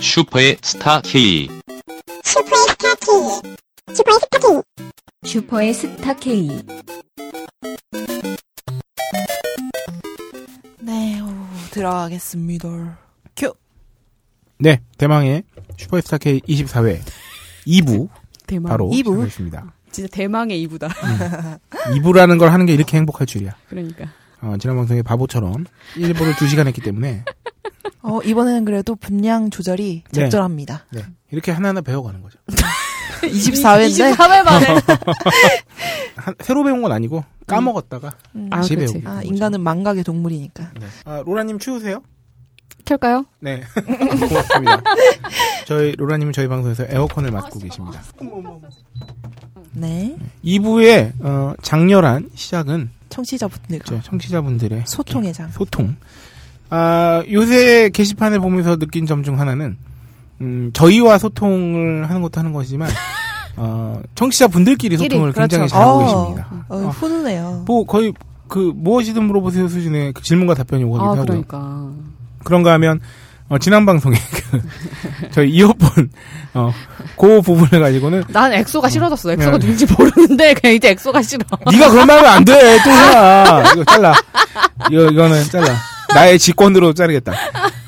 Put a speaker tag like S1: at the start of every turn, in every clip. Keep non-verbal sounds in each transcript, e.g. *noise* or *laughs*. S1: 슈퍼의 스타 K.
S2: 슈퍼의 스타 K. 슈퍼의 스타 K.
S3: 슈퍼의 스타 K.
S4: 네, 오, 들어가겠습니다. 큐.
S5: 네, 대망의 슈퍼스타 K 24회 2부
S6: 대망.
S5: 바로
S4: 이부?
S5: 시작하겠습니다.
S6: 진짜 대망의 이부다. *laughs*
S5: 2부라는 걸 하는 게 이렇게 행복할 줄이야.
S6: 그러니까.
S5: 어, 지난 방송에 바보처럼 1부를 2시간 했기 때문에
S4: 어, 이번에는 그래도 분량 조절이
S5: 네.
S4: *laughs* 적절합니다.
S5: 네, 이렇게 하나하나 배워가는 거죠.
S4: 24회인데
S3: 24회 만에.
S5: 한- 새로 배운 건 아니고 까먹었다가
S6: 아,
S5: 다시
S6: 그렇지.
S5: 배우고.
S4: 아, 인간은 망각의 동물이니까.
S5: 네. 아, 로라님 추우세요?
S6: 켤까요?
S5: 네. *laughs* 고맙습니다. 저희 로라님은 저희 방송에서 에어컨을 맡고 계십니다.
S4: 네.
S5: 2부의 어, 장렬한 시작은
S4: 청취자분들과
S5: 저 청취자분들의
S4: 소통의 장.
S5: 소통. 아, 요새 게시판을 보면서 느낀 점 중 하나는, 음, 저희와 소통을 하는 것도
S4: *laughs*
S5: 하는 것이지만, 어, 청취자분들끼리 소통을
S4: 끼리,
S5: 굉장히
S4: 그렇죠.
S5: 잘하고
S4: 어.
S5: 계십니다.
S4: 어,
S5: 어.
S4: 훈훈해요.
S5: 뭐, 거의, 그, 무엇이든 물어보세요 수준의 그 질문과 답변이 오거든요.
S6: 아, 그러니까.
S5: 그런가 하면, 어, 지난 방송에, *laughs* 그, 저희 이어폰, 어, 그 부분을 가지고는,
S6: 난 엑소가 싫어졌어.
S5: 네.
S6: 엑소가 누군지 모르는데 그냥 이제 엑소가 싫어.
S5: 네가 그런 말 하면 안 돼! 또 해라! 이거 잘라. 이거, 이거는 잘라. 나의 직권으로 자르겠다.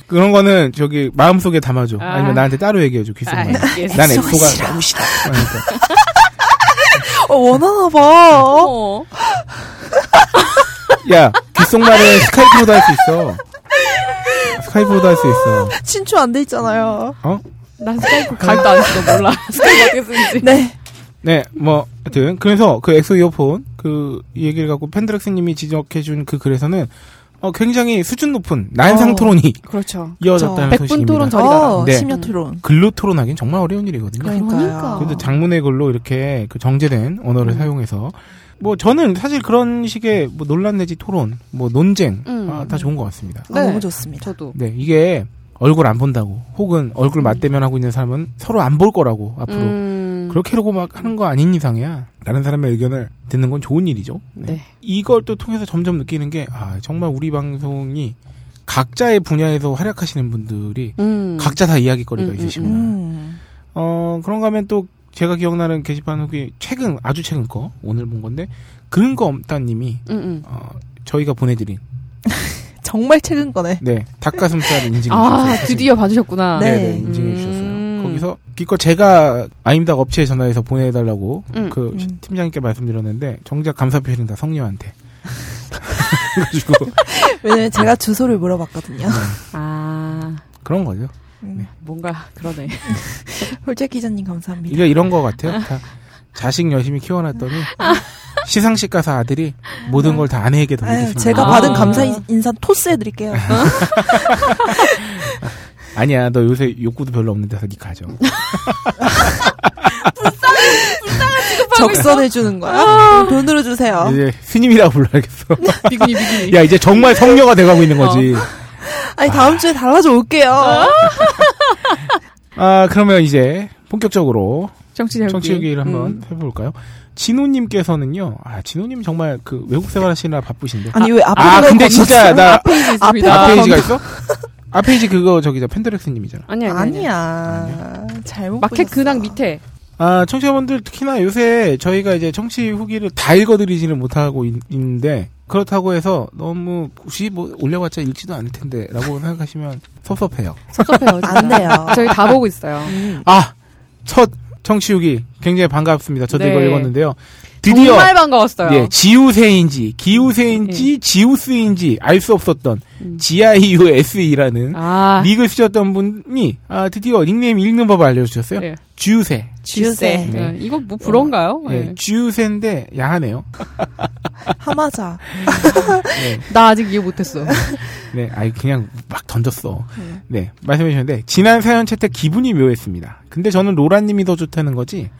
S5: 그런 거는 저기 마음속에 담아줘.
S6: 아.
S5: 아니면 나한테 따로 얘기해줘. 귓속말.
S6: 알겠어.
S5: 난 엑소가 너무 싫어. 그러니까.
S4: 어, 원하나 봐.
S6: 어.
S5: 야, 귓속말은 스카이프로도 할 수 있어. 스카이프로도 할 수 있어.
S4: 친추 안 돼 있잖아요.
S5: 어?
S6: *laughs* 난 네. 스카이프 가입도 안 했어. *laughs* 몰라. 스카이프 어떻게 쓰는지.
S4: 네.
S5: 네, 뭐, 하여튼. 그래서 그 엑소 이어폰, 그, 이 얘기를 갖고 팬드렉스님이 지적해준 그 글에서는, 어, 굉장히 수준 높은 난상
S4: 어.
S5: 토론이
S6: 그렇죠.
S5: 이어졌다는
S6: 백분
S5: 소식입니다.
S6: 토론 저-
S4: 어,
S5: 네.
S4: 심야 토론.
S5: 글로 토론하기는 정말 어려운 일이거든요.
S4: 그러니까요.
S6: 어.
S5: 근데 장문의 글로 이렇게 그 정제된 언어를
S6: 음.
S5: 사용해서 뭐 저는 사실 그런 식의 뭐 논란 내지 토론, 뭐 논쟁
S6: 음.
S5: 아, 다 좋은 것 같습니다.
S4: 아,
S6: 네.
S4: 너무 좋습니다.
S6: 저도.
S5: 네, 이게 얼굴 안 본다고 혹은 얼굴 맞대면 하고 있는 사람은 서로 안 볼 거라고 앞으로
S6: 음.
S5: 그렇게 하고 막 하는 거 아닌 이상이야. 다른 사람의 의견을 듣는 건 좋은 일이죠.
S6: 네.
S5: 이걸 또 통해서 점점 느끼는 게 아, 정말 우리 방송이 각자의 분야에서 활약하시는 분들이
S6: 음.
S5: 각자 다 이야기거리가
S6: 음, 음,
S5: 있으시구나.
S4: 음.
S5: 어, 그런가 하면 또 제가 기억나는 게시판 후기 최근 아주 최근 거 오늘 본 건데 근거 없다님이
S6: 음, 음.
S5: 어, 저희가 보내드린
S4: 정말 최근 거네.
S5: 네 닭가슴살 인증해 주셨어요.
S6: 아,
S5: 사실.
S6: 드디어 봐주셨구나.
S4: 네.
S5: 네, 네, 인증해
S6: 음.
S5: 주셨어요. 거기서 기껏 제가 아임닭 업체에 전화해서 보내달라고
S6: 음.
S5: 그
S4: 음.
S5: 시- 팀장님께 말씀드렸는데 정작 감사 표현은 다 성녀한테. *laughs* 그래가지고
S4: 왜냐면 제가 주소를 물어봤거든요.
S6: 아,
S5: 그런 거죠.
S4: 네.
S6: 뭔가
S5: *laughs*
S6: 그러네.
S4: 홀짝 기자님 감사합니다.
S5: 이게 이런 거 같아요. 다 자식 열심히 키워놨더니 시상식 가서 아들이 모든 걸 다 네, 아내에게
S4: 아. 네.
S5: 아.
S4: 아유,
S5: 돌리겠습니다.
S4: 제가
S6: 아.
S4: 받은 감사 인- 인사 토스해드릴게요. *laughs*
S5: 아니야, 너 요새 욕구도 별로 없는 데서 니 가져.
S4: 적선해주는
S5: 아.
S4: 거야? 돈으로 주세요.
S5: 이제 스님이라고 불러야겠어.
S4: 네.
S6: 비구니, 비구니.
S5: *laughs* 야, 이제 정말 성녀가 돼가고 있는
S4: 어.
S5: 거지.
S4: 아니, 다음 주에 달라져 올게요.
S5: 아, 그러면 이제 본격적으로
S6: 정치
S4: 네,
S6: 재밌
S5: 청취 얘기를
S6: 음.
S4: 음.
S5: 한번 해볼까요? 진호님께서는요, 아, 진호님 정말 그 외국 생활하시느라 바쁘신데.
S4: 아니, 왜 앞에
S5: 아,
S4: 걸
S5: 근데 진짜
S4: *laughs*
S5: 나,
S6: 페이지 있습니다.
S5: 아,
S4: 앞에
S5: 페이지가 있어? 아, 페이지 그거 저기 저 펜드렉스님이잖아.
S6: 아니, 아니. 아니.
S4: 아니야. 잘못
S6: 마켓
S4: 보셨어.
S6: 근황 밑에.
S5: 아, 청취자분들 특히나 요새 저희가 이제 청취 후기를 다 읽어드리지는 못하고 있, 는데 그렇다고 해서 너무 혹시 뭐 올려봤자 읽지도 않을 텐데 라고 *laughs* 생각하시면 섭섭해요.
S4: *laughs*
S6: 섭섭해요. 진짜.
S4: 안 돼요.
S6: 저희 다 보고 있어요.
S5: 아, 첫 청취 후기 굉장히 반갑습니다. 저도
S6: 네.
S5: 이걸 읽었는데요. 드디어
S6: 정말 반가웠어요. 네.
S5: 예, 지우세인지 기우세인지 지우스인지 알 수 없었던
S6: 음.
S5: GIUSE라는
S6: 아,
S5: 닉을 쓰셨던 분이 아, 드디어 닉네임 읽는 법을 알려주셨어요.
S6: 예.
S5: 지우세.
S4: 쥐세.
S5: 네.
S6: 예, 이거 뭐 부러운가요?
S5: 예,
S6: 예.
S5: 지우세인데 야하네요.
S4: 하마자.
S5: 네,
S6: 나 아직 이해 *laughs* 못했어.
S5: 네, 아이 그냥 막 던졌어. 네, 말씀해 주셨는데 지난 사연 채택 기분이 묘했습니다. 근데 저는 로라님이 더 좋다는 거지.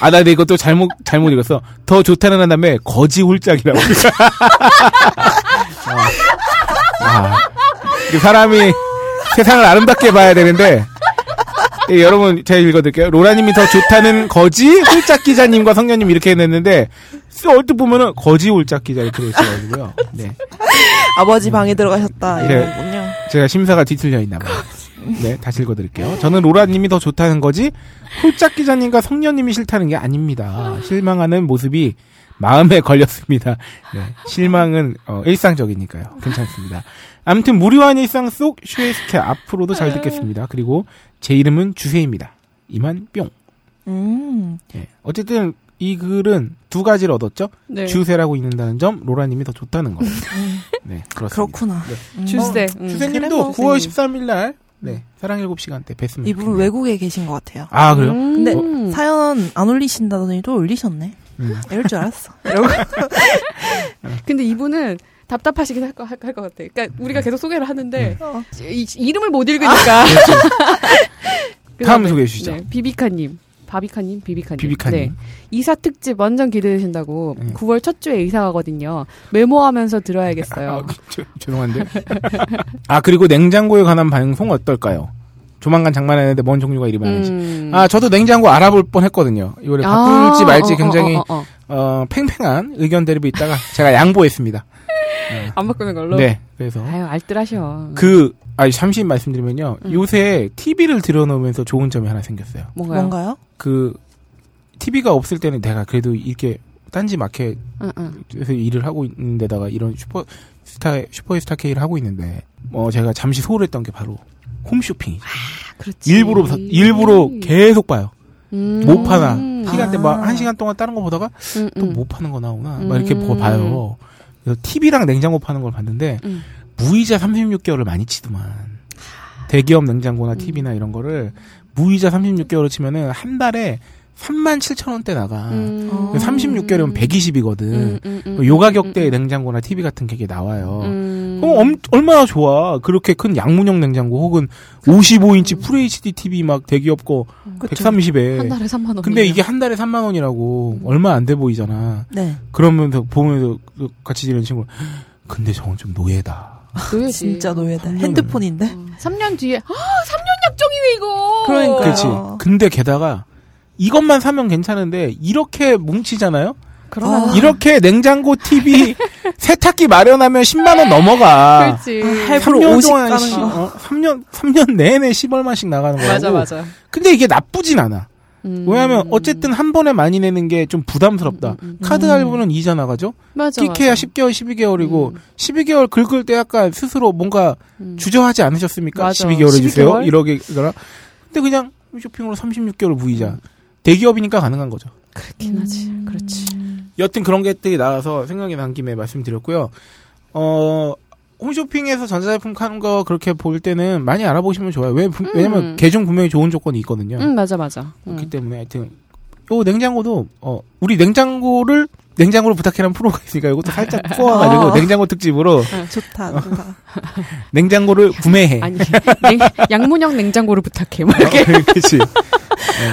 S5: 아, 나 근데 이것도 잘못 잘못 읽었어. 더 좋다는 한 다음에 거지 홀짝이라고. *laughs* 아, 아, 이 사람이 세상을 아름답게 봐야 되는데. 예, 여러분 제가 읽어드릴게요. 로라님이 더 좋다는 거지 홀짝 기자님과 성녀님 이렇게 해냈는데 쓰- 얼핏 보면은 거지 홀짝 기자 이렇게 되어있어가지고요. 네.
S4: 아버지 방에 들어가셨다.
S5: 네.
S4: 이런 거군요.
S5: 제가 심사가 뒤틀려 있나 봐요. 네, 다시 읽어드릴게요. 저는 로라님이 더 좋다는 거지, 홀짝 기자님과 성녀님이 싫다는 게 아닙니다. 실망하는 모습이 마음에 걸렸습니다. 네, 실망은 어, 일상적이니까요. 괜찮습니다. 아무튼 무료한 일상 속 슈에스케 앞으로도 잘 듣겠습니다. 그리고 제 이름은 주세입니다. 이만 뿅.
S4: 음.
S5: 예, 어쨌든 이 글은 두 가지를 얻었죠.
S6: 네.
S5: 주세라고 읽는다는 점, 로라님이 더 좋다는 거. 네, 그렇습니다.
S4: 그렇구나.
S5: 네.
S4: 음.
S6: 주세. 음.
S5: 주세님도 9월 13일 날 네, 사랑 7시간 때 뵀습니다. 네.
S4: 이분 외국에 계신 것 같아요.
S5: 아, 그래요?
S6: 근데
S4: 사연 안 올리신다더니 또 올리셨네.
S5: 음.
S4: 이럴 줄
S6: *laughs*
S4: 알았어.
S6: 근데 이분은 답답하시긴 할 것 할, 것 같아. 그러니까 우리가
S5: 네.
S6: 계속 소개를 하는데
S4: 어.
S6: 이, 이름을 못 읽으니까.
S5: 아! 다음 소개해 주시죠.
S6: 네, 비비카님. 바비카님, 비비카님.
S5: 비비카님.
S6: 네. 이사 특집 완전 기대되신다고
S5: 네.
S6: 9월 첫 주에 이사 가거든요. 메모하면서
S5: *laughs*
S6: 들어야겠어요.
S5: 아, 죄-
S6: *laughs*
S5: 죄송한데. 아, 그리고 냉장고에 관한 방송 어떨까요? 조만간 장만했는데 뭔 종류가 이리 많은지.
S6: 음.
S5: 아, 저도 냉장고 알아볼 뻔 했거든요. 이번에 바꿀지
S6: 아,
S5: 말지
S6: 어,
S5: 굉장히,
S6: 어, 어, 어.
S5: 어, 팽팽한 의견 대립이 있다가 제가 양보했습니다.
S6: 안 바꾸는 걸로.
S5: 네. 그래서.
S6: 아유 알뜰하셔.
S5: 그, 아 잠시 말씀드리면요.
S6: 음.
S5: 요새 TV를 들여놓으면서 좋은 점이 하나 생겼어요.
S6: 뭔가요?
S4: 뭔가요?
S5: 그, TV가 없을 때는 내가 그래도 이렇게 딴지 마켓
S6: 응, 응.
S5: 그래서 일을 하고 있는데다가 이런 슈퍼스타 슈퍼스타 K를 하고 있는데 뭐 제가 잠시 소홀했던 게 바로 홈쇼핑
S6: 아, 그렇지.
S5: 일부러 사- 일부러 계속 봐요
S6: 음.
S5: 못 파나
S6: 음.
S5: 시간 때
S4: 아.
S5: 막 한 시간 동안 다른 거 보다가
S6: 음,
S5: 또
S6: 음.
S5: 못 파는 거 나오나
S6: 음.
S5: 막 이렇게 보- 봐요 그래서 TV랑 냉장고 파는 걸 봤는데
S6: 음.
S5: 무이자 36개월을 많이 치더만 대기업
S6: 음.
S5: 냉장고나 TV나 이런 거를 무이자 36개월을 치면은 한 달에 3만 7천 원대 나가
S6: 음.
S5: 36개월이면 120이거든 그
S6: 음, 음, 음,
S5: 요
S6: 음,
S5: 가격대의
S6: 음,
S5: 냉장고나 TV 같은 게 이게 나와요.
S6: 음.
S5: 그럼 엄- 얼마나 좋아. 그렇게 큰 양문형 냉장고 혹은 55인치 FHD TV 막 대기업 거
S4: 그쵸.
S5: 130에.
S6: 한 달에 3만 원.
S5: 근데 이게 한 달에 3만 원이라고 얼마 안 돼 보이잖아.
S4: 네.
S5: 그러면서 보면서 그 같이 지내는 친구 근데 저건 좀 노예다.
S4: 진짜 노예다.
S5: 삼년은-
S4: 핸드폰인데.
S6: 3년 뒤에 아, 3년 약정이네 이거.
S4: 그러니까요.
S5: 그렇지.
S4: 어.
S5: 근데 게다가 이것만 사면 괜찮은데 이렇게 뭉치잖아요.
S6: 그러나
S4: 아.
S5: 이렇게 냉장고, TV, *laughs* 세탁기 마련하면 10만 원 넘어가.
S6: 그렇지.
S4: 할부로
S5: 3년
S4: 50
S5: 동안
S4: 가는
S5: 시-
S4: 거.
S5: 어, 3년 3년 내내 10얼마씩 나가는 거고.
S6: 맞아 맞아.
S5: 근데 이게 나쁘진 않아.
S6: 음.
S5: 왜냐면 어쨌든 한 번에 많이 내는 게 좀 부담스럽다.
S6: 음, 음, 음.
S5: 카드 할부는 이자 나가죠.
S6: 맞아.
S5: 끼케야
S6: 맞아.
S5: 10개월, 12개월이고
S6: 음.
S5: 12개월 긁을 때 약간 스스로 뭔가
S6: 음.
S5: 주저하지 않으셨습니까?
S6: 맞아.
S5: 12개월 해주세요.
S6: 12개월?
S5: 이러게 그러나. 근데 그냥 쇼핑으로 36개월 무이자.
S6: 음.
S5: 대기업이니까 가능한 거죠.
S6: 그렇긴 하지. 그렇지.
S5: 여튼 그런 것들이 나와서 생각이 난 김에 말씀드렸고요. 어, 홈쇼핑에서 전자제품 파는 거 그렇게 볼 때는 많이 알아보시면 좋아요. 왜, 분- 왜냐면 개중 분명히 좋은 조건이 있거든요.
S6: 응 맞아 맞아. 음.
S5: 그렇기 때문에 하여튼 요 냉장고도 어, 우리 냉장고를 냉장고를 부탁해라는 프로가 있으니까 이것도
S6: *laughs*
S5: 살짝 구워가지고
S4: 아.
S5: 냉장고 특집으로
S4: 좋다, 좋다.
S5: 냉장고를 구매해. 어,
S6: 아니 냉, 양문형 냉장고를 부탁해. 뭐
S5: *laughs*
S6: 이렇게.
S5: 그렇지.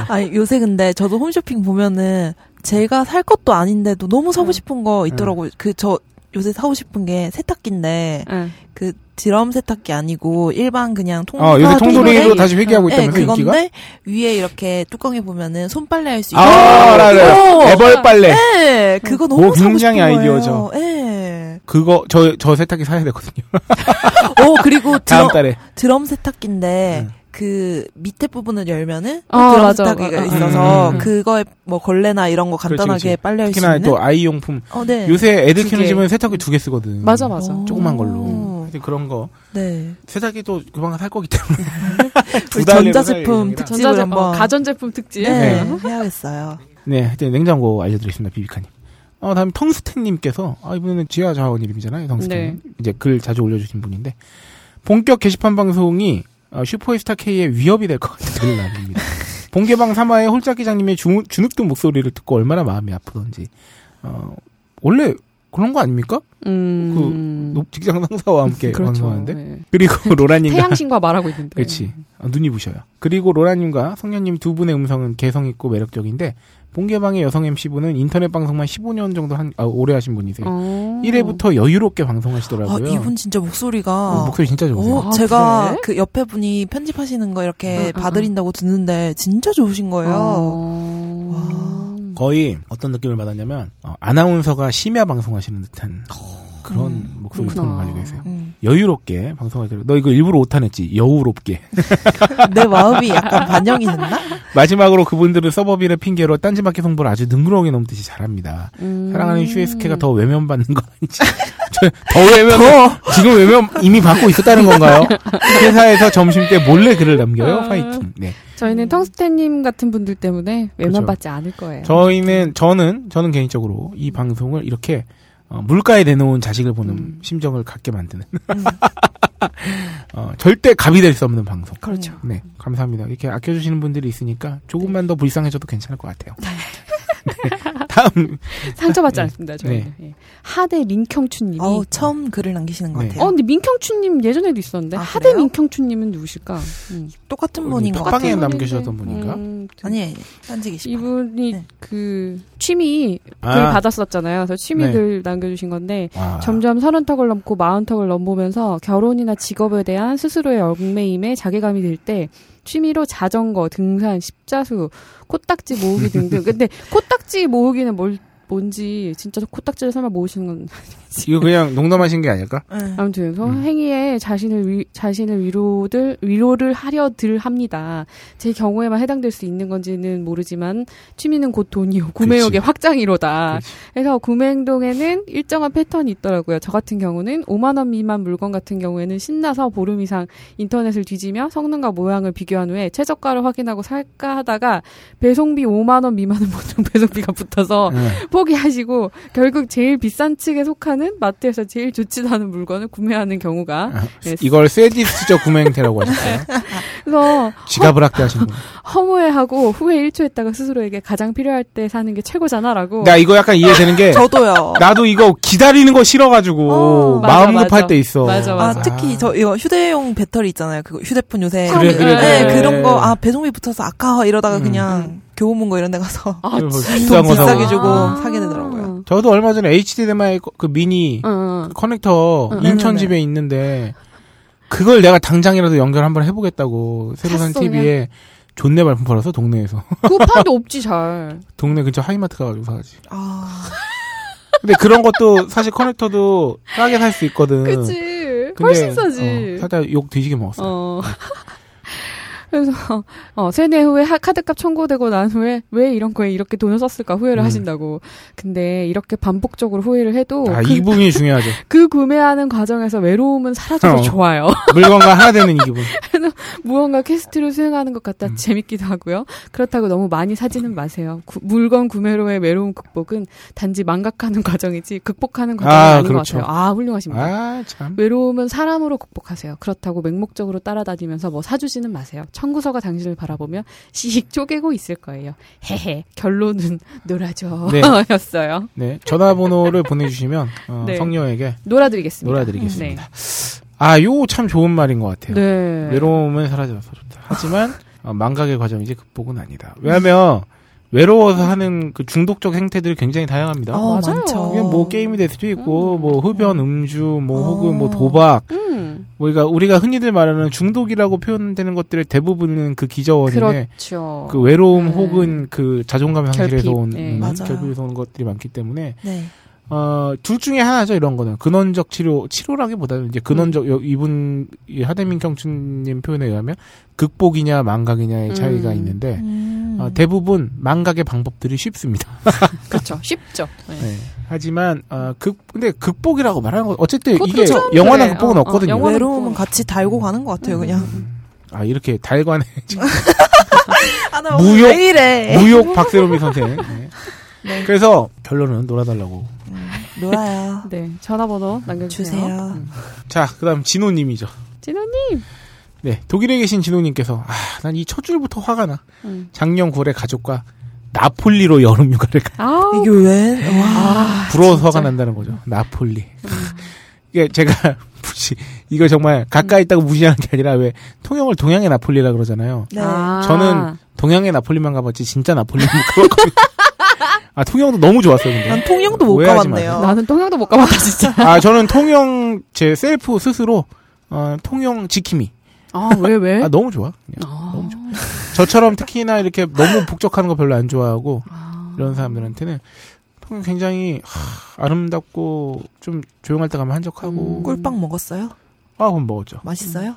S4: 아 요새 근데 저도 홈쇼핑 보면은 제가 살 것도 아닌데도 너무 사고 싶은 거 있더라고요. 그 저 요새 사고 싶은 게 세탁기인데
S5: 어.
S6: 응.
S4: 그 드럼 세탁기 아니고 일반 그냥 통
S5: 어, 요새
S4: 아,
S5: 통돌이로
S4: 통돌이?
S5: 다시 회귀하고
S4: 네,
S5: 있다면서 인기가?
S4: 그건데 위에 이렇게 뚜껑에 보면은 손빨래 할 수 있는
S5: 아, 알아,
S4: 오!
S5: 알아. 애벌 빨래.
S4: 어, 네, 그거 너무
S5: 오,
S4: 사고
S5: 굉장히
S4: 싶은
S5: 아이디어죠.
S4: 거예요. 예.
S5: 그거 저 저 세탁기 사야
S4: *laughs*
S5: 되거든요.
S4: 오 그리고 드럼,
S5: 다음 달에.
S4: 드럼 세탁기인데
S5: 음.
S4: 그 밑에 부분을 열면은 또
S6: 아,
S4: 드럼
S6: 맞아.
S4: 세탁기가
S6: 아, 아,
S4: 있어서
S5: 음.
S4: 그거에 뭐 걸레나 이런 거 간단하게
S5: 그렇지, 그렇지.
S4: 빨래 할 수
S5: 특히나
S4: 있는.
S5: 또 아이 용품.
S4: 어, 네.
S5: 요새 애들
S6: 두
S5: 키우는
S6: 개.
S5: 집은 세탁기 두 개 쓰거든.
S6: 맞아 맞아.
S4: 오.
S5: 조그만 걸로.
S4: 오.
S5: 하여튼 그런 거.
S4: 네.
S5: 세탁기도 그만간 살 거기 때문에.
S4: *laughs*
S5: 두
S4: 우리
S5: 달이나
S4: 전자제품
S5: 살 예정이라.
S4: 특집을
S6: 전자제 어,
S4: 한번.
S6: 가전제품 특집. 예.
S4: 네,
S6: 응.
S4: 해야겠어요.
S5: 네, 하여튼 냉장고 알려드리겠습니다, 비비카님. 어, 다음 텅스텐님께서 아 이분은 지하 자원 이름이잖아요, 텅스텐.
S6: 네.
S5: 이제 글 자주 올려주신 분인데 본격 게시판 방송이 어, 슈퍼스타 K의 위협이 될 것 같은 *laughs* 글을 남깁니다. 본개방 3화에 홀짝 기자님의 주, 주눅든 목소리를 듣고 얼마나 마음이 아프던지. 어, 원래 그런 거 아닙니까?
S6: 음.
S5: 높- 직장 상사와
S6: *laughs*
S5: 함께 방송하는데.
S6: 네.
S5: 그리고 로라님과
S6: 태양신과 말하고 있는데.
S5: 그렇지. 아, 눈이 부셔요. 그리고 로라님과 성녀님 두 분의 음성은 개성있고 매력적인데, 본개방의 여성 MC분은 인터넷 방송만 15년 정도 한, 아, 오래 하신 분이세요.
S6: 어.
S5: 1회부터 여유롭게 방송하시더라고요.
S4: 아, 이분 진짜
S5: 어,
S4: 목소리가.
S5: 목소리 진짜 좋으세요.
S4: 오,
S6: 아,
S4: 제가
S6: 그래?
S4: 그 옆에 분이 편집하시는 거
S6: 응,
S4: 이렇게
S6: 응,
S4: 봐드린다고 듣는데 진짜 좋으신 거예요.
S6: 어.
S5: 거의 어떤 느낌을 받았냐면, 어, 아나운서가 심야 방송하시는 듯한 그런 목소리 톤을
S6: 그렇구나.
S5: 가지고 계세요.
S4: 음.
S5: 여유롭게 방송하기로. 너 이거 일부러 오타냈지? 여우롭게.
S4: 내 마음이 약간 반영이 됐나?
S5: 마지막으로 그분들은 서버비를 핑계로 딴지마켓 홍보를 아주 능그렁이 넘듯이 잘합니다. 사랑하는 슈에스케가 더 외면받는 거 아니지? 저- 더 외면? 지금 외면 이미 받고 있었다는 건가요? 회사에서 점심 때 몰래 글을 남겨요? 파이팅. 네.
S6: 저희는 텅스텐님 같은 분들 때문에
S5: 그렇죠.
S6: 외면받지 않을 거예요.
S5: 저희는 저는 저는 개인적으로 이 방송을 이렇게 어, 물가에 내놓은 자식을 보는
S6: 음.
S5: 심정을 갖게 만드는 *laughs* 어, 절대 갑이 될 수 없는 방송.
S6: 그렇죠.
S5: 네, 감사합니다. 이렇게 아껴주시는 분들이 있으니까 조금만 더 불쌍해져도 괜찮을 것 같아요. 네,
S6: *laughs*
S5: 다음
S6: 상처받지
S5: 네.
S6: 않습니다. 저희는 예. 하대 민경춘님이
S4: 어우, 처음 글을 남기시는 것
S5: 네.
S6: 어
S4: 같아요.
S6: 근데 민경춘님 예전에도 있었는데
S4: 아,
S6: 하대
S4: 그래요?
S6: 민경춘님은 누구실까? 음.
S4: 똑같은 분인 것
S5: 팟빵에
S4: 같아요.
S6: 같은
S5: 남겨주셨던
S6: 분인데,
S5: 분인가?
S6: 음,
S4: 아니, 딴지 게시판.
S6: 이분이
S4: 네.
S6: 그 취미 글
S5: 아,
S6: 받았었잖아요. 그래서 취미
S5: 네.
S6: 글 남겨주신 건데
S5: 아,
S6: 점점 서른 턱을 넘고 마흔 턱을 넘보면서 결혼이나 직업에 대한 스스로의 얽매임에 자괴감이 들 때 취미로 자전거, 등산, 십자수, 코딱지 모으기 등등. 근데 코딱지 모으기는 뭘 뭔지 진짜 코딱지를 설마 모으시는 건
S5: 이거 그냥 농담하신 게 아닐까?
S4: 응.
S6: 아무튼 서
S5: 음.
S6: 행위에 자신을 위, 자신을 위로들 위로를 하려들 합니다. 제 경우에만 해당될 수 있는 건지는 모르지만 취미는 곧 돈이요 구매욕의 확장이로다.
S5: 그렇지.
S6: 그래서 구매 행동에는 일정한 패턴이 있더라고요. 저 같은 경우는 5만 원 미만 물건 같은 경우에는 신나서 보름 이상 인터넷을 뒤지며 성능과 모양을 비교한 후에 최저가를 확인하고 살까 하다가 배송비 5만 원 미만은 *laughs* 보통 배송비가
S4: 음.
S6: 붙어서
S5: 네.
S6: 포기하시고 결국 제일 비싼 측에 속하는 마트에서 제일 좋지도 않은 물건을 구매하는
S4: 음.
S6: 경우가 네.
S5: 이걸 세디스트적 구매 행태라고 하셨어요.
S6: 그래서
S5: 지갑을 학대하신 분.
S6: 허무해하고 후회 1초 했다가 스스로에게 가장 필요할 때 사는 게 최고잖아라고
S5: 나 이거 약간 이해되는
S6: 어.
S5: 게
S4: 저도요.
S5: 나도 이거 기다리는 거 싫어가지고
S4: 어,
S5: 마음
S6: 맞아,
S5: 급할
S6: 맞아.
S5: 때 있어.
S6: 맞아,
S4: 아,
S6: 맞아.
S4: 특히 저 이거 휴대용 배터리 있잖아요. 그거 휴대폰 요새.
S5: 그래, 그래,
S4: 네,
S5: 그래.
S4: 그런 거, 아, 배송비 붙어서 아까워 이러다가
S5: 음.
S4: 그냥 교보문고 이런 데 가서
S6: 아,
S5: 그래서
S6: 진짜.
S5: 비싼 거
S4: 비싸게
S5: 사고.
S4: 주고
S6: 아.
S4: 사게 되더라고요.
S5: 저도 얼마 전에 HDMI 그 미니
S6: 어, 어.
S5: 그 커넥터
S6: 응.
S5: 인천
S4: 네네네.
S5: 집에 있는데 그걸 내가 당장이라도 연결 한번 해보겠다고 새로 산
S6: 샀어,
S5: TV에 존내 발품 팔아서 동네에서 *laughs*
S6: 구판도 없지 잘.
S5: 동네 근처 하이마트 가가지고 사가지.
S4: 아,
S5: 근데 그런 것도 사실 커넥터도 싸게 살 수 있거든.
S6: 음. 그치.
S5: 근데,
S6: 훨씬 싸지.
S5: 어, 사다 욕 뒤지게 먹었어. 요
S6: 어. *laughs* 그래서 어, 세뇌 후에 하- 카드값 청구되고 난 후에 왜 이런 거에 이렇게 돈을 썼을까 후회를
S5: 음.
S6: 하신다고. 근데 이렇게 반복적으로 후회를 해도
S5: 아,
S6: 그,
S5: 이 부분이 중요하죠.
S6: 그 구매하는 과정에서 외로움은 사라져서
S5: 어.
S6: 좋아요. *laughs*
S5: 물건과 하나 되는 이 기분.
S6: 무언가 퀘스트를 수행하는 것 같다
S5: 음.
S6: 재밌기도 하고요. 그렇다고 너무 많이 사지는 마세요. 구- 물건 구매로의 외로움 극복은 단지 망각하는 *laughs* 과정이지 극복하는 과정이
S5: 아,
S6: 아, 닌
S5: 그렇죠.
S6: 것 같아요. 아 훌륭하십니다.
S5: 아, 참.
S6: 외로움은 사람으로 극복하세요. 그렇다고 맹목적으로 따라다니면서 뭐 사주지는 마세요. 청구서가 당신을 바라보며 씩 쪼개고 있을 거예요. 헤헤. 결론은 *laughs* 놀아줘.
S5: 네.
S6: 였어요.
S5: 네. 전화번호를 보내주시면, 어,
S6: 네.
S5: 성녀에게
S6: 놀아드리겠습니다.
S5: 놀아드리겠습니다. 아, 요 참 좋은 말인 것 같아요.
S6: 네.
S5: 외로움은 사라져서 좋다. 하지만 어, 망각의 과정이지 극복은 아니다. 왜냐하면 외로워서 하는 그 중독적 행태들이 굉장히 다양합니다.
S4: 어,
S6: 맞아요.
S4: 많죠.
S5: 이게 뭐 게임이 될 수도 있고 뭐 흡연, 음주, 뭐
S4: 어.
S5: 혹은 뭐 도박,
S6: 음.
S5: 뭐 그러니까 우리가 흔히들 말하는 중독이라고 표현되는 것들의 대부분은 그 기저원인데
S6: 그렇죠.
S5: 그 외로움
S6: 네.
S5: 혹은 그 자존감 상실에서
S6: 결핍.
S5: 온
S6: 네.
S5: 음,
S4: 맞아요.
S5: 결핍에서 오는 것들이 많기 때문에
S4: 네.
S5: 어, 둘 중에 하나죠, 이런 거는. 근원적 치료, 치료라기보다는 이제 근원적,
S6: 음.
S5: 여- 이분, 이 하대민 경춘님 표현에 의하면 극복이냐, 망각이냐의
S6: 음.
S5: 차이가 있는데,
S4: 음.
S5: 어, 대부분 망각의 방법들이 쉽습니다.
S6: 그렇죠. 쉽죠. 네.
S5: 네. 하지만, 어, 극, 근데 극복이라고 말하는 건, 어쨌든
S6: 그것도
S5: 이게
S6: 좀
S5: 영화나
S6: 그래.
S5: 극복은
S6: 어, 어,
S5: 없거든요.
S6: 영화-
S4: 외로움은 같이 달고 가는 것 같아요, 그냥.
S5: 아, 이렇게 달관의
S4: 아, 나
S5: 무효-
S4: 오늘 왜
S6: 네.
S4: 이래?
S5: *laughs* 무욕 박세롬이 선생. 네. 그래서 결론은 놀아달라고.
S4: 놀아요.
S6: 네. 아. 전화번호 남겨주세요.
S4: 주세요.
S5: 자, 그 다음 진호님이죠.
S6: 진호님.
S5: 네, 독일에 계신 진호님께서, 아, 난 이 첫 줄부터 화가 나.
S6: 음.
S5: 작년 9월에 가족과 나폴리로 여름 휴가를 가.
S6: 아우.
S4: 이게 왜? 와.
S6: 아, 음.
S5: 부러워서 화가 난다는 거죠. 나폴리. 이게 제가 *laughs* 무시, 이거 정말 가까이 있다고 무시하는 게 아니라 왜 통영을 동양의 나폴리라 그러잖아요.
S4: 네.
S6: 아.
S5: 저는 동양의 나폴리만 가봤지 진짜 나폴리 못 가봤거든요.
S6: *laughs*
S5: 아, 통영도 너무 좋았어요, 근데.
S4: 난 통영도 못
S5: 오해하지
S4: 가봤네요.
S6: 나는 통영도 못 가봤다 진짜.
S5: 아, 저는 통영, 제 셀프 스스로, 어, 통영 지킴이.
S6: 아, 왜 왜?
S4: 네?
S5: 아, 너무 좋아. 그냥.
S6: 아.
S5: 너무 저처럼 특히나 이렇게 너무 북적하는 거 별로 안 좋아하고, 이런 사람들한테는 통영 굉장히 하, 아름답고 좀 조용할 때 가면 한적하고
S6: 음.
S4: 꿀빵 먹었어요?
S5: 아, 그럼 먹었죠.
S4: 맛있어요?
S5: 음.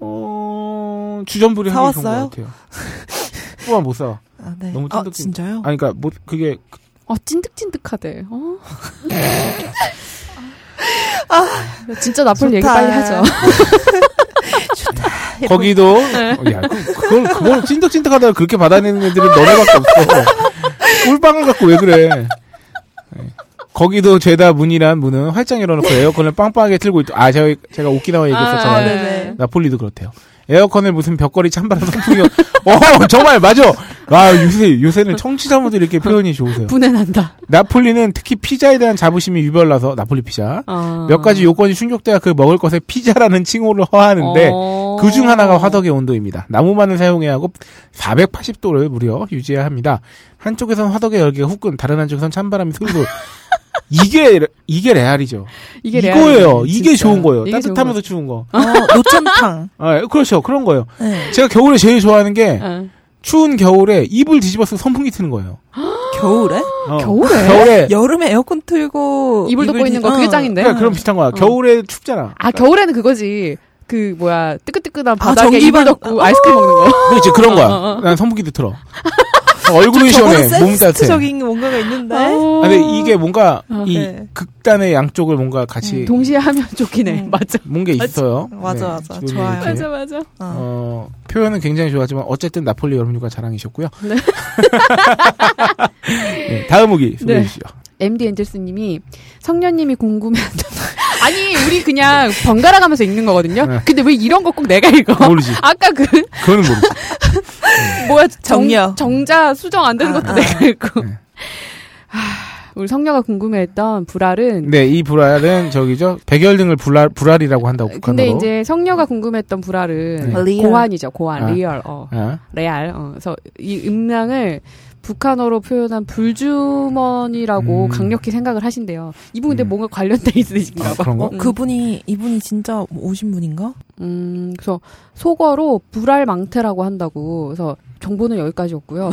S5: 어, 주전부리 한
S4: 사왔어요?
S5: 개 좋은 것 같아요. *laughs* 우와, 못 사와.
S4: 아, 네.
S5: 너무
S4: 아,
S5: 찐득찐득.
S4: 진짜요?
S5: 아니, 그니까, 뭐, 그게,
S6: 어, 찐득찐득하대. 어. 아, 진짜 나쁠 얘기
S4: 좋다.
S6: 빨리 하죠.
S4: *laughs*
S5: *laughs* 거기도, 어, 야, 그- 그걸, 그걸 찐득찐득하다가 그렇게 받아내는 애들은 너네밖에 없어. 꿀빵을 갖고 왜 그래. 네. 거기도 죄다 문이란 문은 활짝 열어놓고 에어컨을 빵빵하게 틀고 있다. 아, 제가, 제가 오키나와 얘기했었잖아요.
S4: 아, 네네.
S5: 나폴리도 그렇대요. 에어컨을 무슨 벽걸이 찬바람 선풍이 어 정말 맞아. 아 요새 요새는 청취자분들 이렇게 표현이 좋으세요.
S6: 분해난다.
S5: 나폴리는 특히 피자에 대한 자부심이 유별나서 나폴리 피자
S6: 어.
S5: 몇 가지 요건이 충족돼야 그 먹을 것에 피자라는 칭호를 허하는데
S6: 어.
S5: 그 중 하나가 화덕의 온도입니다. 나무만을 사용해야 하고 480도를 무려 유지해야 합니다. 한쪽에선 화덕의 열기가 후끈, 다른 한쪽에선 찬바람이
S6: *laughs*
S5: 솔솔. 이게 레- 이게 레알이죠.
S6: 이게
S5: 이거예요.
S6: 레알이네,
S5: 이게
S6: 진짜.
S5: 좋은 거예요.
S6: 이게 좋은
S5: 따뜻하면서
S6: 거.
S5: 추운 거.
S4: 어, 노천탕.
S5: 아, 그렇죠. 그런 거예요.
S4: 네.
S5: 제가 겨울에 제일 좋아하는 게
S6: 어.
S5: 추운 겨울에 이불 뒤집어서 선풍기 트는 거예요.
S4: 겨울에?
S5: 어. *laughs*
S6: 겨울에? 네?
S5: 겨울에
S4: 여름에 에어컨 틀고
S6: 이불 덮고 있는 거
S4: 뒤-
S6: 그게
S4: 어.
S6: 짱인데.
S5: 그러니까 그런 비슷한 거야. 겨울에 춥잖아.
S6: 아 겨울에는 그거지. 그 뭐야 뜨끈뜨끈한 바닥에
S4: 전기반-
S6: 이불 덮고 아이스크림 먹는 *laughs* 거.
S5: 그렇지 그런 거야.
S6: 어, 어.
S5: 난 선풍기도 틀어.
S6: *laughs*
S5: 어, 얼굴은
S4: 저거는
S5: 시원해. 몸 따뜻해.
S4: 센스적인 뭔가가
S6: 네?
S4: 있는데.
S5: 아, 근데 이게 뭐 뭔가
S6: 어, 음,
S5: 이
S4: 네.
S5: 극단의 양쪽을 뭔가 같이
S6: 동시에 하면 좋긴 해. 맞아.
S5: 뭔 게 있어요.
S4: 맞아, 맞아.
S5: 지금
S4: 좋아요.
S5: 이렇게.
S4: 맞아,
S6: 음. *laughs* 맞아.
S4: 어.
S5: 어, 표현은 굉장히 좋았지만 어쨌든 나폴리 여름휴가 자랑이셨고요.
S6: 네.
S5: *laughs* 네, 다음 후기 소개해
S6: 네.
S5: 주시죠.
S6: MD 엔젤스님이 성녀님이 *laughs* 궁금해한다. 아니 우리 그냥 번갈아 가면서 읽는 거거든요.
S5: 네.
S6: 근데 왜 이런 거 꼭 내가 읽어?
S5: 모르지.
S6: *laughs* 아까 그
S5: 그거는
S6: *laughs*
S5: 모르지.
S6: 뭐야 정,
S4: 정녀.
S6: 정자 수정 안 되는 것도
S4: 아,
S6: 내가 읽고.
S5: 네.
S6: 하, 우리 성녀가 궁금해했던 불알은
S5: 네, 이 불알은 저기죠. 백열등을 불알, 불알이라고 한다고
S6: 근데
S5: 북한어로.
S6: 이제 성녀가 궁금했던 불알은
S4: 네. 리얼.
S6: 고환이죠 고환
S5: 아.
S6: 리얼 어
S5: 아,
S6: 레알 어 그래서 이 음량을 북한어로 표현한 불주머니라고
S5: 음.
S6: 강력히 생각을 하신대요 이분 근데
S5: 음.
S6: 뭔가 관련돼 있으신가
S5: 아,
S6: 봐
S5: 그런 거?
S4: 어, 그분이 이분이 진짜 뭐 오신 분인가?
S6: 음 그래서 속어로 불알망태라고 한다고 그래서 정보는 여기까지였고요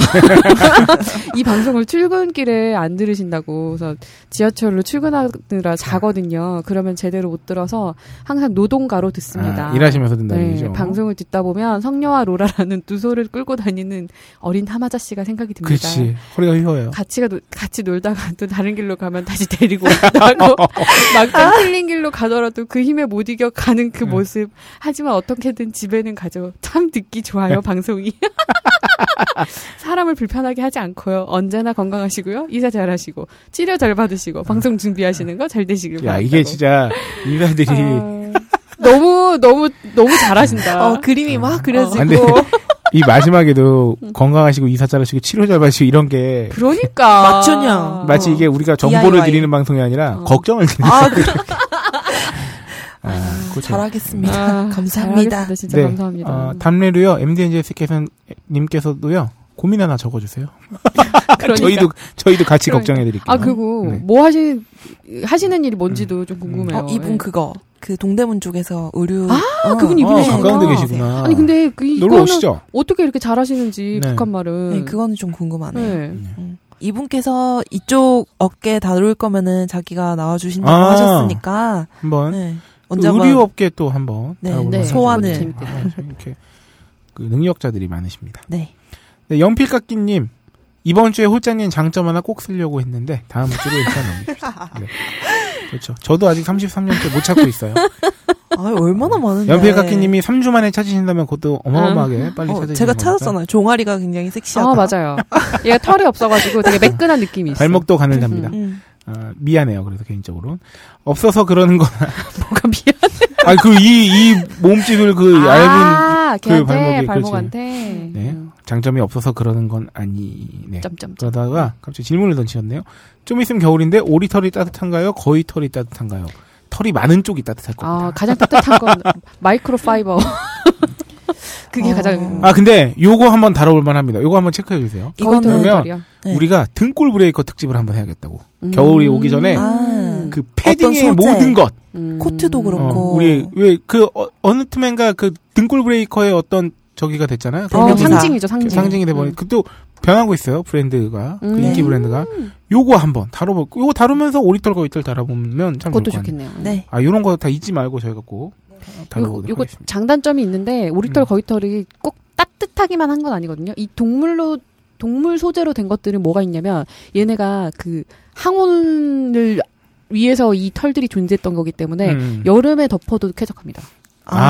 S6: *laughs* 이 방송을 출근길에 안 들으신다고 그래서 지하철로 출근하느라 자거든요 그러면 제대로 못 들어서 항상 노동가로 듣습니다
S5: 아, 일하시면서 된다는
S6: 네,
S5: 얘기죠.
S6: 방송을 듣다 보면 성녀와 로라라는 두 소를 끌고 다니는 어린 하마자 씨가 생각이 듭니다.
S5: 그렇지. 허리가 휘어요.
S6: 같이가 노- 같이 놀다가 또 다른 길로 가면 다시 데리고
S5: *laughs*
S6: 온다고 막상 틀린 길로 가더라도 그 힘에 못 이겨 가는 그
S5: 아. 음.
S6: 모습 하지만 어떻게든 집에는 가죠 참 듣기 좋아요 방송이 *laughs* 사람을 불편하게 하지 않고요 언제나 건강하시고요 이사 잘하시고 치료 잘 받으시고 방송 준비하시는 거 잘 되시길
S5: 야,
S6: 바랍니다
S5: 이게 진짜 인간들이
S6: 어. 너무 너무 너무
S5: 음.
S6: 잘하신다
S4: 어, 그림이 막 그려지고. *laughs*
S5: 안 돼. 이 마지막에도
S6: 음.
S5: 건강하시고 이사 잘하시고 치료 잘 받으시고 이런 게
S6: 그러니까
S4: 맞춤형.
S5: 마치
S6: 어.
S5: 이게 우리가 정보를
S4: DIY.
S5: 드리는 방송이 아니라
S6: 어.
S5: 걱정을 드리는
S4: 아, 그-
S5: *laughs* 아, 그렇죠.
S4: 잘하겠습니다.
S6: 아,
S4: 감사합니다.
S6: 잘하겠습니다. 진짜 감사합께서
S5: 어, 담례로요. MDNJ님께서도요. 고민 하나 적어주세요. 저희도 저희도 같이
S6: 그러니까.
S5: 걱정해 드릴게요.
S6: 아 그리고
S5: 네.
S6: 뭐 하시 하시는 일이 뭔지도 좀 궁금해요.
S4: 어, 이분
S6: 예.
S4: 그거 그 동대문 쪽에서 의류.
S6: 아, 그분 이분이
S5: 어, 가까운 데 계시구나.
S6: 아니 근데 그
S5: 놀러
S6: 이거는
S5: 오시죠.
S6: 어떻게 이렇게 잘하시는지
S5: 네.
S6: 북한 말은.
S4: 네, 그거는 좀 궁금하네요.
S6: 음.
S4: 음.
S6: 네.
S4: 이분께서 이쪽 어깨 다룰 거면은 자기가 나와주신다고
S5: 아.
S4: 하셨으니까.
S5: 한번
S4: 네.
S5: 그
S4: 언제가
S5: 의류업계 또 한번
S4: 네,
S5: 다뤄볼
S4: 네.
S5: 만하죠.
S4: 소환을.
S5: 아, 이렇게 그 능력자들이 많으십니다.
S4: 네.
S5: 네, 연필깎이님 이번 주에 홀장님 장점 하나 꼭 쓰려고 했는데 다음 주로 일단
S4: *laughs* 아,
S5: 넘깁시다. 네. 그렇죠. 저도 아직 33년째 못 찾고
S4: *laughs*
S5: 있어요.
S4: 아 얼마나 많은데.
S5: 연필깎이님이 3주 만에 찾으신다면 그것도 어마어마하게 빨리
S4: 어,
S5: 찾으시는
S4: 제가
S5: 거니까.
S4: 찾았잖아요. 종아리가 굉장히 섹시하다.
S6: 아 맞아요. 얘가 털이 없어가지고 되게 매끈한 느낌이 있어.
S5: 발목도 가늘답니다.
S4: 음.
S5: 아, 미안해요. 그래서 개인적으로 없어서 그러는 건 *laughs*
S6: 뭐가 미안.
S5: 아니 그이이 몸집을 그 얇은
S6: 아,
S5: 그
S6: 걔한테
S5: 발목이,
S6: 발목한테. 음,
S5: 네. 장점이 없어서 그러는 건 아니네.
S6: 점점점.
S5: 그러다가 갑자기 질문을 던지셨네요. 좀 있으면 겨울인데 오리 털이 따뜻한가요? 거의 털이 따뜻한가요? 털이 많은 쪽이 따뜻할 겁니다.
S6: 아 가장 따뜻한 건 마이크로파이버. *laughs* 그게
S4: 어.
S6: 가장.
S5: 아 근데 요거 한번 다뤄볼 만합니다. 요거 한번 체크해 주세요.
S6: 거의
S4: 이거는
S5: 그러면-
S6: 털이야.
S4: 네.
S5: 우리가 등골 브레이커 특집을 한번 해야겠다고.
S6: 음.
S5: 겨울이 오기 전에
S4: 아,
S5: 그 패딩의
S4: 어떤 소재.
S5: 모든 것.
S6: 음.
S4: 코트도
S5: 어,
S4: 그렇고.
S5: 우리 왜 그 어, 느 틈엔가 그 등골 브레이커의 어떤 저기가 됐잖아요.
S6: 어,
S4: 대명사.
S6: 상징이죠 상징.
S5: 상징이 돼버린. 그또 변하고 있어요 브랜드가 그
S6: 음.
S5: 인기
S4: 네.
S5: 브랜드가. 요거 한번 다뤄볼. 요거 다루면서 오리 털 거의 털 다뤄보면 참 좋을
S6: 그것도
S5: 것 같네요.
S6: 좋겠네요.
S4: 네.
S5: 아 요런 거 다 잊지 말고 저희가 꼭 다루고
S6: 요거
S5: 하겠습니다.
S6: 장단점이 있는데 오리털
S5: 음.
S6: 거위털이 꼭 따뜻하기만 한 건 아니거든요. 이 동물로 동물 소재로 된 것들은 뭐가 있냐면 얘네가 그 항온을 위해서 이 털들이 존재했던 거기 때문에
S5: 음.
S6: 여름에 덮어도 쾌적합니다.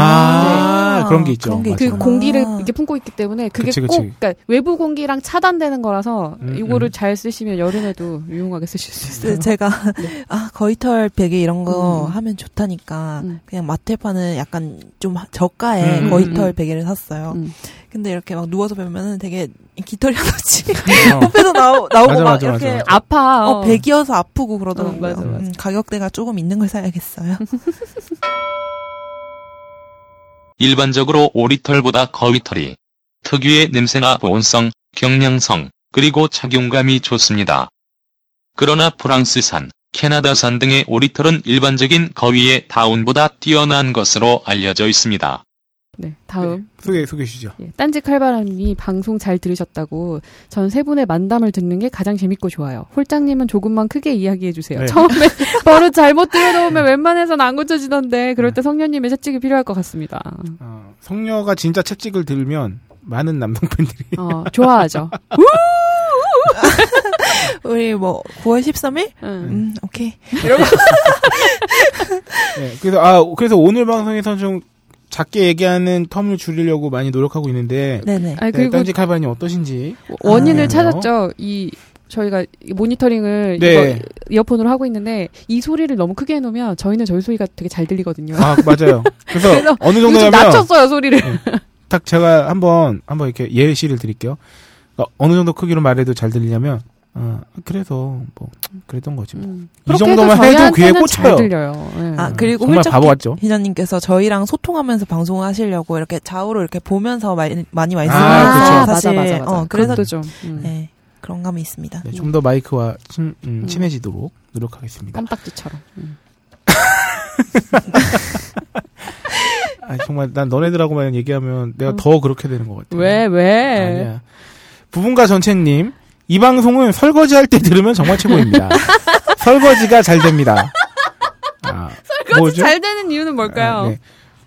S5: 아, 그런 게 있죠. 맞아.
S6: 그
S5: 그렇구나.
S6: 공기를 이렇게 품고 있기 때문에 그게
S5: 그치, 그치.
S6: 꼭 그러니까 외부 공기랑 차단되는 거라서
S5: 음,
S6: 이거를
S5: 음.
S6: 잘 쓰시면 여름에도 유용하게 쓰실 수 있어요.
S4: 네, 제가 *laughs* 아 거위털 베개 이런 거
S6: 음.
S4: 하면 좋다니까
S6: 음.
S4: 그냥 마트에 파는 약간 좀 하- 저가의
S5: 음.
S4: 거위털 베개를 샀어요.
S6: 음.
S4: 근데 이렇게 막 누워서 베면은 되게 깃털이 하나씩 *laughs*
S5: 어.
S4: 옆에서 나오, 나오고 막
S5: 맞아, 맞아,
S4: 이렇게
S5: 맞아, 맞아.
S6: 아파.
S4: 어, 백이어서 아프고 그러더라고요.
S6: 어, 맞아, 맞아.
S4: 음, 가격대가 조금 있는 걸
S6: *laughs*
S4: 사야겠어요.
S1: 일반적으로 오리털보다 거위털이 특유의 냄새나 보온성, 경량성, 그리고 착용감이 좋습니다. 그러나 프랑스산, 캐나다산 등의 오리털은 일반적인 거위의 다운보다 뛰어난 것으로 알려져 있습니다.
S6: 네,
S4: 그
S6: 다음.
S5: 소개 소개해 주시죠.
S6: 예, 딴지 칼바람이 방송 잘 들으셨다고 전 세 분의 만담을 듣는 게 가장 재밌고 좋아요. 홀장님은 조금만 크게 이야기해 주세요.
S5: 네.
S6: 처음에
S5: *laughs*
S6: 버릇 잘못 들여놓으면 웬만해선 안 고쳐지던데 그럴
S5: 네.
S6: 때 성녀님의 채찍이 필요할 것 같습니다.
S5: 어, 성녀가 진짜 채찍을 들면 많은 남성 팬들이
S6: 어, 좋아하죠.
S4: 우리 뭐 9월 13일?
S6: 응.
S4: 음, 오케이.
S5: *laughs* 네, 그래서 아 그래서 오늘 방송에서 좀 작게 얘기하는 텀을 줄이려고 많이 노력하고 있는데
S4: 네네.
S5: 네,
S6: 아니 그리고
S5: 딴지 칼반이 어떠신지
S6: 원인을
S5: 아,
S6: 찾았죠. 이 저희가 이 모니터링을
S5: 네.
S6: 이거 이어폰으로 하고 있는데 이 소리를 너무 크게 해놓으면 저희는 저희 소리가 되게 잘 들리거든요.
S5: 아 맞아요. 그래서,
S6: 그래서
S5: 어느
S6: 이거 좀
S5: 정도냐면
S6: 낮췄어요 소리를.
S5: 딱 제가 한번 한번 이렇게 예시를 드릴게요. 그러니까 어느 정도 크기로 말해도 잘 들리냐면 아 그래서 뭐 그랬던 거지. 뭐.
S6: 음.
S5: 이
S6: 그렇게
S5: 정도만 해도
S6: 저희한테는
S5: 귀에
S6: 잘
S5: 꽂혀요.
S6: 들려요. 예.
S4: 아, 그리고
S5: 정말
S4: 훌쩍
S5: 바보 같죠.
S4: 희녀님께서 저희랑 소통하면서 방송하시려고 이렇게 좌우로 이렇게 보면서 많이, 많이
S5: 그쵸.
S4: 말씀하셨어요.
S5: 아,
S4: 사실.
S6: 맞아, 맞아, 맞아.
S4: 어, 그래서
S6: 네. 그것도 좀 음.
S4: 네, 그런 감이 있습니다.
S5: 네, 좀 더 마이크와 친, 음,
S6: 음.
S5: 친해지도록 노력하겠습니다.
S6: 껌딱지처럼. 음.
S5: 아, 정말 난 너네들하고만 얘기하면 내가 더 그렇게 되는 것 같아.
S6: 왜 왜?
S5: 아니야. 부분과 전체님, 이 방송은 설거지 할 때 들으면 정말 최고입니다.
S6: *laughs*
S5: 설거지가 잘 됩니다. 아, 뭐죠?
S6: 잘 되는 이유는 뭘까요?
S5: 아, 네.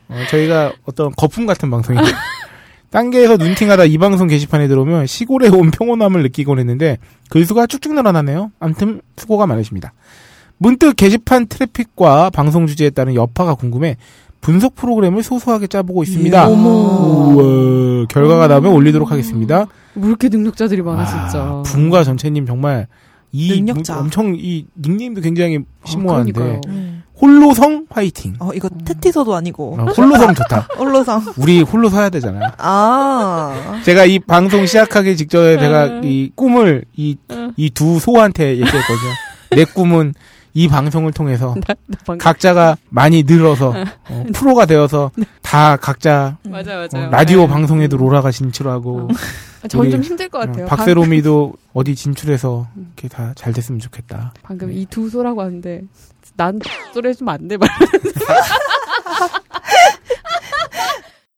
S5: 어, 저희가 어떤 거품 같은
S6: *laughs*
S5: 방송이에요. 딴게에서 눈팅하다 이 방송 게시판에 들어오면 시골에 온 평온함을 느끼곤 했는데 글수가 쭉쭉 늘어나네요. 암튼 수고가 많으십니다. 문득 게시판 트래픽과 방송 주제에 따른 여파가 궁금해 분석 프로그램을 소소하게 짜보고 있습니다.
S6: 예.
S4: 어머.
S5: 우와, 결과가 나오면 올리도록 하겠습니다.
S6: 왜뭐 이렇게 능력자들이 많아
S5: 아,
S6: 진짜.
S5: 분과 전체님 정말 이
S4: 능력자.
S5: 문- 엄청 이 닉네임도 굉장히
S6: 아,
S5: 심오한데
S6: 그러니까요.
S4: 음.
S5: 홀로성 화이팅.
S4: 어, 이거
S6: 음.
S4: 테티서도 아니고.
S5: 어, 홀로성 좋다.
S4: 올로상.
S5: 우리 홀로 서야 되잖아.
S4: 아.
S5: 제가 이 방송 시작하기 직전에 제가
S6: 음.
S5: 이 꿈을 이 이 두 소한테 얘기했거든요. 내 꿈은 이 방송을 통해서
S6: 나 방금- 음.
S5: 각자가 많이 늘어서 어, 프로가 되어서 다 각자
S6: 네. 맞아
S5: 어,
S6: 맞아.
S5: 라디오 방송에도 로라가 진출하고
S6: 전좀
S5: 우리-
S6: 힘들 음. 것 네. 같아요.
S5: 어, 박세롬이도 어디 진출해서 이렇게 다 잘 됐으면 좋겠다.
S6: 방, 금 이 두 소라고 하는데 난 소리 해주면 안 돼. 말.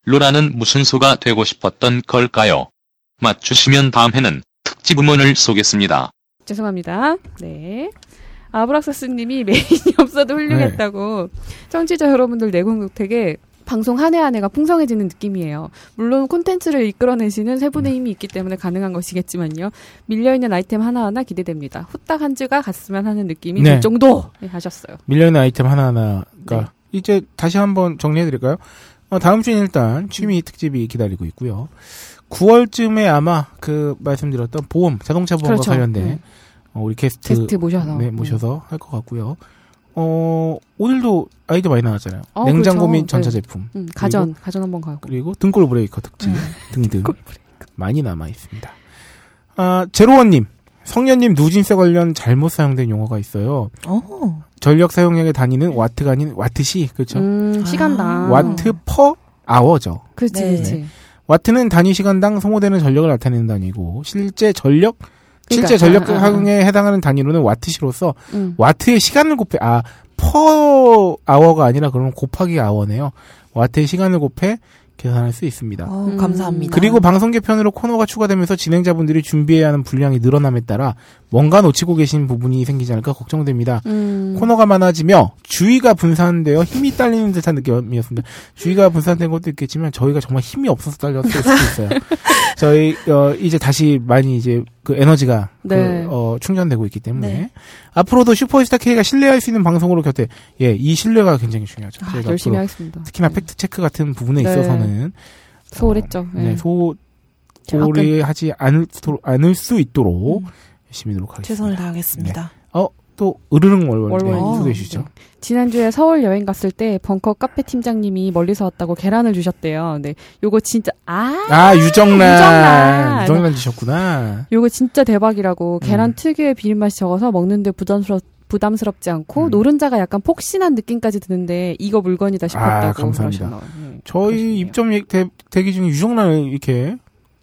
S1: 로라는 무슨 소가 되고 싶었던 걸까요? 맞추시면 다음에는 특집 음원을 쏘겠습니다.
S6: 죄송합니다. 네. 아브락사스님이 *laughs* 메인이 없어도 훌륭했다고
S5: 네.
S6: 청취자 여러분들 내공격택에 방송 한 해 한 해가 풍성해지는 느낌이에요. 물론 콘텐츠를 이끌어내시는 세 분의 힘이 있기 때문에 가능한 것이겠지만요. 밀려있는 아이템 하나하나 기대됩니다. 후딱 한 주가 갔으면 하는 느낌이
S5: 네.
S6: 들 정도 네, 하셨어요.
S5: 밀려있는 아이템 하나하나가
S6: 네.
S5: 이제 다시 한번 정리해드릴까요? 어, 다음 주엔 일단 취미 특집이 기다리고 있고요. 9월쯤에 아마 그 말씀드렸던 보험, 자동차 보험과
S6: 그렇죠.
S5: 관련된
S6: 네.
S5: 어, 우리 게스트,
S6: 게스트 모셔서.
S5: 네, 모셔서 할 것 같고요. 어, 오늘도 아이디어 많이 나왔잖아요.
S6: 어,
S5: 냉장고
S6: 그렇죠.
S5: 및 전차
S6: 네.
S5: 제품,
S6: 음, 가전, 가전 한번 가요.
S5: 그리고 등골 브레이커 특집
S6: 음.
S5: *laughs* 등등 많이 남아 있습니다. 아, 제로원님, 성년님 누진세 관련 잘못 사용된 용어가 있어요.
S4: 어.
S5: 전력 사용량에 다니는 와트가 아닌 와트시, 그렇죠?
S6: 음, 시간당.
S5: 와트 퍼 아워죠.
S6: 그렇지,
S4: 네.
S6: 그렇지.
S5: 와트는 단위 시간당 소모되는 전력을 나타내는 단위고 실제 전력 실제
S6: 그러니까,
S5: 전력
S6: 아, 아, 아.
S5: 사용에 해당하는 단위로는 와트시로서
S6: 음.
S5: 와트의 시간을 곱해 아 퍼 아워가 아니라 그러면 곱하기 아워네요. 와트의 시간을 곱해 계산할 수 있습니다.
S4: 어,
S6: 음.
S4: 감사합니다.
S5: 그리고 방송 개편으로 코너가 추가되면서 진행자분들이 준비해야 하는 분량이 늘어남에 따라 뭔가 놓치고 계신 부분이 생기지 않을까 걱정됩니다.
S6: 음.
S5: 코너가 많아지며 주의가 분산되어 힘이 딸리는 듯한 느낌이었습니다. 주의가 분산된 것도 있겠지만 저희가 정말 힘이 없어서 딸렸을 수도
S6: *laughs*
S5: 있어요. 저희 어, 이제 다시 많이 이제 그 에너지가 그,
S6: 네.
S5: 어, 충전되고 있기 때문에
S4: 네.
S5: 앞으로도 슈퍼스타 K가 신뢰할 수 있는 방송으로 곁에 예 이 신뢰가 굉장히 중요하죠.
S6: 아,
S5: 저희가
S6: 열심히
S5: 앞으로
S6: 하겠습니다.
S5: 특히나 팩트 체크 같은 부분에
S6: 네.
S5: 있어서는
S6: 소홀했죠. 예.
S5: 네, 소
S6: 약간-
S5: 소홀히하지 않을, 수- 않을 수 있도록
S6: 음.
S5: 열심히 노력하겠습니다.
S4: 최선을 다하겠습니다.
S5: 네. 또 으르릉 월월
S6: 월월.
S5: 네, 소개해 주시죠.
S6: 지난주에 서울 여행 갔을 때 벙커 카페 팀장님이 멀리서 왔다고 계란을 주셨대요. 네. 요거 진짜 아
S5: 아 유정란
S6: 유정란.
S5: 유정란 주셨구나.
S6: 요거 진짜 대박이라고
S5: 음.
S6: 계란 특유의 비린 맛이 적어서 먹는데 부담스럽 부담스럽지 않고
S5: 음.
S6: 노른자가 약간 폭신한 느낌까지 드는데 이거 물건이다 싶었다고
S5: 아, 감사합니다.
S6: 그러셨나 봐요. 네,
S5: 저희
S6: 그러시네요.
S5: 입점 얘기- 대, 대기 중에 유정란을 이렇게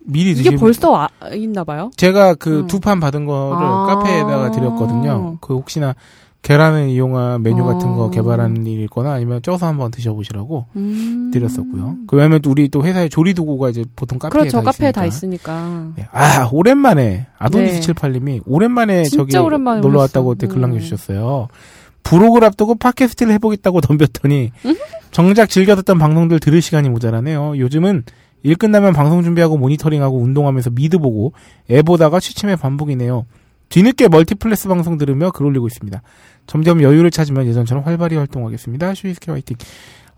S5: 미리
S6: 이게
S5: 드시는
S6: 벌써 와, 있나 봐요.
S5: 제가 그
S6: 음.
S5: 두 판 받은 거를
S6: 아.
S5: 카페에다가 드렸거든요. 그 혹시나 계란을 이용한 메뉴 같은 거
S6: 아.
S5: 개발하는 일이 있거나 아니면 쪄서 한번 드셔보시라고
S6: 음.
S5: 드렸었고요. 그 왜냐면 또 우리 또 회사에 조리도구가 이제 보통 카페에
S6: 그렇죠.
S5: 다
S6: 카페에
S5: 있으니까.
S6: 다 있으니까.
S5: 네. 아 오랜만에
S6: 네.
S5: 아도니스78님이 오랜만에
S6: 진짜
S5: 저기
S6: 오랜만에
S5: 놀러 왔다고
S6: 오셨어요.
S5: 그때 글
S6: 음.
S5: 남겨주셨어요. 브로그를 앞두고 팟캐스트를 해보겠다고 *laughs* 덤볐더니 정작 즐겨 듣던 방송들 들을 시간이 모자라네요. 요즘은 일 끝나면 방송 준비하고 모니터링하고 운동하면서 미드 보고 애 보다가 취침의 반복이네요. 뒤늦게 멀티플렉스 방송 들으며 글 올리고 있습니다. 점점 여유를 찾으면 예전처럼 활발히 활동하겠습니다. 슈이스케 화이팅.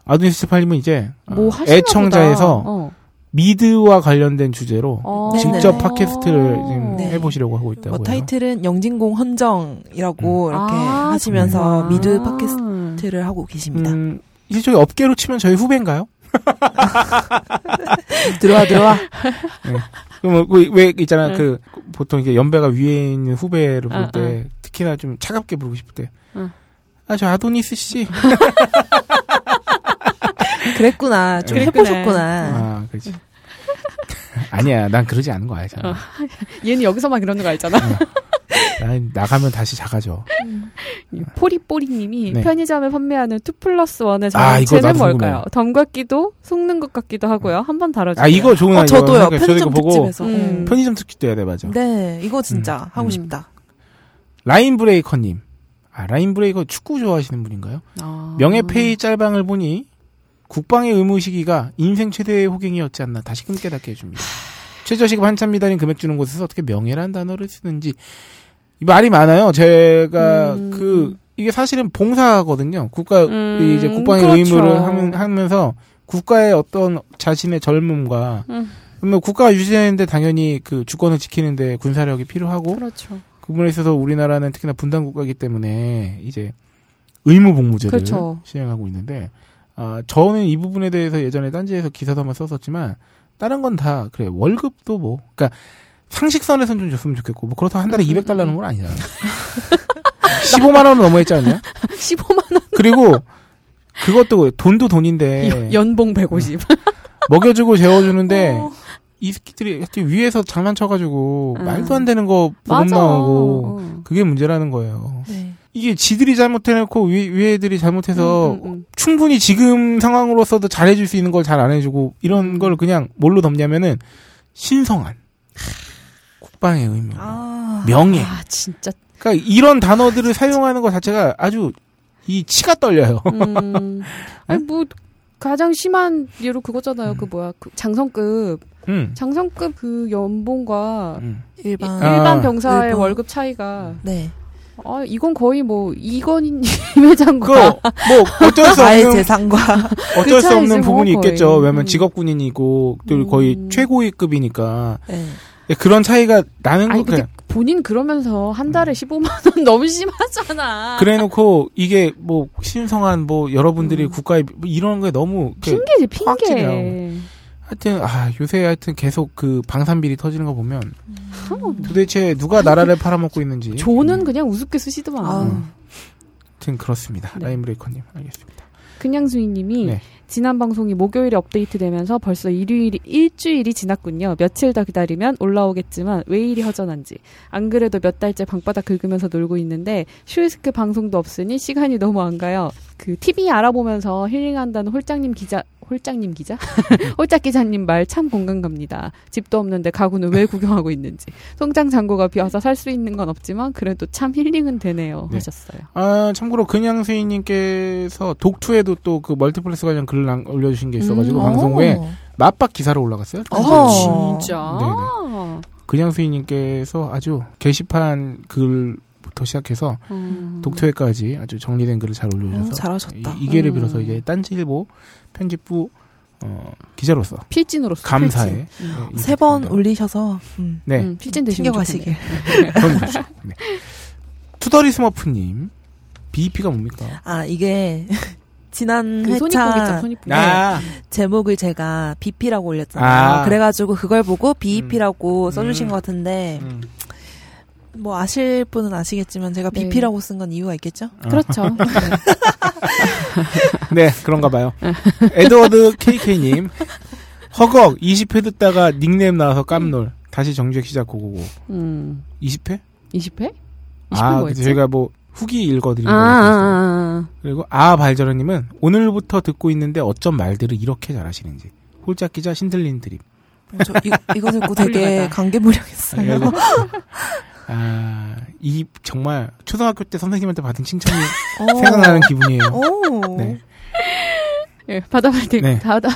S5: 아도니스78님은 이제
S6: 뭐
S5: 어,
S6: 하시나
S5: 애청자에서
S6: 보다. 어.
S5: 미드와 관련된 주제로
S6: 어.
S5: 직접
S4: 네네.
S5: 팟캐스트를 지금
S4: 네.
S5: 해보시려고 하고
S4: 뭐
S5: 있다고요. 음.
S4: 타이틀은 영진공 헌정이라고 이렇게
S6: 아,
S4: 하시면서
S6: 정말.
S4: 미드 팟캐스트를 하고 계십니다.
S5: 음, 이제 저희 업계로 치면 저희 후배인가요?
S4: *laughs* 들어와
S5: *laughs*
S4: 들어와. 네.
S5: 그럼 뭐, 왜 있잖아
S6: 응.
S5: 그 보통 이제 연배가 위에 있는 후배를
S4: 아,
S6: 응,
S5: 볼 때 특히나 좀 차갑게 부르고 싶을 때.
S6: 응.
S5: 아 저 아도니스 씨.
S4: 그랬구나. 좀
S5: 네.
S4: 해보셨구나.
S5: 아 그렇지. *laughs* 아니야 난 그러지 않은 거 알잖아.
S6: 어. 얘는 여기서만 그러는
S5: *laughs*
S6: 거 알잖아.
S5: 난 나가면 다시 작아져.
S6: 포리뽀리님이
S5: 음. 네.
S6: 편의점에 판매하는 투 플러스 원의
S5: 아, 이거
S6: 정체는
S5: 나도
S6: 뭘까요? 덤 같기도 속는 것 같기도 하고요. 한 번 달아주세요.
S5: 아 이거 좋은
S4: 어,
S5: 아이디어.
S4: 저도요.
S5: 생각해. 저도 이거
S4: 편의점
S5: 보고
S4: 특집에서.
S6: 음.
S5: 편의점 특집도 해야 돼 맞아.
S4: 네, 이거 진짜 하고
S5: 음.
S4: 싶다.
S5: 라인 브레이커님. 아 라인 브레이커 축구 좋아하시는 분인가요?
S6: 아.
S5: 명예페이 짤방을 보니 국방의 의무 시기가 인생 최대의 호갱이었지 않나 다시금 깨닫게 해줍니다. 최저시급 한참 미달인 금액 주는 곳에서 어떻게 명예란 단어를 쓰는지 이 말이 많아요. 제가
S6: 음.
S5: 그 이게 사실은 봉사거든요. 국가
S6: 음,
S5: 이제 국방의
S6: 그렇죠.
S5: 의무를 하면, 하면서 국가의 어떤 자신의 젊음과
S6: 음.
S5: 그러면 국가가 유지하는데 당연히 그 주권을 지키는데 군사력이 필요하고
S6: 그렇죠.
S5: 그 부분에 있어서 우리나라는 특히나 분단 국가이기 때문에 이제 의무 복무제를 *laughs*
S6: 그렇죠.
S5: 시행하고 있는데 아 저는 이 부분에 대해서 예전에 딴지에서 기사도 한번 썼었지만 다른 건 다 그래 월급도 뭐 그러니까 상식선에선 좀 줬으면 좋겠고 뭐 그렇다고 한
S6: 음,
S5: 달에 200달러는 건 *laughs* 아니잖아. 15만 원은 넘어했지 않냐?
S6: 15만
S5: 그리고 그것도 돈도 돈인데
S6: 원 연봉 150.
S5: 음. 먹여주고 재워주는데
S4: 어.
S5: 이 새끼들이 하여튼 위에서 장난쳐가지고
S6: 음.
S5: 말도 안 되는 거
S6: 맞아.
S5: 보급당하고
S6: 어.
S5: 그게 문제라는 거예요.
S4: 네.
S5: 이게 지들이 잘못해놓고 위, 위 애들이 잘못해서
S6: 음, 음, 음.
S5: 충분히 지금 상황으로서도 잘해줄 수 있는 걸 잘 안 해주고
S6: 음.
S5: 이런 걸 그냥 뭘로 덮냐면은 신성한 국방의 의무,
S4: 아.
S5: 명예.
S6: 아 진짜.
S5: 그러니까 이런 단어들을 사용하는 것 자체가 아주 이 치가 떨려요. *laughs*
S6: 음. 아니 뭐 가장 심한 예로 그거잖아요. 그 뭐야 그 장성급
S5: *laughs* 음.
S6: 장성급 그 연봉과
S5: 음.
S4: 일반.
S5: 아.
S6: 일반 병사의
S4: 일반.
S6: 월급 차이가
S4: 네.
S6: 아 이건 거의 뭐 이건희 *laughs* 회장과
S5: 그뭐
S6: *laughs*
S5: 어쩔 수
S4: 나의
S5: 없는
S4: 재산과
S5: *laughs* 어쩔 수
S6: 그
S5: 없는
S6: 차이지 뭐,
S5: 부분이
S6: 거의.
S5: 있겠죠. 왜냐면
S6: 음.
S5: 직업 군인이 있고 또 거의
S6: 음.
S5: 최고위급이니까 그러니까
S4: 네.
S5: 그런 차이가 나는
S6: 아니
S5: 거
S6: 근데
S5: 그냥
S6: 본인 그러면서 한 달에
S5: 음.
S6: 15만 원 *laughs* 너무 심하잖아.
S5: 그래놓고 이게 뭐 신성한 뭐 여러분들이 국가에 뭐 이런 게 너무 그-
S6: 핑계지
S5: 확
S6: 핑계.
S5: 찌네요. 하여튼 아 요새 하여튼 계속 그 방산비리 터지는 거 보면 음. 도대체 누가 나라를 팔아먹고 있는지
S6: 어, 조는 그냥 우습게 쓰시더만.
S4: 아.
S5: 하여튼 그렇습니다
S6: 네.
S5: 라인브레이커님 알겠습니다
S6: 그냥수인님이
S5: 네.
S6: 지난 방송이 목요일에 업데이트되면서 벌써 일요일이 일주일이 지났군요. 며칠 더 기다리면 올라오겠지만 왜 이리 허전한지. 안 그래도 몇 달째 방바닥 긁으면서 놀고 있는데 슈이스크 방송도 없으니 시간이 너무 안 가요. 그 TV 알아보면서 힐링한다는 홀장님 기자 홀장님 기자 *laughs* 홀짝 기자님 말 참 공감 갑니다. 집도 없는데 가구는 왜 구경하고 있는지 송장 잔고가 비와서 살 수 있는 건 없지만 그래도 참 힐링은 되네요
S5: 네.
S6: 하셨어요.
S5: 아, 참고로 그냥 스이님께서 독투에도 또 그 멀티플렉스 관련 글을 남- 올려주신 게 있어가지고
S4: 음,
S5: 방송 후에
S4: 어.
S5: 맞박 기사로 올라갔어요.
S4: 어허.
S5: 네네. 그냥 스이님께서 아주 게시판 글부터 시작해서
S6: 음.
S5: 독투에까지 아주 정리된 글을 잘
S4: 어,
S5: 올려주셔서
S4: 잘하셨다.
S5: 이, 기회를
S6: 음.
S5: 빌어서 이제 딴지일보 편집부 어, 기자로서
S6: 필진으로서
S5: 감사의
S6: 필진. 음.
S5: 예,
S4: 세 번
S5: 인사드립니다.
S4: 올리셔서 음,
S5: 네.
S6: 음, 필진 되시면
S4: 챙겨가시길.
S6: 좋겠네요.
S5: 그건 좋죠. 네. 투더리 스머프님 BEP가 뭡니까?
S4: 아 이게 *laughs* 지난
S6: 그 손입복 있죠
S4: 회차
S6: 손입복.
S5: 아,
S6: 네.
S4: 제목을 제가 BP라고 올렸잖아요.
S5: 아.
S4: 그래가지고 그걸 보고 BEP라고 써주신
S5: 음.
S4: 것 같은데
S5: 음.
S4: 뭐 아실 분은 아시겠지만 제가
S6: 네.
S4: BP라고 쓴 건 이유가 있겠죠?
S5: *laughs*
S6: 그렇죠.
S5: 네, 그런가 봐요. 에드워드 KK님. 허걱, 20회 듣다가 닉네임 나와서 깜놀. 다시 정주행 시작 고고고.
S6: 음.
S5: 20회?
S6: 20회? 20회
S5: 아, 그
S6: 뭐였지?
S5: 저희가 뭐, 후기 읽어드린
S6: 아,
S5: 거. 아,
S6: 아,
S5: 그리고, 아, 발저러님은, 오늘부터 듣고 있는데 어쩜 말들을 이렇게 잘하시는지. 홀짝 기자 신들린 드립.
S4: 저 이, 이거 듣고 되게
S6: 음. *laughs* 훌륭하다.
S4: 감개무량했어요. *laughs*
S6: *laughs*
S5: 그래서, 아, 이, 정말, 초등학교 때 선생님한테 받은 칭찬이
S6: *laughs* 어.
S4: 오.
S5: 생각나는 기분이에요.
S4: 어. 오.
S5: 네.
S4: 네.
S6: 아. 예, 바다발디
S5: 네.
S6: 바다.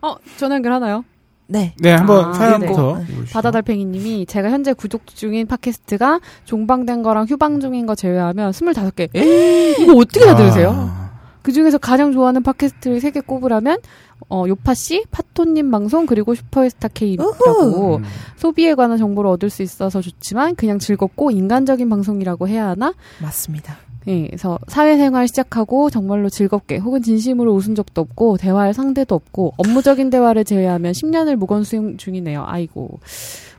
S6: 어, 전화연결 하나요?
S5: 네, 한번
S6: 아,
S5: 사연부터.
S6: 바다달팽이님이 제가 현재 구독 중인 팟캐스트가 종방된 거랑 휴방 중인 거 제외하면 25개. 이거 어떻게
S5: 아.
S6: 다 들으세요? 그 중에서 가장 좋아하는 팟캐스트를 3개 꼽으라면 어, 요파씨, 파토님 방송 그리고 슈퍼스타 K라고
S5: 음.
S6: 소비에 관한 정보를 얻을 수 있어서 좋지만 그냥 즐겁고 인간적인 방송이라고 해야 하나?
S4: 맞습니다.
S6: 예, 그래서 사회생활 시작하고 정말로 즐겁게 혹은 진심으로 웃은 적도 없고 대화할 상대도 없고 업무적인 대화를 제외하면 10년을 무건수행 중이네요. 아이고.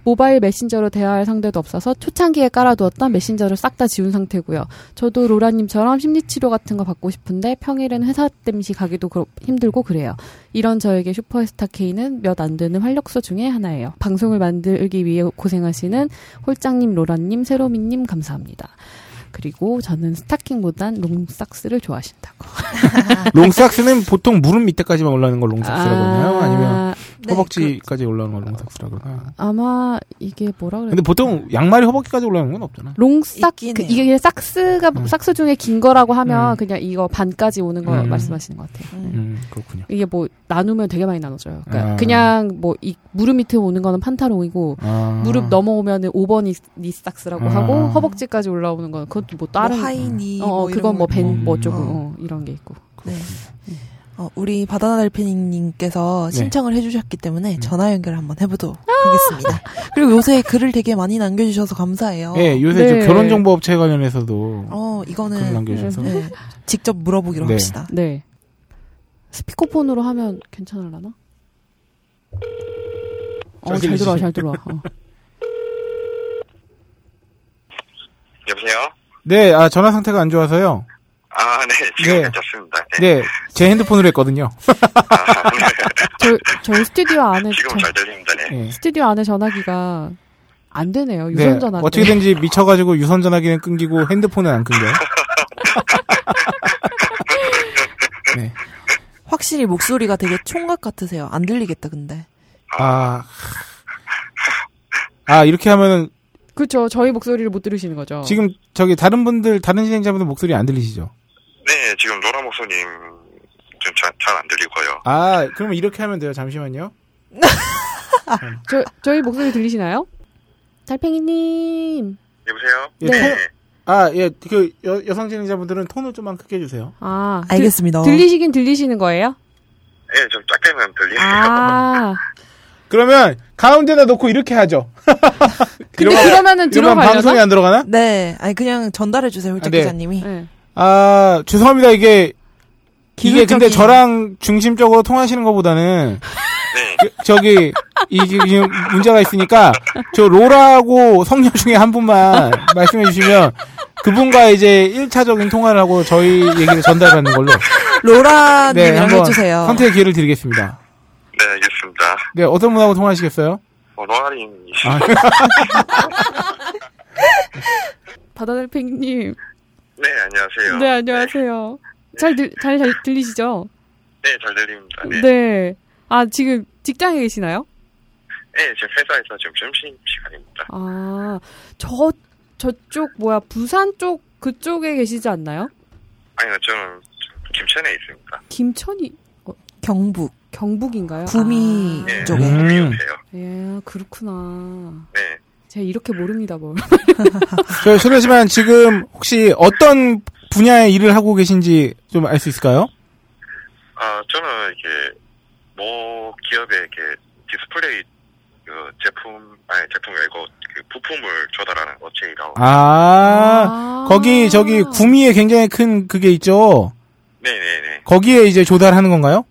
S6: 모바일 메신저로 대화할 상대도 없어서 초창기에 깔아두었던 메신저를 싹 다 지운 상태고요. 저도 로라님처럼 심리치료 같은 거 받고 싶은데 평일엔 회사 땜시 가기도 그렇- 힘들고 그래요. 이런 저에게 슈퍼스타 K는 몇 안 되는 활력소 중에 하나예요. 방송을 만들기 위해 고생하시는 홀장님, 로라님, 세로미님 감사합니다. 그리고 저는 스타킹보단 롱삭스를 좋아하신다고.
S5: 롱삭스는 보통 무릎 밑에까지만 올라오는 걸 롱삭스라고 하나요? 아니면
S4: 네,
S5: 허벅지까지 올라오는 걸 롱삭스라고 하나요?
S6: 그 아마 이게 뭐라 그래?
S5: 근데 보통 양말이 허벅지까지 올라오는 건 없잖아.
S6: 롱삭
S4: 있긴
S6: 그,
S4: 해요.
S6: 이게 삭스가
S5: 음.
S6: 삭스 중에 긴 거라고 하면
S5: 음.
S6: 그냥 이거 반까지 오는 거
S5: 음.
S6: 말씀하시는 것 같아요.
S4: 음.
S5: 음, 그렇군요.
S6: 이게 뭐 나누면 되게 많이 나눠져요. 그러니까
S5: 아.
S6: 그냥 뭐 이 무릎 밑에 오는 거는 판타롱이고
S5: 아.
S6: 무릎 넘어오면은 5번이 니삭스라고
S5: 아.
S6: 하고 허벅지까지 올라오는 건 그것도 뭐
S4: 뭐
S6: 다른
S4: 하이니
S6: 어
S4: 뭐 이런
S6: 그건
S4: 거.
S6: 뭐벤뭐 음.
S5: 음.
S6: 조금
S4: 어.
S6: 어, 이런 게 있고
S4: 네. 어, 우리 바다달팽이님께서
S5: 네.
S4: 신청을 해주셨기 때문에
S5: 음.
S4: 전화 연결 한번 해보도록
S6: 아!
S4: 하겠습니다. 그리고 요새 글을 되게 많이 남겨주셔서 감사해요.
S5: 예, 요새
S6: 네.
S5: 저 결혼 정보 업체 관련해서도
S4: 어,
S5: 글
S4: 이거는
S5: 남겨주셔서
S4: 네, 직접 물어보기로
S5: 네.
S4: 합시다.
S6: 네 스피커폰으로 하면 괜찮을라나?
S5: 잘
S6: 어, 어잘 들어와
S5: 들리시죠?
S6: 잘 들어와. 어.
S7: 여보세요?
S5: 네, 아 전화 상태가 안 좋아서요.
S7: 아, 네, 지금
S5: 네.
S7: 괜찮습니다. 네.
S5: 네, 제 핸드폰으로 했거든요.
S6: 저, 저희 스튜디오 안에
S7: 지금은
S6: 저-
S7: 잘 들립니다. 네.
S5: 예.
S6: 스튜디오 안에 전화기가 안 되네요.
S5: 네,
S6: 유선 전화.
S5: 어떻게든지 미쳐가지고 유선 전화기는 끊기고 핸드폰은 안 끊겨요. 네,
S4: 확실히 목소리가 되게 총각 같으세요. 안 들리겠다, 근데.
S5: 아, 아 이렇게 하면은
S6: 그렇죠. 저희 목소리를 못 들으시는 거죠.
S5: 지금 저기 다른 분들 다른 진행자분들 목소리 안 들리시죠?
S7: 네, 지금 로라 목소님 좀잘안 들리고요.
S5: 아, 그러면 이렇게 하면 돼요. 잠시만요.
S6: 저, 저희 목소리 들리시나요? 달팽이님.
S7: 여보세요?
S5: 예,
S6: 네.
S5: 톤- 아, 예, 그 여, 여성 진행자분들은 톤을 좀만 크게 해주세요.
S6: 아, 들-
S4: 알겠습니다.
S6: 들리시긴 들리시는 거예요?
S7: 예, 좀 작게만 들리세요.
S6: 아,
S5: 그러면 가운데다 놓고 이렇게 하죠.
S6: *laughs* 근데
S5: 이러면-
S6: 그러면은
S5: 이러면 방송이
S6: 들어가려나?
S5: 안 들어가나?
S4: 네, 아니 그냥 전달해 주세요, 홀짝
S5: 네.
S4: 기자님이.
S6: 네.
S5: 아, 죄송합니다. 이게 이게 근데
S4: 기술적인-
S5: 저랑 중심적으로 통하시는 것보다는
S7: 네.
S5: 그- 저기 이게 지금 문제가 있으니까 저 로라하고 성녀 중에 한 분만 말씀해 주시면 그분과 이제 1차적인 통화를 하고 저희 얘기를 전달하는 걸로 네,
S4: 로라님이랑 해주세요.
S5: 선택의 기회를 드리겠습니다.
S7: 네, 알겠습니다.
S5: 네, 어떤 분하고 통화하시겠어요?
S7: 어, 로라님.
S5: 아,
S6: 바다달팽이님.
S7: *laughs* 네, 안녕하세요.
S6: 네, 안녕하세요. 잘, 들, 잘, 잘 들리시죠?
S7: 네, 잘 들립니다. 네.
S6: 네. 아, 지금 직장에 계시나요?
S7: 네, 지금 회사에서 지금 점심시간입니다.
S6: 아, 저, 저쪽, 뭐야, 부산 쪽, 그쪽에 계시지 않나요?
S7: 아니요, 저는 지금 김천에 있습니다.
S6: 김천이,
S4: 경북
S6: 경북인가요?
S4: 구미
S6: 아,
S4: 쪽에
S5: 음.
S7: 네, 미옆에요
S6: 예, 그렇구나.
S7: 네.
S6: 제가 이렇게 모릅니다, 뭘.
S5: 저 실례지만 지금 혹시 어떤 분야의 일을 하고 계신지 좀 알 수 있을까요?
S7: 아, 저는 이게 모 기업에 이렇게 디스플레이 그 제품, 아니 제품 말고 그 부품을 조달하는 업체에 일하고.
S5: 아, 거기 저기
S6: 구
S5: 구미에 굉장히 큰 그게 있죠.
S7: 네네네.
S5: 거기에 이제 조달하는 건가요?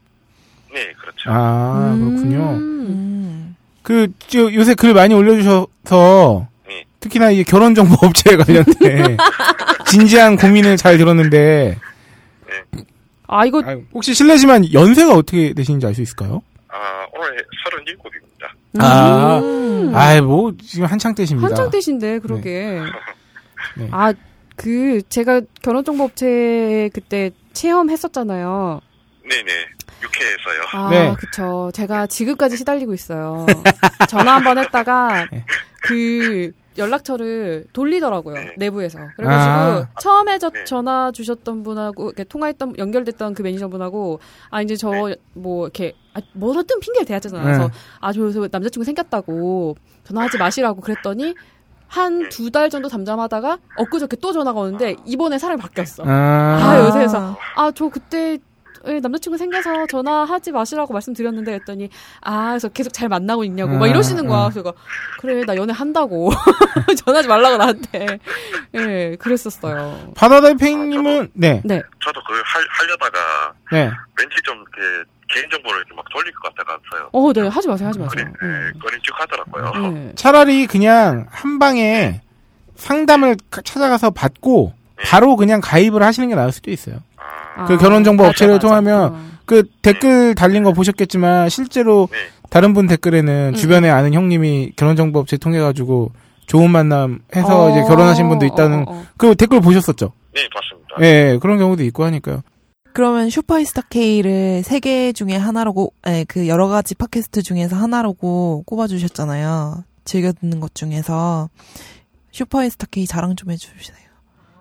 S7: 네, 그렇죠.
S5: 아
S6: 음.
S5: 그렇군요.
S4: 음.
S5: 그 저, 요새 글 많이 올려주셔서
S7: 네.
S5: 특히나 이제 결혼 정보 업체에
S6: *laughs*
S5: 관련된 진지한 고민을 잘 들었는데
S6: 아, 이거,
S5: 아유, 혹시 실례지만 연세가 어떻게 되시는지 알 수 있을까요?
S7: 아, 올해 37입니다.
S5: 아,
S6: 음.
S5: 아이 뭐 지금 한창 때십니다.
S6: 한창 때신데 그러게.
S5: 네.
S6: 아, 그 제가 결혼정보업체 그때 체험했었잖아요.
S7: 네네. 육회에서요.
S6: 아,
S5: 네.
S6: 그쵸. 제가 지금까지 시달리고
S5: *laughs*
S6: 있어요. 전화 한 번 했다가
S5: 네.
S6: 그 연락처를 돌리더라고요. 내부에서. 그래가지고
S5: 아.
S6: 처음에 저
S7: 네.
S6: 전화 주셨던 분하고 이렇게 통화했던 연결됐던 그 매니저분하고 아 이제
S7: 네.
S6: 저 뭐 이렇게 아, 뭐든 핑계를 대야잖아요.
S5: 네.
S6: 그래서 아 저 요새 남자친구 생겼다고 전화하지 마시라고 그랬더니 한
S7: 네.
S6: 두 달 정도 잠잠하다가 엊그저께 또 전화가 오는데
S7: 아.
S6: 이번에 사람이 바뀌었어. 아, 요새 해서. 아, 저 그때 예, 남자친구 생겨서 전화하지 마시라고 말씀드렸는데 했더니 아, 그래서 계속 잘 만나고 있냐고 막
S5: 아,
S6: 이러시는 거야.
S5: 아.
S6: 그래서 내가, 그래, 나 연애 한다고 *laughs* 전화하지 말라고 나한테 예, 그랬었어요.
S5: 바다달팽이님은 네,
S6: 네,
S7: 저도 그걸 할- 하려다가
S5: 네.
S7: 왠지 좀 이렇게 개인정보를 이렇게 막 돌릴 것 같아서요.
S6: 어, 네, 하지 마세요, 하지 마세요.
S7: 네, 꺼림쭉 하더라고요.
S6: 예. 예.
S5: 차라리 그냥 한 방에 상담을 가- 찾아가서 받고 바로 그냥 가입을 하시는 게 나을 수도 있어요.
S7: 아,
S5: 그
S6: 아,
S5: 결혼정보
S6: 맞아,
S5: 업체를
S6: 맞아.
S5: 통하면
S6: 어.
S5: 그 댓글 달린 거 보셨겠지만 실제로
S7: 네.
S5: 다른 분 댓글에는
S6: 음.
S5: 주변에 아는 형님이 결혼정보 업체 통해 가지고 좋은 만남 해서
S6: 어,
S5: 이제 결혼하신 분도
S6: 어,
S5: 있다는
S6: 어, 어.
S5: 그 댓글 보셨었죠?
S7: 네, 봤습니다.
S5: 예, 예, 그런 경우도 있고 하니까요.
S4: 그러면 슈퍼스타 K를 세 개 중에 하나라고 예, 그 여러 가지 팟캐스트 중에서 하나라고 꼽아주셨잖아요. 즐겨 듣는 것 중에서 슈퍼스타 K 자랑 좀 해주세요.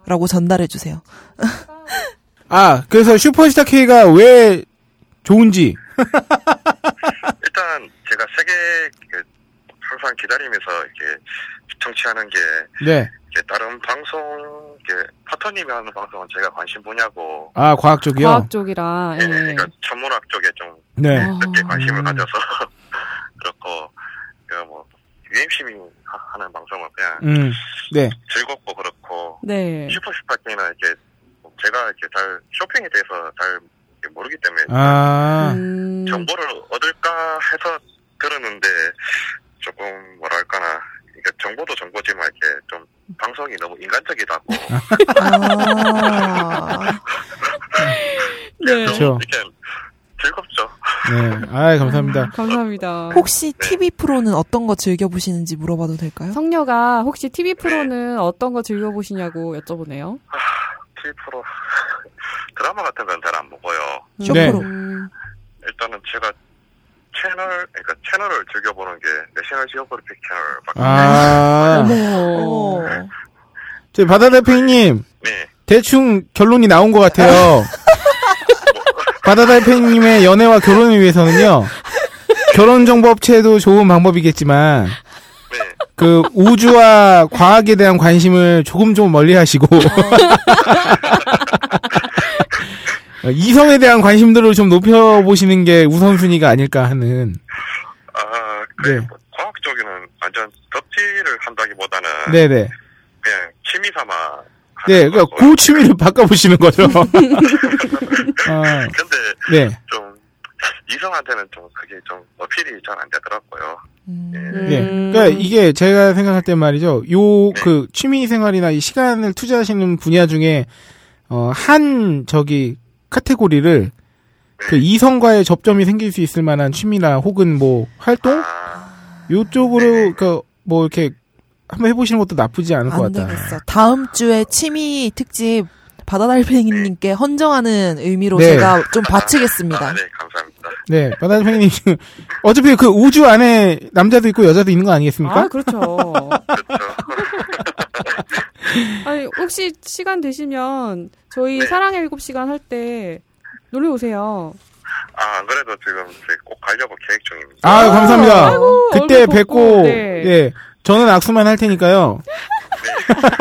S4: 라고 전달해 주세요.
S5: 아, 그래서 슈퍼스타 K가 왜 좋은지
S7: 일단 제가 세계 그 항상 기다리면서 이렇게 청취하는 게
S5: 네.
S7: 이제 다른 방송 이렇게 파터님이 하는 방송은 제가 관심 분야고
S5: 아, 과학 쪽이요.
S6: 과학 쪽이라.
S7: 네,
S6: 예.
S7: 그러니까 천문학 쪽에 좀
S5: 네.
S6: 어.
S7: 늦게 관심을
S5: 음.
S7: 가져서 *laughs* 그렇고 그뭐 UMC님이 하는 방송은 그냥
S5: 음. 네.
S7: 즐겁고 그렇고
S6: 네.
S7: 슈퍼스파킹은 이제 제가 이렇게 잘 쇼핑에 대해서 잘 이렇게 모르기 때문에
S5: 아.
S6: 음,
S7: 정보를 얻을까 해서 들었는데 조금 뭐랄까나 이게 정보도 정보지만 이렇게 좀 방송이 너무 인간적이다고
S4: 아,
S6: 네.
S5: 그렇죠.
S7: 이렇게 즐겁죠.
S5: 네. 아, 감사합니다.
S6: 감사합니다.
S4: *laughs* 혹시 TV 프로는 어떤 거 즐겨 보시는지 물어봐도 될까요?
S6: 성녀가 혹시 TV 프로는 어떤 거 즐겨보시냐고 여쭤보네요.
S7: TV 프로 *laughs* 드라마 같은 건 잘 안 보고요.
S4: 쇼프로.
S6: 음,
S7: 일단은 제가 채널 그러니까 채널을 즐겨보는 게 내셔널 지오그래픽 채널밖에
S5: 아.
S6: *laughs* 어머.
S4: 어.
S5: 저 바다 달팽이님
S7: 네.
S5: 대충 결론이 나온 것 같아요. 바다 달팽이님의 연애와 결혼을 위해서는요. 결혼 정보 업체도 좋은 방법이겠지만
S7: 네.
S5: 그 우주와 과학에 대한 관심을 조금 좀 멀리하시고 *laughs* 이성에 대한 관심들을 좀 높여 보시는 게 우선순위가 아닐까 하는
S7: 아,
S5: 네.
S7: 뭐 과학 쪽에는 완전 덕질을 한다기보다는
S5: 네네.
S7: 그냥 취미 삼아 하는
S5: 네, 그러니까
S7: 거고.
S5: 그 취미를 바꿔보시는 거죠. 아,
S7: 근데
S5: 네.
S7: 좀 이성한테는 좀 그게 좀 어필이 잘 안 되더라고요. 네,
S4: 음.
S5: 예.
S6: 음.
S5: 그러니까 이게 제가 생각할 때 말이죠. 요 그 취미 생활이나 이 시간을 투자하시는 분야 중에 어 한 저기 카테고리를 그 이성과의 접점이 생길 수 있을 만한 취미나 혹은 뭐 활동
S7: 아,
S5: 요쪽으로 그 뭐 이렇게 한번 해보시는 것도 나쁘지 않을 것
S4: 안
S5: 같다.
S4: 되겠어. 다음 주에 취미 특집 바다달팽이님께 헌정하는 의미로
S5: 네.
S4: 제가 좀 바치겠습니다.
S7: 아, 네, 감사합니다.
S5: 네, 바다의 팽이님 지금 어차피 그 우주 안에 남자도 있고 여자도 있는 거 아니겠습니까?
S6: 아,
S5: *laughs*
S6: 그렇죠.
S7: 그렇죠.
S6: 아니, 혹시 시간 되시면 저희
S7: 네.
S6: 사랑의 7시간 할 때 놀러 오세요.
S7: 아, 안 그래도 지금 이제 꼭 가려고 계획 중입니다.
S5: 아, 감사합니다.
S6: 아이고,
S5: 그때
S6: 어, 얼굴
S5: 뵙고
S6: 네.
S5: 예 저는 악수만 할 테니까요. *laughs*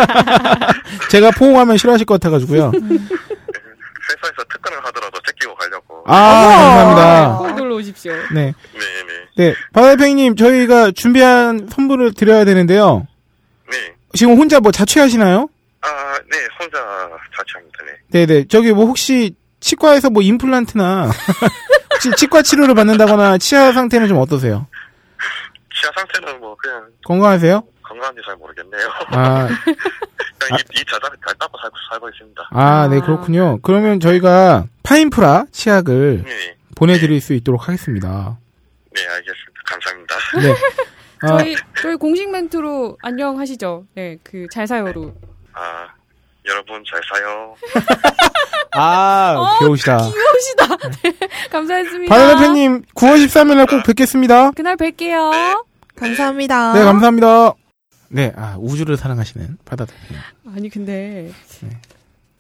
S5: 제가 포옹하면 싫어하실 것 같아가지고요.
S7: 회사에서 특근을 하더라도 제끼고 가려고.
S5: 아
S6: 아,
S5: 감사합니다.
S6: 꼭 놀러 오십시오.
S5: 네,
S7: 네, 네.
S5: 네 바다팽이님 저희가 준비한 선물을 드려야 되는데요.
S7: 네.
S5: 지금 혼자 뭐 자취하시나요?
S7: 아, 네, 혼자 자취합니다. 네.
S5: 네네 저기 뭐 혹시 치과에서 뭐 임플란트나 *laughs* 혹시 치과 치료를 받는다거나 치아 상태는 좀 어떠세요?
S7: 치아 상태는 뭐 그냥
S5: 건강하세요?
S7: 건강한지 잘 모르겠네요. *laughs*
S5: 아
S7: 그냥 이, 이 자자를 잘 닦고 살고, 살고 있습니다.
S5: 아, 네, 그렇군요. 그러면 저희가 파인프라 치약을
S7: 네,
S5: 보내드릴 수 있도록 하겠습니다.
S7: 네, 알겠습니다. 감사합니다.
S5: *laughs* 네. 아,
S6: 저희, 저희 공식 멘트로 안녕 하시죠. 네, 그, 잘 사요로. *laughs*
S7: 아, 여러분 잘 사요.
S5: 아, 배우시다.
S6: 귀여우시다. 네, 감사했습니다.
S5: 바다 대표님, 9월 13일에 꼭 뵙겠습니다.
S6: 그날 뵐게요.
S4: 감사합니다.
S5: 네, 감사합니다. 네, 아, 우주를 사랑하시는 바다 대표님.
S6: 아니, 근데,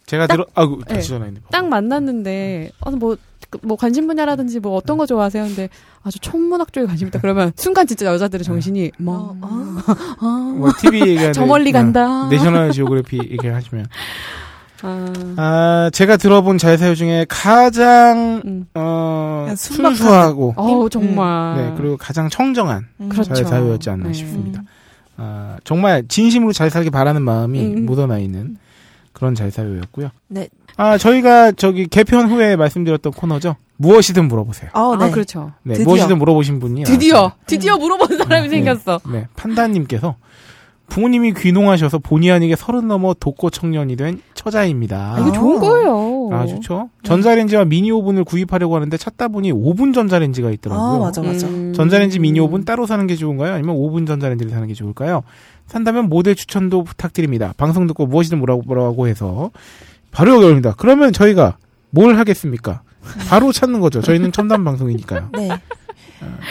S5: 제가
S6: 딱-
S5: 들어, 아우, 그,
S6: 네.
S5: 다시 전화했는데. 뭐.
S6: 딱 만났는데, 어, 뭐, 그, 뭐, 관심 분야라든지 뭐, 어떤 거 좋아하세요? 근데, 아주 천문학 쪽에 관심 있다.
S5: *laughs*
S6: 그러면, 순간 진짜 여자들의
S5: 네.
S6: 정신이,
S5: 어.
S6: 뭐,
S4: 어?
S6: 아,
S5: 뭐, TV *laughs* 얘기하는.
S6: 저 멀리 간다.
S5: 내셔널 *laughs* 지오그래피 얘기를 하시면.
S6: 아,
S5: 아, 제가 들어본 자유사유 중에 가장,
S6: 음.
S5: 어,
S4: 그냥 순박한-
S5: 순수하고,
S6: 어우, 정말.
S5: 네, 그리고 가장 청정한
S4: 음.
S6: 그렇죠.
S5: 자유사유였지 않나
S6: 네.
S5: 싶습니다. 아, 정말 진심으로 잘 살기 바라는 마음이
S6: 음.
S5: 묻어나 있는 그런 잘 사유였고요.
S4: 네.
S5: 아, 저희가 저기 개편 후에 말씀드렸던 코너죠. 무엇이든 물어보세요.
S4: 어, 네.
S6: 아, 그렇죠.
S5: 네,
S4: 드디어.
S5: 무엇이든 물어보신 분이
S6: 드디어, 드디어 물어본 사람이 생겼어.
S5: 나왔습니다. 음. 네, 판다님께서 부모님이 귀농하셔서 본의 아니게 서른 넘어 독거 청년이 된 처자입니다.
S6: 아, 이거 좋은 거예요.
S5: 아, 좋죠. 전자레인지와 미니 오븐을 구입하려고 하는데 찾다 보니 오븐 전자레인지가 있더라고요.
S4: 아, 맞아, 맞아.
S6: 음.
S5: 전자레인지 미니 오븐 따로 사는 게 좋은가요? 아니면 오븐 전자레인지를 사는 게 좋을까요? 산다면 모델 추천도 부탁드립니다. 방송 듣고 무엇이든 뭐라고 뭐라고 해서 바로 여기 옵니다. 그러면 저희가 뭘 하겠습니까? 바로 찾는 거죠. 저희는 첨단 방송이니까요.
S4: 네.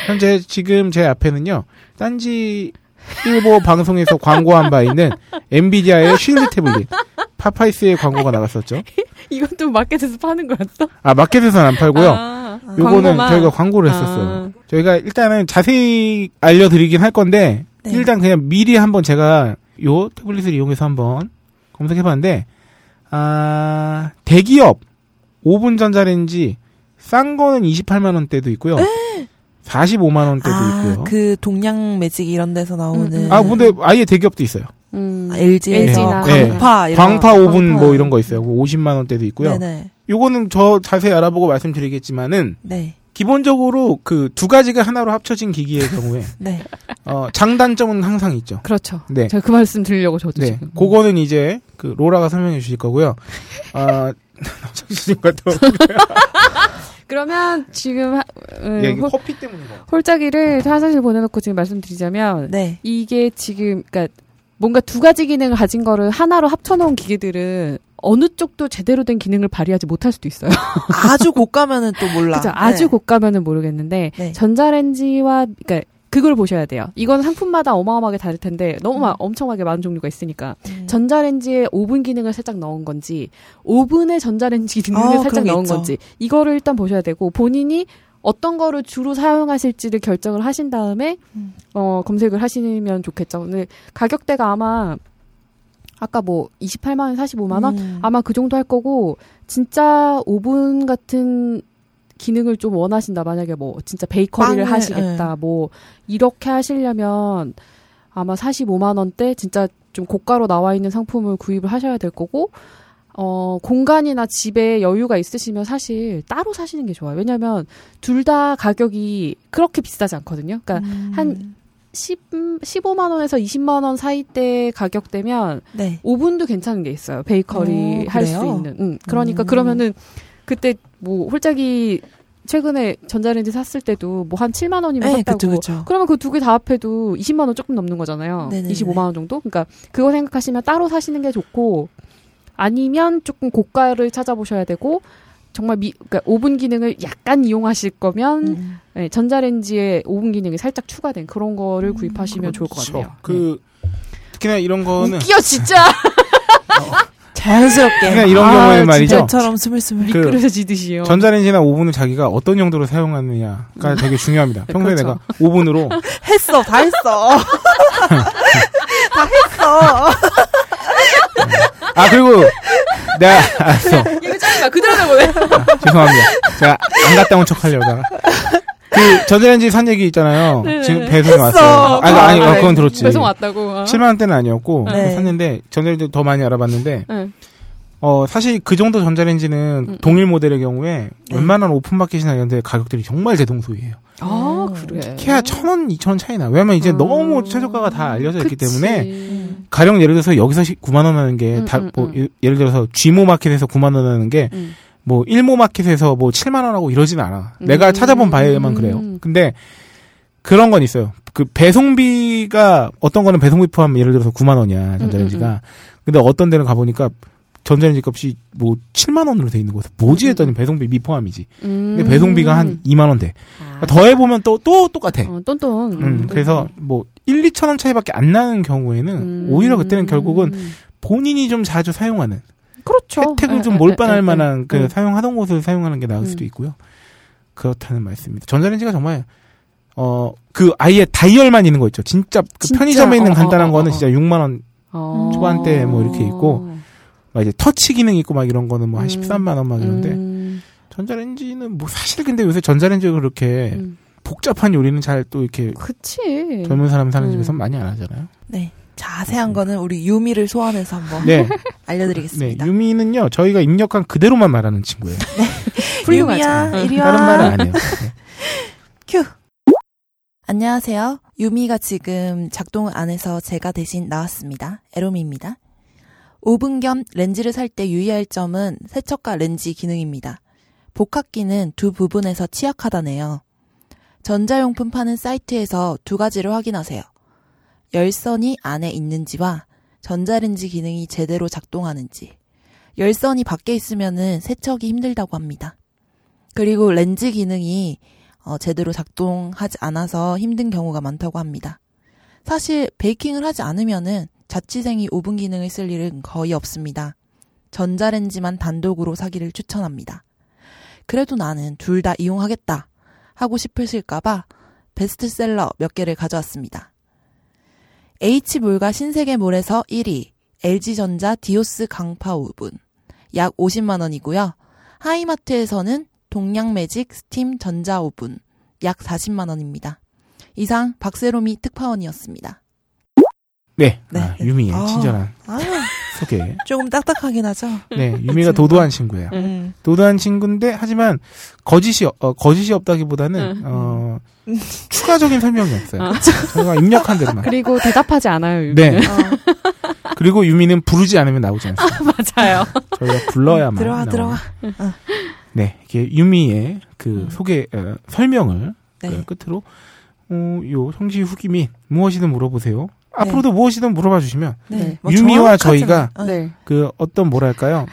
S5: 현재 지금 제 앞에는요. 딴지 일보 방송에서 광고한 바 있는 엔비디아의 쉴드 태블릿, 파파이스의 광고가 나갔었죠.
S6: 이것도 마켓에서 파는 거였어?
S5: 아 마켓에서는 안 팔고요.
S6: 아,
S5: 요거는
S6: 광고만. 아.
S5: 저희가 광고를 했었어요. 저희가 일단은 자세히 알려드리긴 할 건데
S4: 네.
S5: 일단 그냥 미리 한번 제가 요 태블릿을 이용해서 한번 검색해봤는데 아 대기업 5분 전자레인지 싼 거는 28만 원대도 있고요, 45만 원대도 있고요.
S4: 네. 아, 그 동양 매직 이런 데서 나오는.
S6: 음, 음.
S5: 아 근데 아예 대기업도 있어요.
S6: 음.
S4: LG에서
S6: LG 나.
S4: 광파 아, 이런
S5: 광파 5분
S4: 광파.
S5: 뭐 이런 거 있어요. 뭐 50만 원대도 있고요.
S4: 네네.
S5: 요거는 저 자세히 알아보고 말씀드리겠지만은
S4: 네.
S5: 기본적으로 그 두 가지가 하나로 합쳐진 기기의
S4: *laughs*
S5: 경우에
S4: 네.
S5: 어, 장단점은 항상 있죠.
S6: 그렇죠.
S5: 네.
S6: 제가 그 말씀 드리려고 저도
S5: 네.
S6: 지금.
S5: 그거는 이제 그 로라가 설명해 주실 거고요. 아, *laughs* 정신 같은
S6: 그러면 지금 하- 음,
S5: 예, 이게
S6: 홀-
S5: 커피 때문인 거.
S6: 홀짝이를 화장실 보내놓고 지금 말씀드리자면
S4: 네.
S5: *laughs*
S6: 이게 지금 그러니까 뭔가 두 가지 기능을 가진 거를 하나로 합쳐놓은 기계들은 어느 쪽도 제대로 된 기능을 발휘하지 못할 수도 있어요.
S4: 아주 고가면은 또 몰라.
S6: 그죠? 아주
S4: 네.
S6: 고가면은 모르겠는데
S4: 네.
S6: 전자레인지와 그러니까 그걸 보셔야 돼요. 이건 상품마다 어마어마하게 다를 텐데 너무 마- 엄청나게 많은 종류가 있으니까
S4: 음.
S6: 전자레인지에 오븐 기능을 살짝 넣은 건지 오븐에 전자레인지 기능을
S4: 아, 그런
S6: 살짝
S4: 게
S6: 넣은
S4: 있죠.
S6: 건지 이거를 일단 보셔야 되고 본인이 어떤 거를 주로 사용하실지를 결정을 하신 다음에
S4: 음.
S6: 어, 검색을 하시면 좋겠죠. 근데 가격대가 아마 아까 뭐 28만 원, 45만 원
S4: 음.
S6: 아마 그 정도 할 거고 진짜 오븐 같은 기능을 좀 원하신다. 만약에 뭐 진짜 베이커리를
S4: 빵을, 예.
S6: 하시겠다. 뭐 이렇게 하시려면 아마 45만 원대 진짜 좀 고가로 나와 있는 상품을 구입을 하셔야 될 거고 어 공간이나 집에 여유가 있으시면 사실 따로 사시는 게 좋아요. 왜냐면 둘 다 가격이 그렇게 비싸지 않거든요. 그러니까
S4: 음.
S6: 한 10, 15만 원에서 20만 원 사이대 가격대면
S4: 네.
S6: 오븐도 괜찮은 게 있어요. 베이커리
S4: 어,
S6: 할 수
S4: 그래요?
S6: 있는. 응. 그러니까
S4: 음.
S6: 그러면은 그때 뭐 홀짝이 최근에 전자레인지 샀을 때도 뭐 한 7만 원이면
S4: 네,
S6: 샀다고.
S4: 그쵸, 그쵸.
S6: 그러면 그 두 개 다 합해도 20만 원 조금 넘는 거잖아요.
S4: 네네네.
S6: 25만 원 정도? 그러니까 그거 생각하시면 따로 사시는 게 좋고 아니면 조금 고가를 찾아보셔야 되고 정말 미, 그러니까 오븐 기능을 약간 이용하실 거면
S4: 음.
S6: 네, 전자레인지에 오븐 기능이 살짝 추가된 그런 거를
S4: 음,
S6: 구입하시면 좋을 것 같아요.
S5: 그 특히나 이런
S6: 네.
S5: 거는
S6: 웃겨 진짜
S4: 자연스럽게.
S5: 그냥
S6: 아,
S5: 이런 경우에는 말이죠.
S4: 진짜처럼 스물스물.
S5: *laughs* 그-
S6: 미끄러져 지듯이요.
S5: 전자레인지나 오븐을 자기가 어떤 용도로 사용하느냐가 되게 중요합니다. 평소에
S6: 음. *laughs* 그렇죠.
S5: 내가 오븐으로
S4: 했어, 다 했어.
S5: *laughs*
S4: 다 했어.
S5: 아 그리고 내가 아,
S6: *laughs*
S5: 알았어 아,
S6: 예전에 그대로 보내.
S5: 죄송합니다. 제가 안 갔다 온 척 하려다가 그 전자레인지 산 얘기 있잖아요.
S6: 네.
S5: 지금 배송이 왔어요. 아니 아니 어, 그건 들었지.
S6: 배송 왔다고. 아.
S5: 7만 원대는 아니었고
S4: 네.
S5: 샀는데 전자레인지 더 많이 알아봤는데
S6: 네.
S5: 어 사실 그 정도 전자레인지는
S6: 음.
S5: 동일 모델의 경우에
S4: 네.
S5: 웬만한 오픈마켓이나 이런 데 가격들이 정말 대동소이해요.
S6: 아
S4: 음.
S6: 그래.
S5: 케야 천 원, 이천 원 차이나. 왜냐면 이제 너무 최저가가 다 알려져 있기
S6: 음. 그치.
S5: 때문에 가령 예를 들어서 여기서 9만 원 하는 게
S6: 음,
S5: 다
S6: 음,
S5: 뭐
S6: 음.
S5: 예를 들어서 G모 마켓에서 9만 원 하는 게
S6: 음.
S5: 뭐 일모 마켓에서 뭐 7만 원하고 이러진 않아.
S6: 음.
S5: 내가 찾아본 바에만 그래요. 근데 그런 건 있어요. 그 배송비가 어떤 거는 배송비 포함 예를 들어서 9만 원이야 전자레인지가.
S6: 음, 음,
S5: 근데 어떤 데는 가보니까 전자레인지 값이 뭐 7만 원으로 돼 있는 거서 뭐지 했더니 배송비 미포함이지. 근데
S6: 음. 아.
S5: 배송비가 한 2만 원대. 더 해보면 또 또 똑같아.
S6: 어, 똔똔.
S5: 음, 그래서 뭐 1, 2천 원 차이밖에 안 나는 경우에는
S6: 음.
S5: 오히려 그때는 결국은 본인이 좀 자주 사용하는
S6: 그렇죠.
S5: 혜택을
S6: 에,
S5: 좀
S6: 에, 에,
S5: 몰빵할
S6: 에,
S5: 만한 그
S6: 에.
S5: 사용하던 곳을 사용하는 게 나을 수도
S6: 음.
S5: 있고요. 그렇다는 말씀입니다. 전자레인지가 정말 어 그 아예 다이얼만 있는 거 있죠. 진짜 그
S6: 진짜,
S5: 편의점에 있는
S6: 어,
S5: 간단한
S6: 어, 어,
S5: 거는
S6: 어.
S5: 진짜 6만 원,
S6: 어.
S5: 초반대에 뭐 이렇게 있고, 막 이제 터치 기능 있고 막 이런 거는 뭐 한
S6: 음.
S5: 13만 원 막 이런데
S6: 음.
S5: 전자레인지는 뭐 사실 근데 요새 전자레인지가 그렇게
S6: 음.
S5: 복잡한 요리는 잘 또 이렇게
S6: 그치.
S5: 젊은 사람 사는
S6: 음.
S5: 집에서 많이 안 하잖아요.
S4: 네. 자세한 거는 우리 유미를 소환해서
S6: 아.
S4: 한번
S6: *laughs*
S5: 네, 네.
S4: 알려드리겠습니다.
S5: 유미는요 저희가 입력한 그대로만 말하는 친구예요.
S4: 유미야, 이리 와.
S5: 다른 말은 안 해요. 네.
S4: 큐. 안녕하세요. 유미가 지금 작동 안에서 제가 대신 나왔습니다. 에로미입니다. 오븐 겸 렌즈를 살 때 유의할 점은 세척과 렌즈 기능입니다. 복합기는 두 부분에서 취약하다네요. 전자용품 파는 사이트에서 두 가지를 확인하세요. 열선이 안에 있는지와 전자렌지 기능이 제대로 작동하는지. 열선이 밖에 있으면은 세척이 힘들다고 합니다. 그리고 렌즈 기능이 어, 제대로 작동하지 않아서 힘든 경우가 많다고 합니다. 사실 베이킹을 하지 않으면은 자취생이 오븐 기능을 쓸 일은 거의 없습니다. 전자렌지만 단독으로 사기를 추천합니다. 그래도 나는 둘 다 이용하겠다 하고 싶으실까봐 베스트셀러 몇 개를 가져왔습니다. H몰과 신세계몰에서 1위, LG전자 디오스 강파 오븐 약 50만 원이고요. 하이마트에서는 동양매직 스팀 전자오븐 약 40만 원입니다. 이상 박세롬이 특파원이었습니다.
S5: 네.
S4: 네.
S5: 아, 유미의
S4: 아.
S5: 친절한
S4: 아유,
S5: 소개.
S4: 조금 딱딱하긴 하죠. *laughs*
S5: 네, 유미가 도도한 친구예요.
S4: 음.
S5: 도도한 친구인데 하지만 거짓이 어, 어, 거짓이 없다기보다는
S4: 네.
S6: 음.
S5: 어, 추가적인 설명이 없어요.
S4: 아.
S5: 그렇죠. 저희가 입력한 대로만.
S6: 아, 그리고 대답하지 않아요. 유미는.
S5: 네.
S4: 어.
S5: 그리고 유미는 부르지 않으면 나오지 않습니다.
S6: *laughs* 맞아요.
S5: 저희가 불러야만.
S4: 들어와,
S5: 나와요.
S4: 들어와.
S5: 네, 이게 유미의 그
S4: 음.
S5: 소개 어, 설명을
S4: 네.
S5: 그 끝으로 어, 요 성지 후기 및 무엇이든 물어보세요. 앞으로도 무엇이든 물어봐 주시면
S4: 네.
S5: 유미와
S4: 정확하지는-
S5: 저희가
S4: 어,
S6: 네.
S5: 그 어떤 뭐랄까요?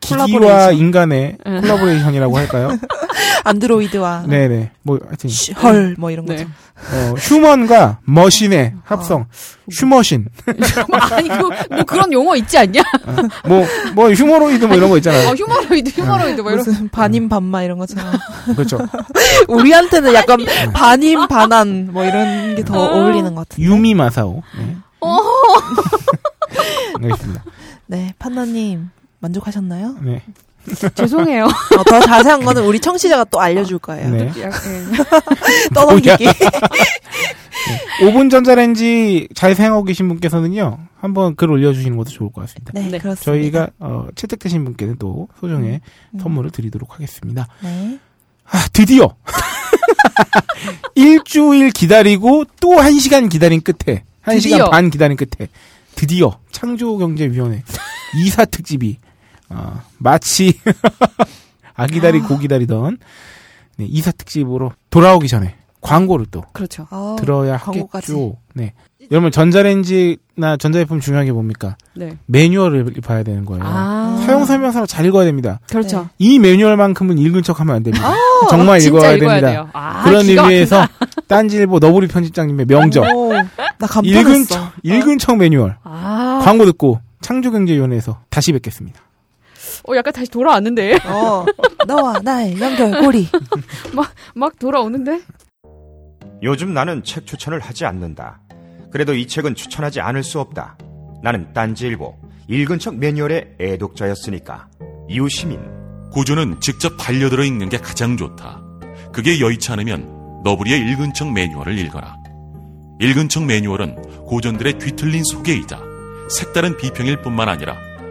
S5: 기기와
S4: 콜라보레이션.
S5: 인간의
S6: 음.
S5: 콜라보레이션이라고 할까요?
S4: 안드로이드와
S5: 네네. 뭐, 하여튼,
S4: 쉬- 헐, 뭐 이런
S6: 네.
S4: 거죠.
S5: 어, 휴먼과 머신의 합성. 휴머신.
S6: 아니 그, *laughs* 뭐 그런 용어 있지 않냐?
S5: 뭐, 뭐, 휴머로이드 뭐 이런 거 있잖아요.
S6: 어, 휴머로이드, 휴머로이드 뭐 이런.
S4: 무슨 반임 반마 이런 것처럼
S5: 그렇죠.
S4: *laughs* 우리한테는 약간 반임 반한 뭐 이런 게 더 네. 어울리는 것 같아요.
S5: 유미 마사오. 네.
S6: 어.
S5: 알겠습니다.
S4: 네, 판나님 만족하셨나요?
S5: 네. *laughs*
S6: 죄송해요.
S4: 어, 더 자세한 거는 우리 청취자가 또 알려줄 거예요.
S5: 네.
S6: 약- 예.
S4: 떠넘기기.
S5: 5분 전자레인지 잘 사용하고 계신 분께서는요, 한번 글 올려주시는 것도 좋을 것 같습니다.
S4: 네,
S6: 네.
S4: 그렇습니다.
S5: 저희가, 어, 채택되신 분께는 또 소정의
S4: 음.
S5: 선물을 드리도록 하겠습니다.
S4: 네.
S5: 아, 드디어! *laughs* 일주일 기다리고 또 한 시간 기다린 끝에, 한
S6: 드디어.
S5: 시간 반 기다린 끝에, 드디어 창조경제위원회 이사 특집이, 어, 마치 *laughs* 아 아기다리 고기다리던 네, 이사 특집으로 돌아오기 전에 광고를 또
S6: 그렇죠.
S4: 아,
S5: 들어야
S4: 광고까지.
S5: 하겠죠. 네. 여러분 전자레인지나 전자제품 중요한 게 뭡니까?
S6: 네.
S5: 매뉴얼을 봐야 되는 거예요.
S6: 아.
S5: 사용 설명서를 잘 읽어야 됩니다.
S6: 그렇죠.
S4: 네.
S5: 이 매뉴얼만큼은 읽은 척하면 안 됩니다. 정말
S6: 진짜
S5: 읽어야
S6: 읽어야
S5: 됩니다.
S6: 돼요. 아,
S5: 그런
S6: 기가 막힌다. *laughs*
S5: 의미에서 딴지일보 너부리 편집장님의 명저
S4: 오, 나
S5: 읽은
S4: 감탄했어.
S5: 척 읽은 척 매뉴얼
S6: 아,
S5: 광고 듣고 창조경제위원회에서 다시 뵙겠습니다.
S6: 어, 약간 다시 돌아왔는데. *laughs*
S4: 어, 너와 나의 연결고리.
S6: 막 돌아오는데?
S8: 요즘 나는 책 추천을 하지 않는다. 그래도 이 책은 추천하지 않을 수 없다. 나는 딴지일보 읽은 척 매뉴얼의 애독자였으니까. 이웃시민
S9: 고전은 직접 반려들어 읽는 게 가장 좋다. 그게 여의치 않으면 너부리의 읽은 척 매뉴얼을 읽어라. 읽은 척 매뉴얼은 고전들의 뒤틀린 소개이자 색다른 비평일 뿐만 아니라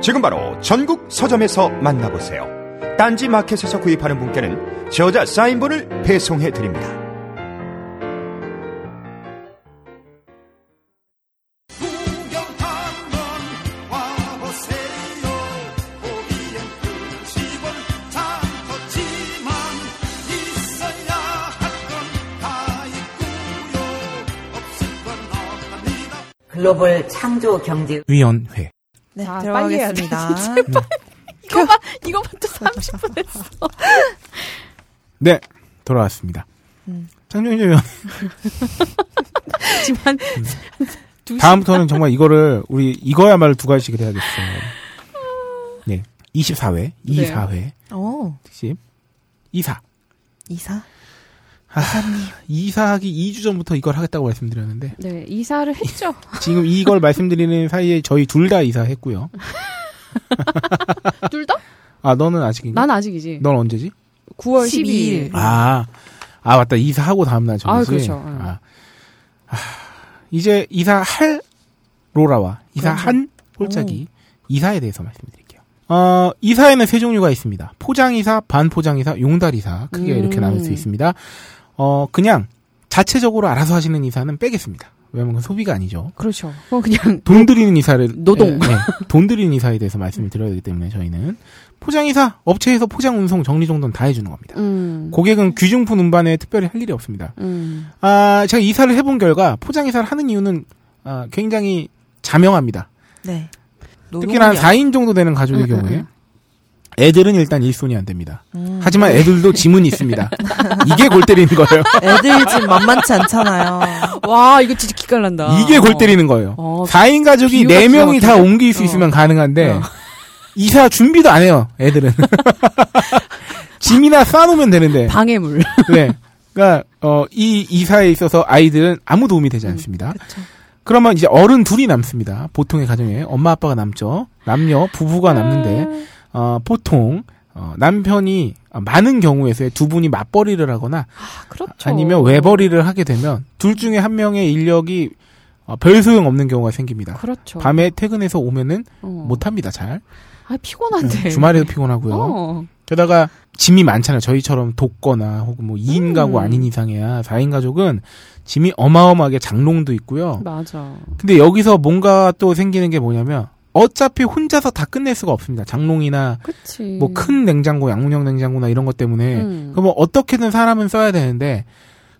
S8: 지금 바로 전국 서점에서 만나보세요. 딴지 마켓에서 구입하는 분께는 저자 사인본을 배송해 드립니다.
S10: 글로벌 창조 경제
S5: 위원회
S4: 네,
S6: 자, 아, 빨리 해야 돼,
S4: 들어가겠습니다.
S6: 이거만, 이거만 또 30분 했어.
S5: 네 돌아왔습니다.
S4: 음.
S5: 창조경제위원
S6: 하지만,
S5: *laughs* 음. 다음부터는 정말 이거를 우리 이거야말로 두 가지씩 해야겠어요.
S6: 아.
S5: 네 24회 24회
S4: 어,
S5: 특집 이사
S4: 이사.
S5: 이사하기 2주 전부터 이걸 하겠다고 말씀드렸는데
S6: 네, 이사를 했죠.
S5: 지금 이걸 말씀드리는 사이에 저희 둘 다 이사했고요.
S6: *laughs* 둘 다?
S5: 아 너는 아직인가?
S6: 난 아직이지.
S5: 넌 언제지?
S6: 9월
S4: 12일.
S6: 12일.
S5: 아, 아 맞다 이사하고 다음 날 저녁이.
S6: 네. 아, 그렇죠. 응.
S5: 아. 아, 이제 이사할 로라와
S6: 그렇죠.
S5: 이사한 홀짝이
S6: 음.
S5: 이사에 대해서 말씀드릴게요. 어, 이사에는 세 종류가 있습니다. 포장이사, 반포장이사, 용달이사 크게
S6: 음.
S5: 이렇게 나눌 수 있습니다. 어, 그냥 자체적으로 알아서 하시는 이사는 빼겠습니다. 왜냐면 그건 소비가 아니죠.
S6: 그렇죠. 그건 그냥,
S5: 돈 들이는 이사를
S6: 노동.
S5: 예, 예. 돈 들이는 이사에 대해서 말씀을 드려야 되기 때문에 저희는 포장이사 업체에서 포장 운송 정리 정돈 다 해주는 겁니다.
S6: 음.
S5: 고객은 귀중품 운반에 특별히 할 일이 없습니다.
S6: 음.
S5: 아, 제가 이사를 해본 결과 포장 이사를 하는 이유는 아, 굉장히 자명합니다.
S4: 네.
S5: 특히나 한 4인 정도 되는 가족의
S6: 응, 응,
S5: 경우에
S6: 응.
S5: 애들은 일단 일손이 안 됩니다.
S4: 음,
S5: 하지만 애들도 지문이 있습니다. 이게 골 때리는 거예요.
S4: 애들 집 만만치
S6: *laughs*
S4: 않잖아요.
S6: 와, 이거 진짜 기깔난다.
S5: 이게 골 때리는 거예요.
S6: 아. 어,
S5: 4인 가족이
S6: 비유가
S5: 4명이 다
S6: 기가 막히네.
S5: 옮길 수
S6: 어.
S5: 있으면 가능한데
S6: 어.
S5: 이사 준비도 안 해요. 애들은. 짐이나 싸놓으면 되는데.
S6: 어, 방해물.
S5: 네. 그러니까 어, 이 이사에 있어서 아이들은 아무 도움이 되지 않습니다.
S4: 그쵸.
S5: 그러면 이제 어른 둘이 남습니다. 보통의 가정에 엄마 아빠가 남죠. 남녀 부부가 아, 남는데 어, 보통 어, 남편이 어, 많은 경우에서 두 분이 맞벌이를 하거나
S6: 아, 그렇죠.
S5: 아니면 외벌이를 하게 되면 둘 중에 한 명의 인력이 어, 별 소용 없는 경우가 생깁니다.
S6: 그렇죠.
S5: 밤에 퇴근해서 오면은
S6: 어.
S5: 못 합니다.
S6: *laughs*
S5: 잘
S6: 아, 피곤한데.
S5: 주말에도 피곤하고요.
S6: 어.
S5: 게다가 짐이 많잖아요. 저희처럼 돕거나 혹은 뭐 2인
S6: 음.
S5: 가구 아닌 이상이야. 4인 가족은 짐이 어마어마하게 장롱도 있고요.
S6: 맞아.
S5: 근데 여기서 뭔가 또 생기는 게 뭐냐면 어차피 혼자서 다 끝낼 수가 없습니다. 장롱이나
S6: 그치.
S5: 뭐 큰 냉장고, 양문형 냉장고나 이런 것 때문에
S6: 음.
S5: 그러면 어떻게든 사람은 써야 되는데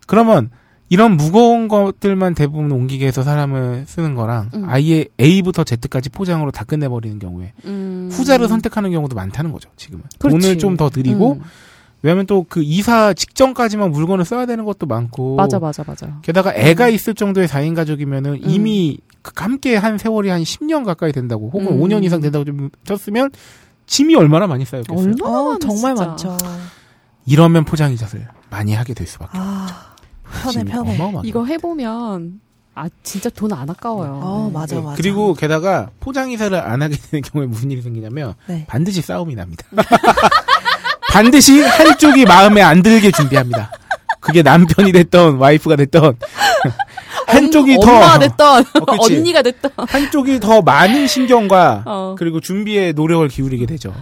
S5: 그러면 이런 무거운 것들만 대부분 옮기게 해서 사람을 쓰는 거랑
S6: 음.
S5: 아예 A부터 Z까지 포장으로 다 끝내버리는 경우에
S6: 음.
S5: 후자를 선택하는 경우도 많다는 거죠. 지금은
S6: 그렇지.
S5: 돈을 좀 더 드리고
S6: 음.
S5: 왜냐면 또 그 이사 직전까지만 물건을 써야 되는 것도 많고.
S6: 맞아, 맞아, 맞아.
S5: 게다가 애가 있을 정도의 4인 가족이면은 이미 그 함께 한 세월이 한 10년 가까이 된다고 혹은
S6: 음.
S5: 5년 이상 된다고 좀 쳤으면 짐이 얼마나 많이 쌓였겠어요.
S6: 얼마나
S4: 어, 정말
S6: 진짜.
S4: 많죠.
S5: 이러면 포장 이사를 많이 하게 될 수밖에.
S4: 아, 편해,
S5: 짐이
S4: 편해.
S5: 어마어마하게
S6: 이거 해보면, 아, 진짜 돈 안 아까워요.
S4: 어,
S6: 네.
S4: 맞아,
S5: 많아요.
S4: 맞아.
S5: 그리고 게다가 포장 이사를 안 하게 되는 경우에 무슨 일이 생기냐면
S4: 네.
S5: 반드시 싸움이 납니다. 반드시 한쪽이 마음에 안 들게 준비합니다. 그게 남편이 됐던 와이프가 됐던 *laughs* 한쪽이
S10: 엄-
S5: 더
S10: 엄마가 됐던
S5: 어,
S6: *laughs*
S5: 그치.
S10: 언니가 됐던
S5: 한쪽이 더 많은 신경과
S10: 어.
S5: 그리고 준비에 노력을 기울이게 되죠.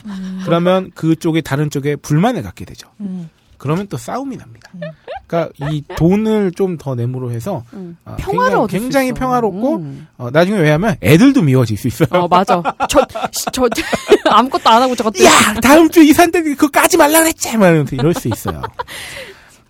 S5: 그러면 그쪽이 다른 쪽에 불만을 갖게 되죠.
S4: 음.
S5: 그러면 또 싸움이 납니다. 그러니까 이 돈을 좀 더 내므로 해서
S6: 음.
S5: 어,
S6: 평화를
S5: 굉장히,
S6: 얻을 수
S5: 굉장히
S6: 있어.
S5: 평화롭고
S6: 음.
S5: 어, 나중에 왜냐하면 애들도 미워질 수 있어요. *laughs*
S6: 어 맞아. 저저 *laughs* 아무것도 안 하고 저것들.
S5: 야 다음 주 이사 때 그거 까지 말라 그랬지 말면서 이럴 수 있어요.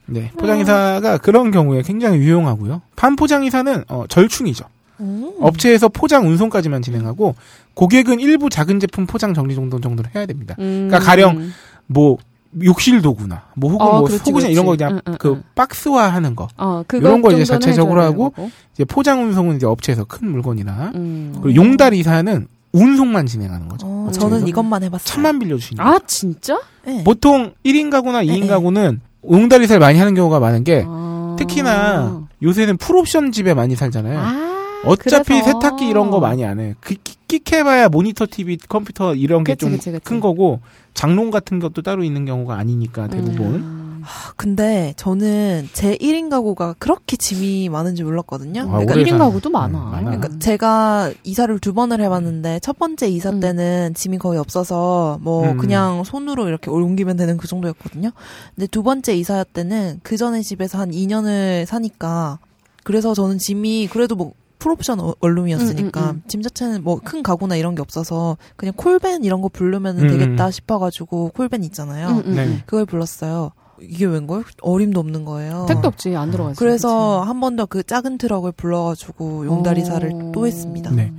S5: 네 포장이사가 그런 경우에 굉장히 유용하고요. 판포장이사는 어, 절충이죠.
S4: 음. 어,
S5: 업체에서 포장 운송까지만 진행하고 고객은 일부 작은 제품 포장 정리 정도 정도를 해야 됩니다.
S6: 음.
S5: 그러니까 가령 뭐 욕실 도구나 뭐 혹은
S6: 어,
S5: 뭐
S6: 그렇지,
S5: 소구장 이런 거
S6: 그렇지.
S5: 그냥
S6: 응, 응,
S5: 그
S6: 응.
S5: 박스화하는 거
S6: 어 그거
S5: 이런 거 이제
S6: 정도는
S5: 자체적으로
S6: 해줘야
S5: 하고,
S6: 되는 거고.
S5: 이제 포장 운송은 이제 업체에서 큰 물건이나
S6: 음.
S5: 그리고 용달이사는 운송만 진행하는 거죠.
S4: 어,
S5: 업체에서.
S4: 저는 이것만 해봤어요.
S5: 차만 빌려주시는 거죠.
S6: 아 진짜?
S4: 네.
S5: 보통 1인 가구나 2인
S4: 네.
S5: 가구는 용달이사를 많이 하는 경우가 많은 게
S6: 아.
S5: 네. 특히나 요새는 풀옵션 집에 많이 살잖아요.
S6: 아,
S5: 어차피
S6: 그래서.
S5: 세탁기 이런 거 많이 안 해. 그, 끽해봐야 모니터, TV, 컴퓨터 이런 게
S6: 그치,
S5: 좀
S6: 그치, 그치.
S5: 큰 거고, 장롱 같은 것도 따로 있는 경우가 아니니까, 대부분.
S6: 음.
S4: 아, 근데 저는 제 1인 가구가 그렇게 짐이 많은지 몰랐거든요.
S5: 아,
S4: 그러니까
S5: 올해
S6: 일인
S5: 사-
S6: 가구도
S5: 네,
S6: 많아.
S5: 많아.
S4: 그러니까 제가 이사를 두 번을 해봤는데 첫 번째 이사
S6: 음.
S4: 때는 짐이 거의 없어서 뭐
S5: 음.
S4: 그냥 손으로 이렇게 옮기면 되는 그 정도였거든요. 근데 두 번째 이사 때는 그 전에 집에서 한 2년을 사니까 그래서 저는 짐이 그래도 뭐 풀옵션 어- 얼룸이었으니까
S6: 음, 음, 음.
S4: 짐 자체는 뭐 큰 가구나 이런 게 없어서 그냥 콜밴 이런 거 부르면
S5: 음,
S4: 은 되겠다
S5: 음.
S4: 싶어가지고 콜밴 있잖아요.
S6: 음, 음,
S5: 네.
S6: 음.
S4: 그걸 불렀어요. 이게 웬걸? 어림도 없는 거예요.
S6: 택도 없지 안 들어가지.
S4: 그래서 한 번 더 그 작은 트럭을 불러가지고 용다리사를
S6: 어.
S4: 또 했습니다.
S5: 네.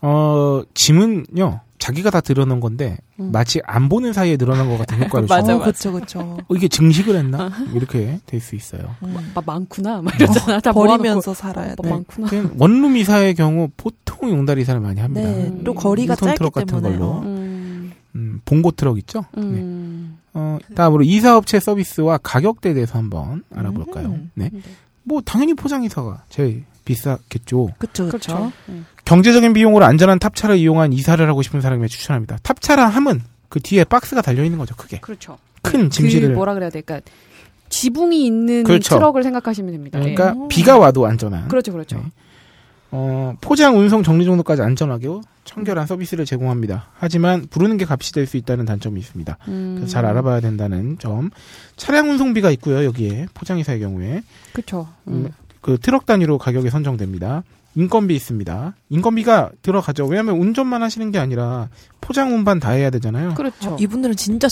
S5: 어, 짐은요, 자기가 다 들어놓은 건데,
S6: 음.
S5: 마치 안 보는 사이에 늘어난 것 같은 효과를
S6: 맞아,
S5: 줘요.
S4: 어, 그쵸, 그쵸.
S5: 어, 이게
S4: *laughs*
S5: 증식을 했나? 이렇게 될 수 있어요.
S4: 음.
S6: 막 많구나 막 이러잖아. 다
S4: 어, 버리면서
S6: 모아놓고.
S4: 살아야
S6: 막
S5: 네.
S4: 돼.
S6: 많구나.
S5: 그냥 원룸 이사의 경우 보통 용달 이사를 많이 합니다.
S4: 네,
S6: 음.
S4: 또 거리가
S5: 일톤
S4: 짧기
S5: 트럭 같은
S4: 때문에.
S5: 걸로.
S4: 어.
S6: 음.
S5: 음, 봉고 트럭 있죠? 네.
S6: 음.
S5: 어, 다음으로 이사업체 서비스와 가격대에 대해서 한번 알아볼까요?
S4: 음.
S5: 네. 뭐, 당연히 포장이사가 제일 비싸겠죠.
S4: 그쵸, 그쵸.
S6: 그렇죠. 음.
S5: 경제적인 비용으로 안전한 탑차를 이용한 이사를 하고 싶은 사람에게 추천합니다. 탑차라 함은 그 뒤에 박스가 달려있는 거죠, 크게.
S6: 그렇죠.
S5: 큰
S6: 그
S5: 짐실을.
S6: 뭐라 그래야 될까? 지붕이 있는
S5: 그렇죠.
S6: 트럭을 생각하시면 됩니다.
S5: 그러니까
S4: 음.
S5: 비가 와도 안전한.
S6: 예. 네. 그렇죠, 그렇죠.
S5: 네. 어, 포장, 운송, 정리 정도까지 안전하고 청결한 서비스를 제공합니다. 하지만 부르는 게 값이 될 수 있다는 단점이 있습니다.
S6: 음.
S5: 그래서 잘 알아봐야 된다는 점. 차량 운송비가 있고요. 여기에 포장이사의 경우에
S6: 그렇죠.
S5: 음, 그 트럭 단위로 가격이 선정됩니다. 인건비 있습니다. 인건비가 들어가죠. 왜냐하면 운전만 하시는 게 아니라 포장 운반 다 해야 되잖아요.
S6: 그렇죠.
S4: 이분들은 진짜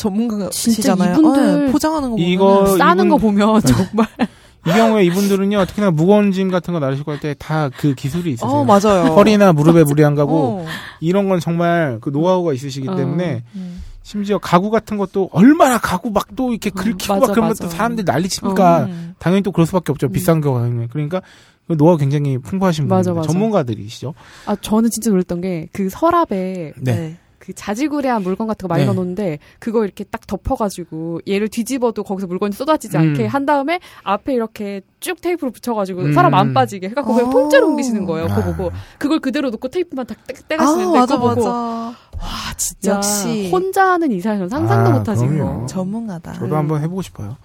S4: 전문가시잖아요.
S6: 이분들-
S4: 예, 포장하는 거 보면.
S5: 이거-
S6: 음.
S5: 이분-
S6: 싸는
S5: 네.
S6: 거 보면 정말 *laughs*
S5: 이 경우에 이분들은요, 특히나 무거운 짐 같은 거 나르실 때 다 그 기술이 있으세요.
S4: 어, 맞아요.
S5: *laughs* 허리나 무릎에 무리 안 가고
S4: 어.
S5: 이런 건 정말 그 노하우가 있으시기
S6: 어.
S5: 때문에
S4: 음.
S5: 심지어 가구 같은 것도 얼마나 가구 막 또 이렇게 긁히고
S6: 맞아,
S5: 막 그러면
S6: 맞아.
S5: 또 사람들 난리 치니까
S4: 어. 음.
S5: 당연히 또 그럴 수밖에 없죠. 비싼 거 가면. 그러니까 그 노하우 굉장히 풍부하신
S6: 맞아,
S5: 분입니다.
S6: 맞아.
S5: 전문가들이시죠.
S6: 아 저는 진짜 놀랐던 게 그 서랍에
S5: 네.
S6: 그 자질구레한 물건 같은 거 많이
S5: 네.
S6: 넣어놓는데 그거 이렇게 딱 덮어가지고 얘를 뒤집어도 거기서 물건이 쏟아지지 않게
S5: 음.
S6: 한 다음에 앞에 이렇게 쭉 테이프로 붙여가지고
S5: 음.
S6: 사람 안 빠지게 해갖고 그냥
S4: 아.
S6: 통째로 옮기시는 거예요. 그거
S5: 아.
S6: 보고 그걸 그대로 놓고 테이프만 다 떼-
S4: 아,
S6: 떼가시는데
S4: 맞아,
S6: 그거 보고
S4: 맞아.
S6: 아 진짜
S4: 역시.
S6: 혼자 하는 이사에서는 상상도
S5: 아,
S6: 못하지
S5: 그럼요.
S6: 그거.
S4: 전문가다.
S5: 저도
S6: 네.
S5: 한번 해보고 싶어요.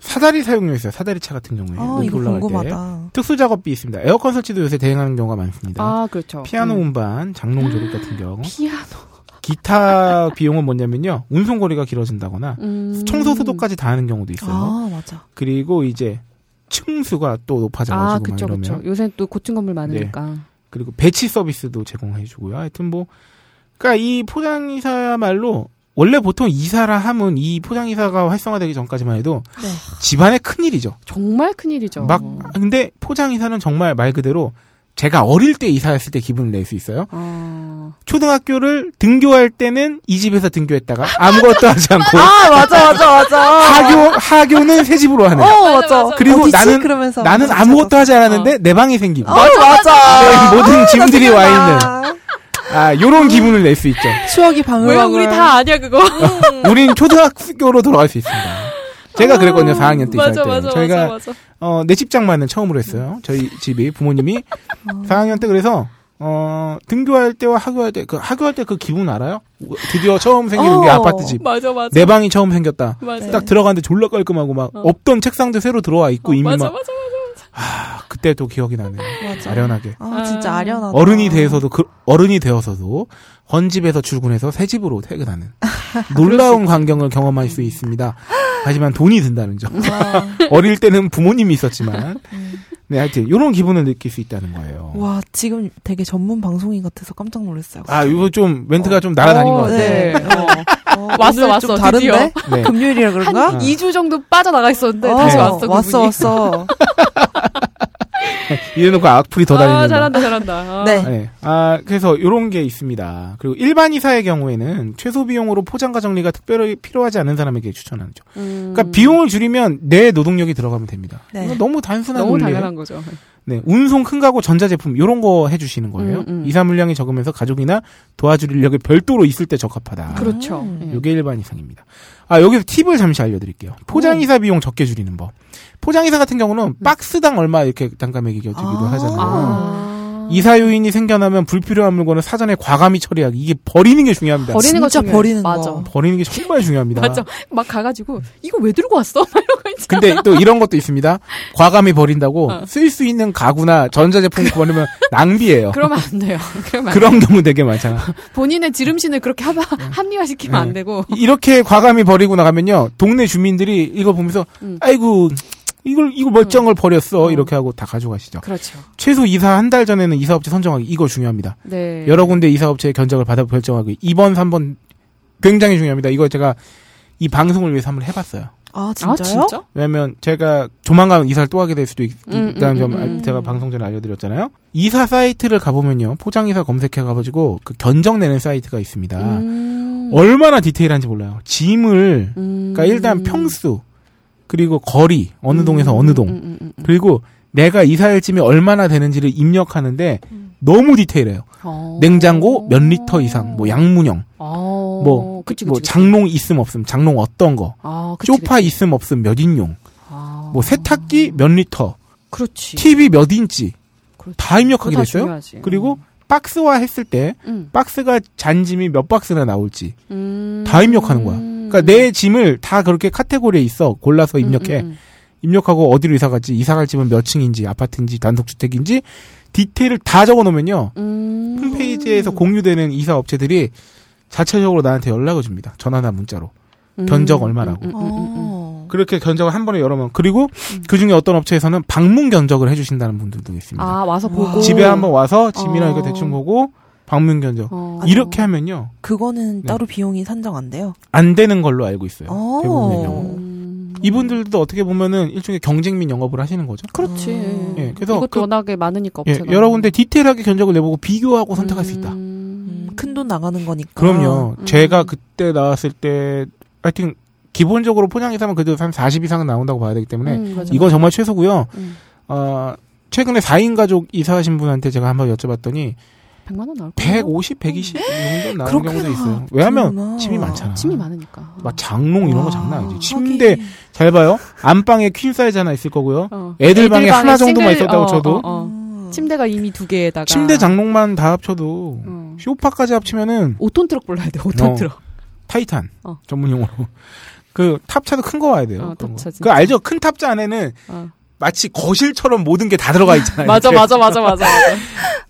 S5: 사다리 사용료 있어요. 사다리 차 같은 경우에.
S4: 아,
S5: 높이
S4: 이거
S5: 올라갈 때.
S4: 궁금하다.
S5: 특수 작업비 있습니다. 에어컨 설치도 요새 대행하는 경우가 많습니다.
S6: 아 그렇죠.
S5: 피아노
S6: 음.
S5: 운반, 장롱 조립 같은 경우.
S6: 피아노.
S5: 기타 비용은 뭐냐면요. 운송 거리가 길어진다거나
S6: 음.
S5: 청소 소독까지 다 하는 경우도 있어요.
S4: 아, 맞아.
S5: 그리고 이제 층수가 또 높아져가지고
S6: 아
S5: 막
S6: 그쵸
S5: 이러면 네.
S6: 그쵸. 요새 또 고층 건물 많으니까.
S5: 그리고 배치 서비스도 제공해주고요. 하여튼 뭐, 그러니까 이 포장이사야말로 원래 보통 이사라 함은 이 포장이사가 활성화되기 전까지만 해도
S4: 네.
S5: 집안의 큰 일이죠.
S6: 정말 큰일이죠.
S5: 막 근데 포장이사는 정말 말 그대로 제가 어릴 때 이사했을 때 기분을 낼 수 있어요.
S6: 아,
S5: 초등학교를 등교할 때는 이 집에서
S6: *laughs*
S5: 등교했다가 아무것도 하지 않고
S4: 아, 맞아, 맞아, 맞아.
S5: 하교 하교는 새 집으로 하는.
S4: 어, 맞아.
S5: 네. 그리고
S4: 어디지? 어?
S5: 나는-
S4: 그러면서
S5: 나는
S4: 맞아,
S5: 아무것도
S4: 맞아.
S5: 하지 않았는데 내 방이 생기고
S4: 맞아, 맞아.
S5: 내 모든 네, 짐들이 와 있는
S4: 아.
S5: 아 요런 기분을 낼 수 있죠.
S4: 추억이
S6: 왜
S4: 방울방울.
S6: 우리 다
S5: 네.
S6: 아니야 그거?
S5: 우린 초등학교로 돌아갈 수 있습니다. 제가 그랬거든요, 4학년 때 이사할 때.
S6: 맞아 맞아
S5: 저희가
S6: 맞아 맞아.
S5: 어, 내 집장만은 처음으로 했어요. 저희 집이 부모님이 4학년 때 그래서 어, 등교할 때와 하교할 때 그 하교할 때 그 기분 알아요? 드디어 처음 생기는 게
S4: 어.
S5: 아파트 집.
S6: 맞아 네. 맞아.
S5: 내 방이 처음 생겼다.
S6: 맞아.
S5: 딱 들어가는데 졸라 깔끔하고 막 없던 책상도 새로 들어와 있고 이미
S6: 맞아
S5: 막
S6: 맞아 맞아.
S5: 아, 그때도 기억이 나네요.
S4: 맞아.
S5: 아련하게.
S4: 아, 진짜 아련하다.
S5: 어른이 돼서도 그 어른이 되어서도 헌집에서 출근해서 새 집으로
S6: *laughs*
S5: 퇴근하는 놀라운 광경을 경험할
S6: 음.
S5: 수 있습니다. 하지만 돈이 든다는 점.
S4: 아,
S6: 네.
S5: *laughs* 어릴 때는 부모님이 있었지만
S4: 음.
S5: 네 하여튼 이런 기분을 느낄 수 있다는 거예요.
S4: 와, 지금 되게 전문 방송인 같아서 깜짝 놀랐어요.
S5: 아 이거 좀 멘트가 좀 날아다닌 것
S6: 어,
S5: 같아요.
S6: 네. 어.
S4: 어,
S6: 왔어,
S4: 오늘
S6: 왔어,
S4: 좀 다른데? *laughs*
S5: 네.
S4: 금요일이라 그런가?
S5: 아.
S6: 한 2주 정도 빠져나가 있었는데
S4: 어,
S6: 다시 왔어.
S4: 왔어,
S6: 그분이. *laughs*
S4: 왔어.
S5: 이래놓고 악플이 더 달리는
S6: 아,
S5: 거.
S6: 잘한다, 잘한다. 아.
S4: 네.
S5: 네. 아, 그래서 요런 게 있습니다. 그리고 일반 이사의 경우에는 최소 비용으로 포장과 정리가 특별히 필요하지 않은 사람에게 추천하죠.
S6: 음,
S5: 그러니까 비용을 줄이면 내 노동력이 들어가면 됩니다.
S4: 네.
S5: 이건 너무 단순한
S6: 너무
S5: 원리예요.
S6: 당연한 거죠.
S5: 네. 운송 큰 가구 전자제품 요런 거 해주시는 거예요.
S6: 음, 음.
S5: 이사 물량이 적으면서 가족이나 도와줄 인력이 별도로 있을 때 적합하다.
S6: 그렇죠.
S4: 음.
S5: 요게 일반 이상입니다. 아, 여기서 팁을 잠시 알려드릴게요. 포장이사 비용 적게 줄이는 법. 포장이사 같은 경우는 박스당 얼마 이렇게 단가 매기기도
S4: 아.
S5: 하잖아요.
S6: 네. 아.
S5: 이사 요인이 생겨나면 불필요한 물건을 사전에 과감히 처리하기. 이게 버리는 게 중요합니다.
S6: 버리- 버리는 거
S4: 진짜
S6: 중요해.
S4: 버리는
S6: 맞아.
S4: 거.
S5: 버리는 게 정말 중요합니다.
S6: 맞죠. 막 가가지고 이거 왜 들고 왔어? *laughs* 막 이러고 있잖아.
S5: 근데 또 이런 것도 있습니다. 과감히 버린다고
S6: 어.
S5: 쓸 수 있는 가구나
S6: *laughs*
S5: 전자제품 버리면 낭비예요.
S6: 그러면 안 돼요. *laughs* 그러면 안 돼요.
S5: 그런 경우 되게 많잖아.
S6: 본인의 지름신을 그렇게 합, 합리화시키면
S5: 네.
S6: 안 되고.
S5: 이렇게 과감히 버리고 나가면요. 동네 주민들이 이거 보면서
S6: 음.
S5: 아이고 이걸 이걸 멀쩡한 걸 버렸어
S6: 음.
S5: 이렇게 하고 다 가져가시죠.
S6: 그렇죠.
S5: 최소 이사 한 달 전에는 이사업체 선정하기 이거 중요합니다.
S6: 네.
S5: 여러 군데 이사업체의 견적을 받아 결정하기 2번 3번 굉장히 중요합니다. 이거 제가 이 방송을 위해서 한번 해봤어요.
S4: 아,
S6: 아,
S4: 진짜요?
S6: 진짜?
S5: 왜냐면 제가 조만간 이사를 또 하게 될 수도 있-
S6: 음,
S5: 있다는
S6: 음,
S5: 점
S6: 음, 음.
S5: 제가 방송 전에 알려드렸잖아요. 이사 사이트를 가보면요. 포장이사 검색해 가가지고 그 견적 내는 사이트가 있습니다.
S6: 음.
S5: 얼마나 디테일한지 몰라요. 짐을
S6: 음.
S5: 그러니까 일단 평수 그리고 거리 어느
S6: 음,
S5: 동에서
S6: 음,
S5: 어느
S6: 음,
S5: 동
S6: 음, 음, 음.
S5: 그리고 내가 이사할 짐이 얼마나 되는지를 입력하는데
S6: 음.
S5: 너무 디테일해요.
S6: 어.
S5: 냉장고 몇 리터 이상, 뭐 양문형,
S6: 어.
S5: 뭐,
S6: 그치,
S5: 뭐
S6: 그치, 그치.
S5: 장롱 있음 없음, 장롱 어떤 거,
S6: 아, 그치,
S5: 쇼파
S6: 그치.
S5: 있음 없음 몇 인용,
S6: 아.
S5: 뭐 세탁기 몇 리터,
S6: 그렇지.
S5: TV 몇 인치
S6: 그렇지.
S5: 다 입력하게
S6: 그거 다
S5: 됐어요.
S6: 중요하지.
S5: 그리고 박스화 했을 때
S6: 음.
S5: 박스가 잔짐이 몇 박스나 나올지
S6: 음.
S5: 다 입력하는 거야. 그러니까 내 짐을 다 그렇게 카테고리에 있어 골라서
S6: 음,
S5: 입력해.
S6: 음, 음.
S5: 입력하고 어디로 이사 갈지, 이사 갈 집은 몇 층인지, 아파트인지, 단독주택인지, 디테일을 다 적어 놓으면요,
S6: 음.
S5: 홈페이지에서 공유되는 이사 업체들이 자체적으로 나한테 연락을 줍니다. 전화나 문자로. 견적 얼마라고.
S6: 음, 음, 음, 음.
S4: 어.
S5: 그렇게 견적을 한 번에 여러 번, 그리고 그 중에 어떤 업체에서는 방문 견적을 해주신다는 분들도 있습니다.
S6: 아, 와서
S4: 와.
S6: 보고.
S5: 집에 한번 와서 짐이나
S6: 어.
S5: 이거 대충 보고, 방문 견적.
S6: 어.
S5: 이렇게 하면요,
S4: 그거는
S5: 네.
S4: 따로 비용이 산정 안 돼요.
S5: 안 되는 걸로 알고 있어요.
S4: 어.
S5: 대부분의 경우.
S6: 음.
S5: 이분들도 어떻게 보면은 일종의 경쟁 및 영업을 하시는 거죠.
S6: 그렇지.
S4: 음.
S5: 예, 그래서
S6: 이것도
S5: 그-
S6: 워낙에 많으니까
S5: 예,
S6: 없잖아.
S5: 여러 군데 디테일하게 견적을 내보고 비교하고 선택할 수 있다.
S6: 그렇죠. 음.
S4: 큰 돈 나가는 거니까.
S5: 그럼요.
S6: 음.
S5: 제가 그때 나왔을 때, 하여튼, 기본적으로 포장이사면 그래도 한 40 이상은 나온다고 봐야 되기 때문에,
S6: 음, 맞아.
S5: 이건 정말 최소고요
S6: 음.
S5: 어, 최근에 4인 가족 이사하신 분한테 제가 한번 여쭤봤더니,
S6: 100만 원 나올 거야.
S5: 150, 120 정도 나오는
S4: 그렇게
S5: 경우도
S4: 나-
S5: 있어요. 왜냐면,
S4: 그렇구나.
S5: 짐이 많잖아.
S6: 짐이 많으니까.
S5: 막 장롱 이런 거
S4: 와,
S5: 장난 아니지.
S4: 하긴.
S5: 침대, 잘 봐요. 안방에 퀸 사이즈 하나 있을 거고요.
S6: 어.
S5: 애들 방에 하나 정도만
S6: 싱글- 어,
S5: 있었다고 쳐도.
S4: 음.
S6: 침대가 이미 두 개에다가
S5: 침대 장롱만 다 합쳐도,
S6: 어.
S5: 쇼파까지 합치면은,
S6: 5톤 트럭 불러야 돼. 5톤
S5: 어.
S6: 트럭.
S5: 타이탄
S6: 어.
S5: 전문 용어로 *laughs* 그 탑차도 큰 거 와야 돼요.
S6: 어,
S5: 그런 거.
S6: 탑차 진짜.
S5: 그 알죠? 큰 탑차 안에는
S6: 어.
S5: 마치 거실처럼 모든 게 다 들어가 있잖아요.
S6: 맞아
S5: 이렇게.
S6: 맞아 맞아 맞아. 맞아.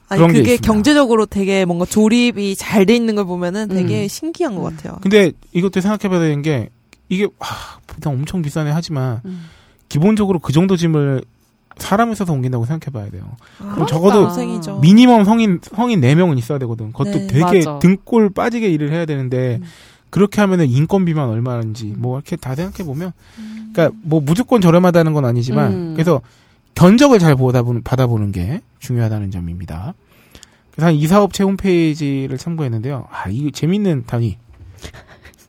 S4: 아니
S5: 그런 게
S4: 그게
S5: 있습니다.
S4: 경제적으로 되게 뭔가 조립이 잘 돼 있는 걸 보면은 되게
S6: 음.
S4: 신기한 것
S6: 음.
S4: 같아요.
S5: 근데 이것도 생각해봐야 되는 게 이게 와 부담 엄청 비싸네 하지만
S6: 음.
S5: 기본적으로 그 정도 짐을 사람을 써서 옮긴다고 생각해봐야 돼요.
S6: 그럼
S5: 적어도
S4: 아, 고생이죠.
S5: 미니멈 성인 성인 4 명은 있어야 되거든. 그것도
S4: 네,
S5: 되게
S6: 맞아.
S5: 등골 빠지게 일을 해야 되는데
S6: 음.
S5: 그렇게 하면은 인건비만 얼마인지 뭐 이렇게 다 생각해 보면 그러니까 뭐 무조건 저렴하다는 건 아니지만
S6: 음.
S5: 그래서 견적을 잘 보다 보는 받아보는 게 중요하다는 점입니다. 그래서 한 이사업체 홈페이지를 참고했는데요. 아, 이거 재밌는 단위.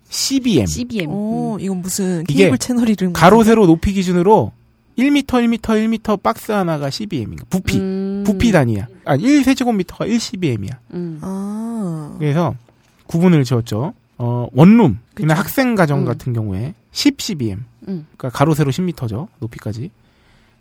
S5: CBM.
S6: CBM.
S4: 오,
S6: 음.
S4: 어, 이건 무슨
S5: 이게
S4: 케이블 채널 이름
S5: 가로 세로 높이 기준으로 1m, 1m, 1m 박스 하나가 CBM인가? 부피.
S6: 음.
S5: 부피 단위야. 아, 1세제곱미터가 1CBM이야.
S6: 음.
S4: 아.
S5: 그래서 구분을 지었죠. 어, 원룸,
S6: 그쵸.
S5: 그냥 학생 가정
S6: 음.
S5: 같은 경우에 10 CBM.
S6: 음.
S5: 그러니까 가로 세로 10m죠. 높이까지.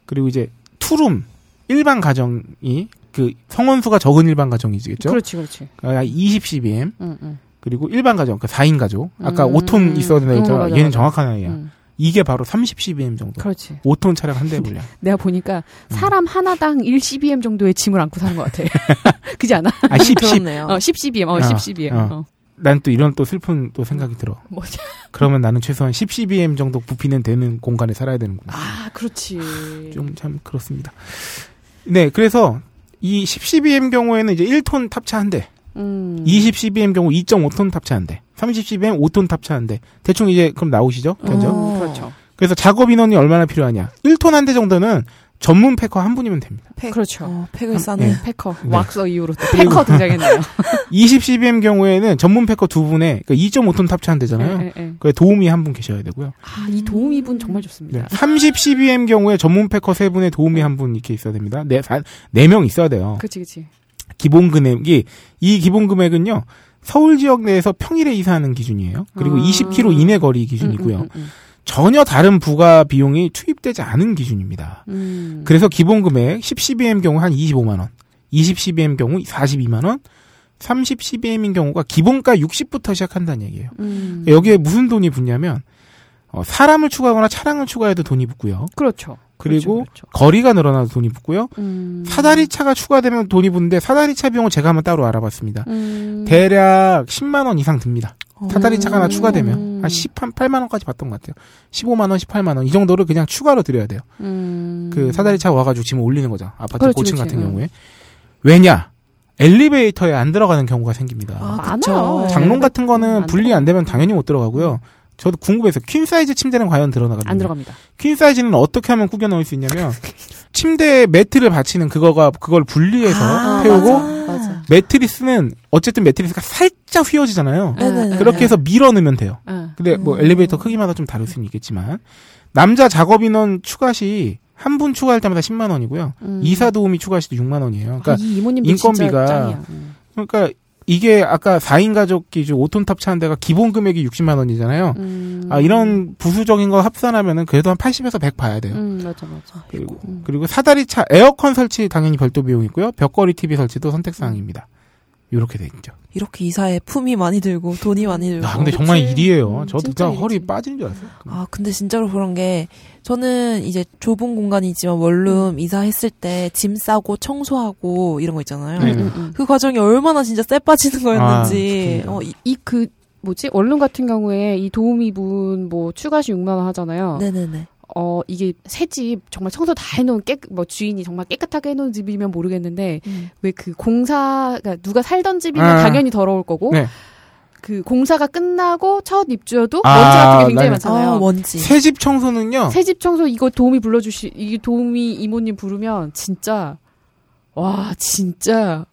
S5: 그리고 이제 투룸 일반 가정이 그 성원수가 적은 일반 가정이겠죠.
S6: 그렇지 그렇지.
S5: 그러니까 20 CBM.
S6: 음, 음.
S5: 그리고 일반 가정, 그러니까 4인 가족. 아까
S6: 음.
S5: 5톤 있어야 된다
S6: 음,
S5: 했잖아.
S6: 맞아,
S5: 얘는
S6: 맞아.
S5: 정확한 아이야.
S6: 음.
S5: 이게 바로 30cbm 정도.
S6: 그렇지.
S5: 5톤 차량
S6: *laughs*
S5: 한 대 분량.
S6: 내가 보니까
S5: 음.
S6: 사람 하나당 1 12m 정도의 짐을 안고 사는 것 같아. *laughs* 그지 않아?
S5: 아, 10, 10.
S4: 그렇네요.
S6: 어, 10 12m. 어,
S5: 어,
S6: 10 12m. 어.
S5: 난 또 이런 또 슬픈 또 생각이 들어.
S6: 뭐지?
S5: 그러면 나는 최소한 10cbm 정도 부피는 되는 공간에 살아야 되는구나.
S6: 아, 그렇지.
S5: 좀 참 그렇습니다. 네, 그래서 이 10cbm 경우에는 이제 1톤 탑차 한 대,
S6: 음.
S5: 20cbm 경우 2.5톤 탑차 한 대, 30cbm 5톤 탑차 한 대. 대충 이제 그럼 나오시죠? 견적.
S4: 어.
S6: 음, 그렇죠.
S5: 그래서 작업 인원이 얼마나 필요하냐? 1톤 한 대 정도는 전문 패커 한 분이면 됩니다.
S4: 팩.
S6: 그렇죠.
S4: 어, 팩을 싸는.
S5: 예.
S6: 패커.
S5: 네.
S6: 왁서 이후로 또 패커 등장했네요.
S5: 20cbm 경우에는 전문 패커 두 분에 그러니까 2.5톤 탑차 한 대잖아요.
S6: 예, 예, 예.
S5: 그 도우미 한 분 계셔야 되고요.
S6: 아, 이 도우미분 정말
S5: 네.
S6: 좋습니다.
S5: 30cbm 경우에 전문 패커 세 분에 도우미 한 분 이렇게 있어야 됩니다. 네, 사- 네명 있어야 돼요.
S6: 그치, 그치.
S5: 기본 금액이 이 기본 금액은요. 서울 지역 내에서 평일에 이사하는 기준이에요. 그리고
S6: 아.
S5: 20km 이내 거리 기준이고요.
S6: 음, 음,
S5: 전혀 다른 부가 비용이 투입되지 않은 기준입니다.
S6: 음, 음.
S5: 그래서 기본 금액 10cbm 경우 한 25만 원, 20cbm 경우 42만 원, 30cbm인 경우가 기본가 60부터 시작한다는 얘기예요.
S6: 음.
S5: 여기에 무슨 돈이 붙냐면 어, 사람을 추가하거나 차량을 추가해도 돈이 붙고요.
S6: 그렇죠.
S5: 그리고
S6: 그렇죠, 그렇죠.
S5: 거리가 늘어나도 돈이 붙고요.
S6: 음.
S5: 사다리차가 추가되면 돈이 붙는데 사다리차 비용을 제가 한번 따로 알아봤습니다.
S6: 음.
S5: 대략 10만 원 이상 듭니다.
S4: 어.
S5: 사다리차가 하나
S6: 음.
S5: 추가되면 한 10, 한 8만 원까지 받던 것 같아요. 15만 원, 18만 원 이 정도를 그냥 추가로 드려야 돼요.
S6: 음.
S5: 그 사다리차 와가지고 짐을 올리는 거죠. 아파트
S6: 그렇지,
S5: 고층
S6: 그렇지.
S5: 같은
S6: 음.
S5: 경우에 왜냐 엘리베이터에 안 들어가는 경우가 생깁니다.
S4: 아,
S6: 많아요. 네.
S4: 그쵸.
S5: 장롱 같은
S6: 안
S5: 거는
S6: 들어가.
S5: 분리 안 되면 당연히 못 들어가고요. 저도 궁금해서 퀸 사이즈 침대는 과연 들어나가나요?
S6: 안 들어갑니다.
S5: 퀸 사이즈는 어떻게 하면 구겨 넣을 수 있냐면 침대에 매트를 받치는 그거가 그걸 분리해서
S4: 아,
S5: 태우고
S4: 맞아. 맞아.
S5: 매트리스는 어쨌든 매트리스가 살짝 휘어지잖아요.
S4: 네네네.
S5: 그렇게 해서 밀어 넣으면 돼요.
S6: 아,
S5: 근데 뭐
S4: 음.
S5: 엘리베이터 크기마다 좀 다를 수는 있겠지만 남자 작업 인원 추가 시 한 분 추가할 때마다 10만 원이고요.
S6: 음.
S5: 이사 도우미 추가 시도 6만 원이에요. 그러니까
S6: 아, 이 이모님
S5: 인건비가- 그러니까 이게 아까 4인 가족 기준 5톤 탑차 한 대가 기본 금액이 60만 원이잖아요.
S6: 음.
S5: 아 이런 부수적인 거 합산하면은 그래도 한 80에서 100 봐야 돼요.
S6: 음, 맞아 맞아.
S5: 그리고
S6: 음.
S5: 그리고 사다리차 에어컨 설치 당연히 별도 비용 있고요. 벽걸이 TV 설치도 선택 사항입니다. 이렇게 돼 있죠.
S4: 이렇게 이사에 품이 많이 들고 돈이 많이 들고.
S5: 아, 근데 정말
S6: 어, 그치.
S5: 일이에요.
S6: 음,
S5: 저도
S6: 진짜
S5: 진짜 허리
S6: 일이지.
S5: 빠지는 줄 알았어요.
S4: 아, 근데 진짜로 그런 게, 저는 이제 좁은 공간이지만 원룸 이사했을 때 짐 싸고 청소하고 이런 거 있잖아요.
S6: 음,
S5: 네.
S4: 그 과정이 얼마나 진짜 쎄 빠지는 거였는지.
S5: 아,
S4: 어, 이,
S6: 이 그 뭐지 원룸 같은 경우에 이 도우미분 뭐 추가시 6만 원 하잖아요.
S4: 네네네.
S6: 어 이게 새 집 정말 청소 다 해놓은 깨뭐 주인이 정말 깨끗하게 해놓은 집이면 모르겠는데
S4: 음.
S6: 왜 그 공사 가 누가 살던 집이면
S5: 아.
S6: 당연히 더러울 거고
S5: 네.
S6: 그 공사가 끝나고 첫 입주여도
S5: 아,
S6: 먼지 같은 게 굉장히
S5: 난-
S6: 많잖아요.
S4: 아, 뭔지.
S5: 새집 청소는요.
S6: 새집 청소 이거 도우미 불러주시 이 도우미 이모님 부르면 진짜 와 진짜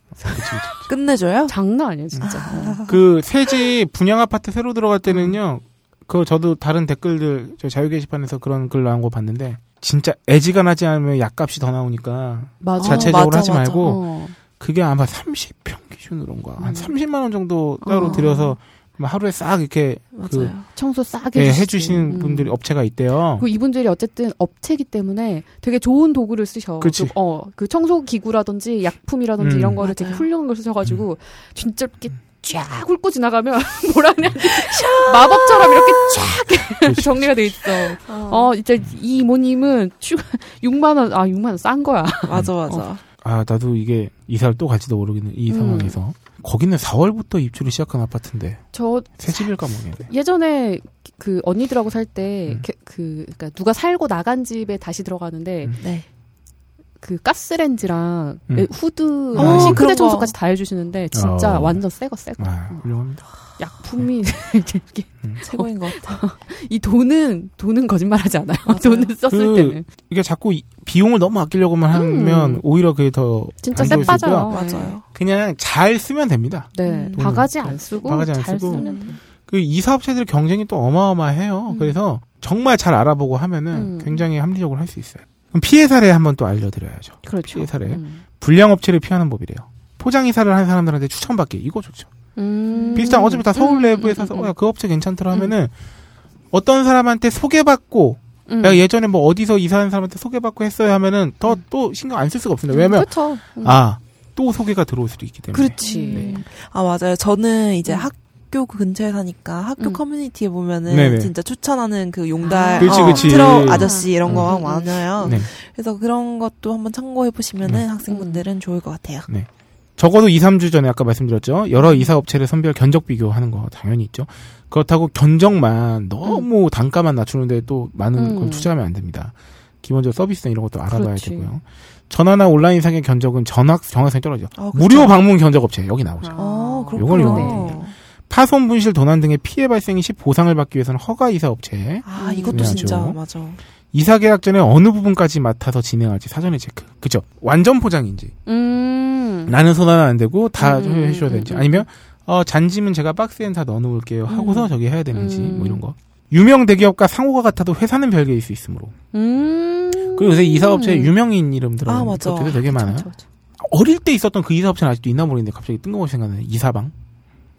S4: 끝내줘요?
S6: 장난 아니야 진짜 어.
S5: 그 새집 분양 아파트 새로 들어갈 때는요. 그 저도 다른 댓글들 저 자유 게시판에서 그런 글 나온 거 봤는데 진짜 애지간하지 않으면 약값이 더 나오니까
S4: 어,
S6: 맞아
S5: 자체적으로
S4: 맞아,
S5: 하지
S4: 맞아.
S5: 말고
S6: 어.
S5: 그게 아마 30평 기준으로인가
S6: 음.
S5: 한 30만 원 정도 따로
S6: 어.
S5: 들여서 막 하루에 싹 이렇게
S4: 맞아요.
S5: 그-
S6: 청소 싸게
S5: 예,
S6: 해주시지.
S5: 해주시는
S6: 음.
S5: 분들이 업체가 있대요.
S6: 그 이분들이 어쨌든 업체기 때문에 되게 좋은 도구를 쓰셔.
S5: 그치.
S6: 그, 어, 그 청소 기구라든지 약품이라든지
S5: 음.
S6: 이런 거를 되게
S4: 맞아요.
S6: 훌륭한 걸 쓰셔가지고 진짜 이렇게 쫙 훑고 지나가면 *laughs* 뭐라냐
S5: 음.
S6: *laughs* 마법처럼 이렇게 쫙 정리가 돼 있어.
S4: 어,
S6: 어, 진짜 이 이모님은 추가 *laughs* 6만 원, 아 6만 원 싼 거야.
S4: 맞아, 맞아.
S5: 아 나도 이게 이사를 또 갈지도 모르겠는 이
S6: 음.
S5: 상황에서 거기는 4월부터 입주를 시작한 아파트인데
S6: 저
S5: 새 집일까 모르겠네.
S6: 예전에 그 언니들하고 살 때
S5: 음.
S6: 그 그러니까 누가 살고 나간 집에 다시 들어가는데
S5: 음.
S4: 네.
S6: 그 가스렌지랑
S5: 음.
S6: 후드
S5: 어,
S6: 랑 싱크대
S4: 그런 거.
S6: 청소까지 다 해주시는데 진짜
S5: 어.
S6: 완전 새거 새거
S5: 아, 훌륭합니다.
S6: 약품이 *laughs* 이렇게 이렇게
S4: 최고인 것 같아.
S5: *laughs*
S6: 이 돈은 돈은 거짓말하지 않아요 돈을 썼을
S5: 그-
S6: 때는
S5: 이게 자꾸 이- 비용을 너무 아끼려고만 하면
S6: 음.
S5: 오히려 그게 더
S6: 진짜 쎄
S5: 단조일 수
S6: 빠져요
S5: 있고요.
S4: 맞아요.
S5: 그냥 잘 쓰면 됩니다.
S6: 네
S4: 음.
S6: 바가지 안 쓰고
S5: 바가지 안
S6: 잘
S5: 쓰고.
S6: 쓰면 돼.
S5: 그 이사업체들 경쟁이 또 어마어마해요.
S6: 음.
S5: 그래서 정말 잘 알아보고 하면은
S6: 음.
S5: 굉장히 합리적으로 할 수 있어요. 그럼 피해 사례 한번 또 알려드려야죠.
S6: 그렇죠
S5: 피해 사례.
S6: 음.
S5: 불량 업체를 피하는 법이래요. 포장 이사를 한 사람들한테 추천받기 이거 좋죠.
S6: 음.
S5: 비슷한 어차피 다 서울
S6: 음,
S5: 내부에서
S6: 음, 음,
S5: 어, 야그 업체 괜찮더라 하면은 어떤 사람한테 소개받고
S6: 음.
S5: 내가 예전에 뭐 어디서 이사한 사람한테 소개받고 했어요 하면은 더
S6: 음.
S5: 또 신경 안 쓸 수가 없습니다. 왜냐면
S6: 그렇죠 음. 그렇죠.
S5: 아 또 소개가 들어올 수도 있기 때문에.
S6: 그렇지
S4: 음. 아, 맞아요. 저는 이제
S6: 음.
S4: 학, 학교 그 근처에 사니까 학교
S6: 음.
S4: 커뮤니티에 보면은
S5: 네네.
S4: 진짜 추천하는 그 용달
S6: 아.
S5: 그치,
S4: 어,
S5: 그치.
S4: 트럭 아저씨 이런
S5: 음.
S4: 거
S6: 음.
S4: 많아요.
S5: 네.
S4: 그래서 그런 것도 한번 참고해 보시면은 학생분들은 좋을 것 같아요.
S5: 적어도 2, 3주 전에 아까 말씀드렸죠. 여러 이사 업체를 선별 견적 비교하는 거 당연히 있죠. 그렇다고 견적만 너무 단가만 낮추는데 또 많은
S6: 음.
S5: 걸 투자하면 안 됩니다. 기본적으로 서비스나 이런 것도 알아봐야
S6: 그렇지.
S5: 되고요. 전화나 온라인상의 견적은 전학 정확성이 떨어져.
S4: 아,
S6: 그렇죠.
S4: 그쵸?
S5: 무료 방문 견적 업체 여기 나오죠.
S6: 아.
S4: 어,
S5: 요걸
S4: 그렇구나.
S6: 네.
S5: 이용해야 파손, 분실, 도난 등의 피해 발생이 시 보상을 받기 위해서는 허가 이사 업체,
S4: 아,
S6: 음.
S4: 이것도
S5: 중요하죠.
S4: 진짜 맞아.
S5: 이사 계약 전에 어느 부분까지 맡아서 진행할지 사전에 체크. 그죠? 완전 포장인지
S6: 음.
S5: 나는 소화는 안 되고 다
S6: 음, 음,
S5: 해주셔야
S6: 음,
S5: 되는지
S6: 음.
S5: 아니면 어, 잔짐은 제가 박스엔 다 넣어놓을게요 하고서
S6: 음.
S5: 저기 해야 되는지
S6: 음.
S5: 뭐 이런 거 유명 대기업과 상호가 같아도 회사는 별개일 수 있으므로
S6: 음.
S5: 그리고 요새 이사업체에 유명인 이름 들어가는
S4: 아, 맞아.
S5: 것들도 되게 많아요
S6: 맞아, 맞아.
S5: 어릴 때 있었던 그 이사업체는 아직도 있나 모르겠는데 갑자기 뜬금없이 생각나는 이사방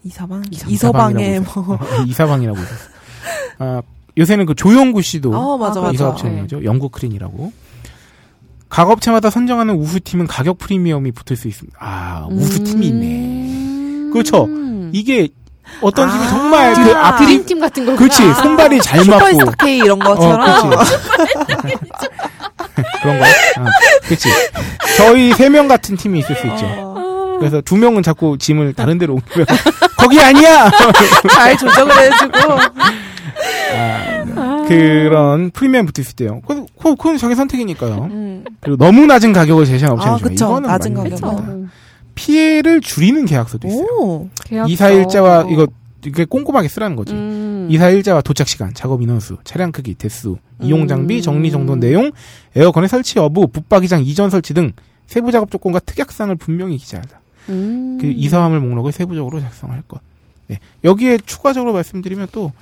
S4: 이사방
S5: 이사방이라고
S4: 이서방에 뭐.
S5: 이사방이라고 있었어 아, 요새는 그 조영구 씨도
S4: 어 맞아
S6: 아,
S4: 맞아.
S6: 네.
S5: 이사업체죠 영국 크린이라고 각 업체마다 선정하는 우수팀은 가격 프리미엄이 붙을 수 있습니다 아 우수팀이 있네
S6: 음.
S5: 그렇죠. 이게 어떤 팀이
S4: 아,
S5: 정말 그
S4: 드림-
S5: 앞이
S6: 드림팀 같은 거.
S5: 그렇지
S6: *laughs*
S5: 손발이 잘 맞고 어,
S4: 슈퍼스타 K 이런 것처럼.
S5: 그렇지. *laughs* 그런 거야? 아, 그렇지 저희 세 명 같은 팀이 있을 수 있죠
S4: 어,
S5: 그래서 두 명은 자꾸 짐을 다른 데로 옮기면 *laughs* 거기 아니야
S4: *laughs* 잘 조정을 해주고.
S5: 아, 그런 프리미엄 붙을 수 있대요 그건, 그건- 그건 자기 선택이니까요
S4: 음.
S5: 그리고 너무 낮은 가격을 제시하는
S4: 아,
S5: 업체는 좀
S4: 그쵸.
S5: 이거는
S4: 낮은
S5: 맞는
S4: 가격은.
S5: 겁니다. 피해를 줄이는 계약서도 있어요
S4: 오.
S5: 이사 일자와 이거 이게 꼼꼼하게 쓰라는 거지
S6: 음.
S5: 이사 일자와 도착 시간, 작업 인원수, 차량 크기, 대수, 이용 장비,
S6: 음.
S5: 정리 정돈 내용, 에어컨의 설치 여부, 붙박이장 이전 설치 등 세부 작업 조건과 특약사항을 분명히 기재하다.
S6: 음.
S5: 그 이사화물 목록을 세부적으로 작성할 것. 네. 여기에 추가적으로 말씀드리면 또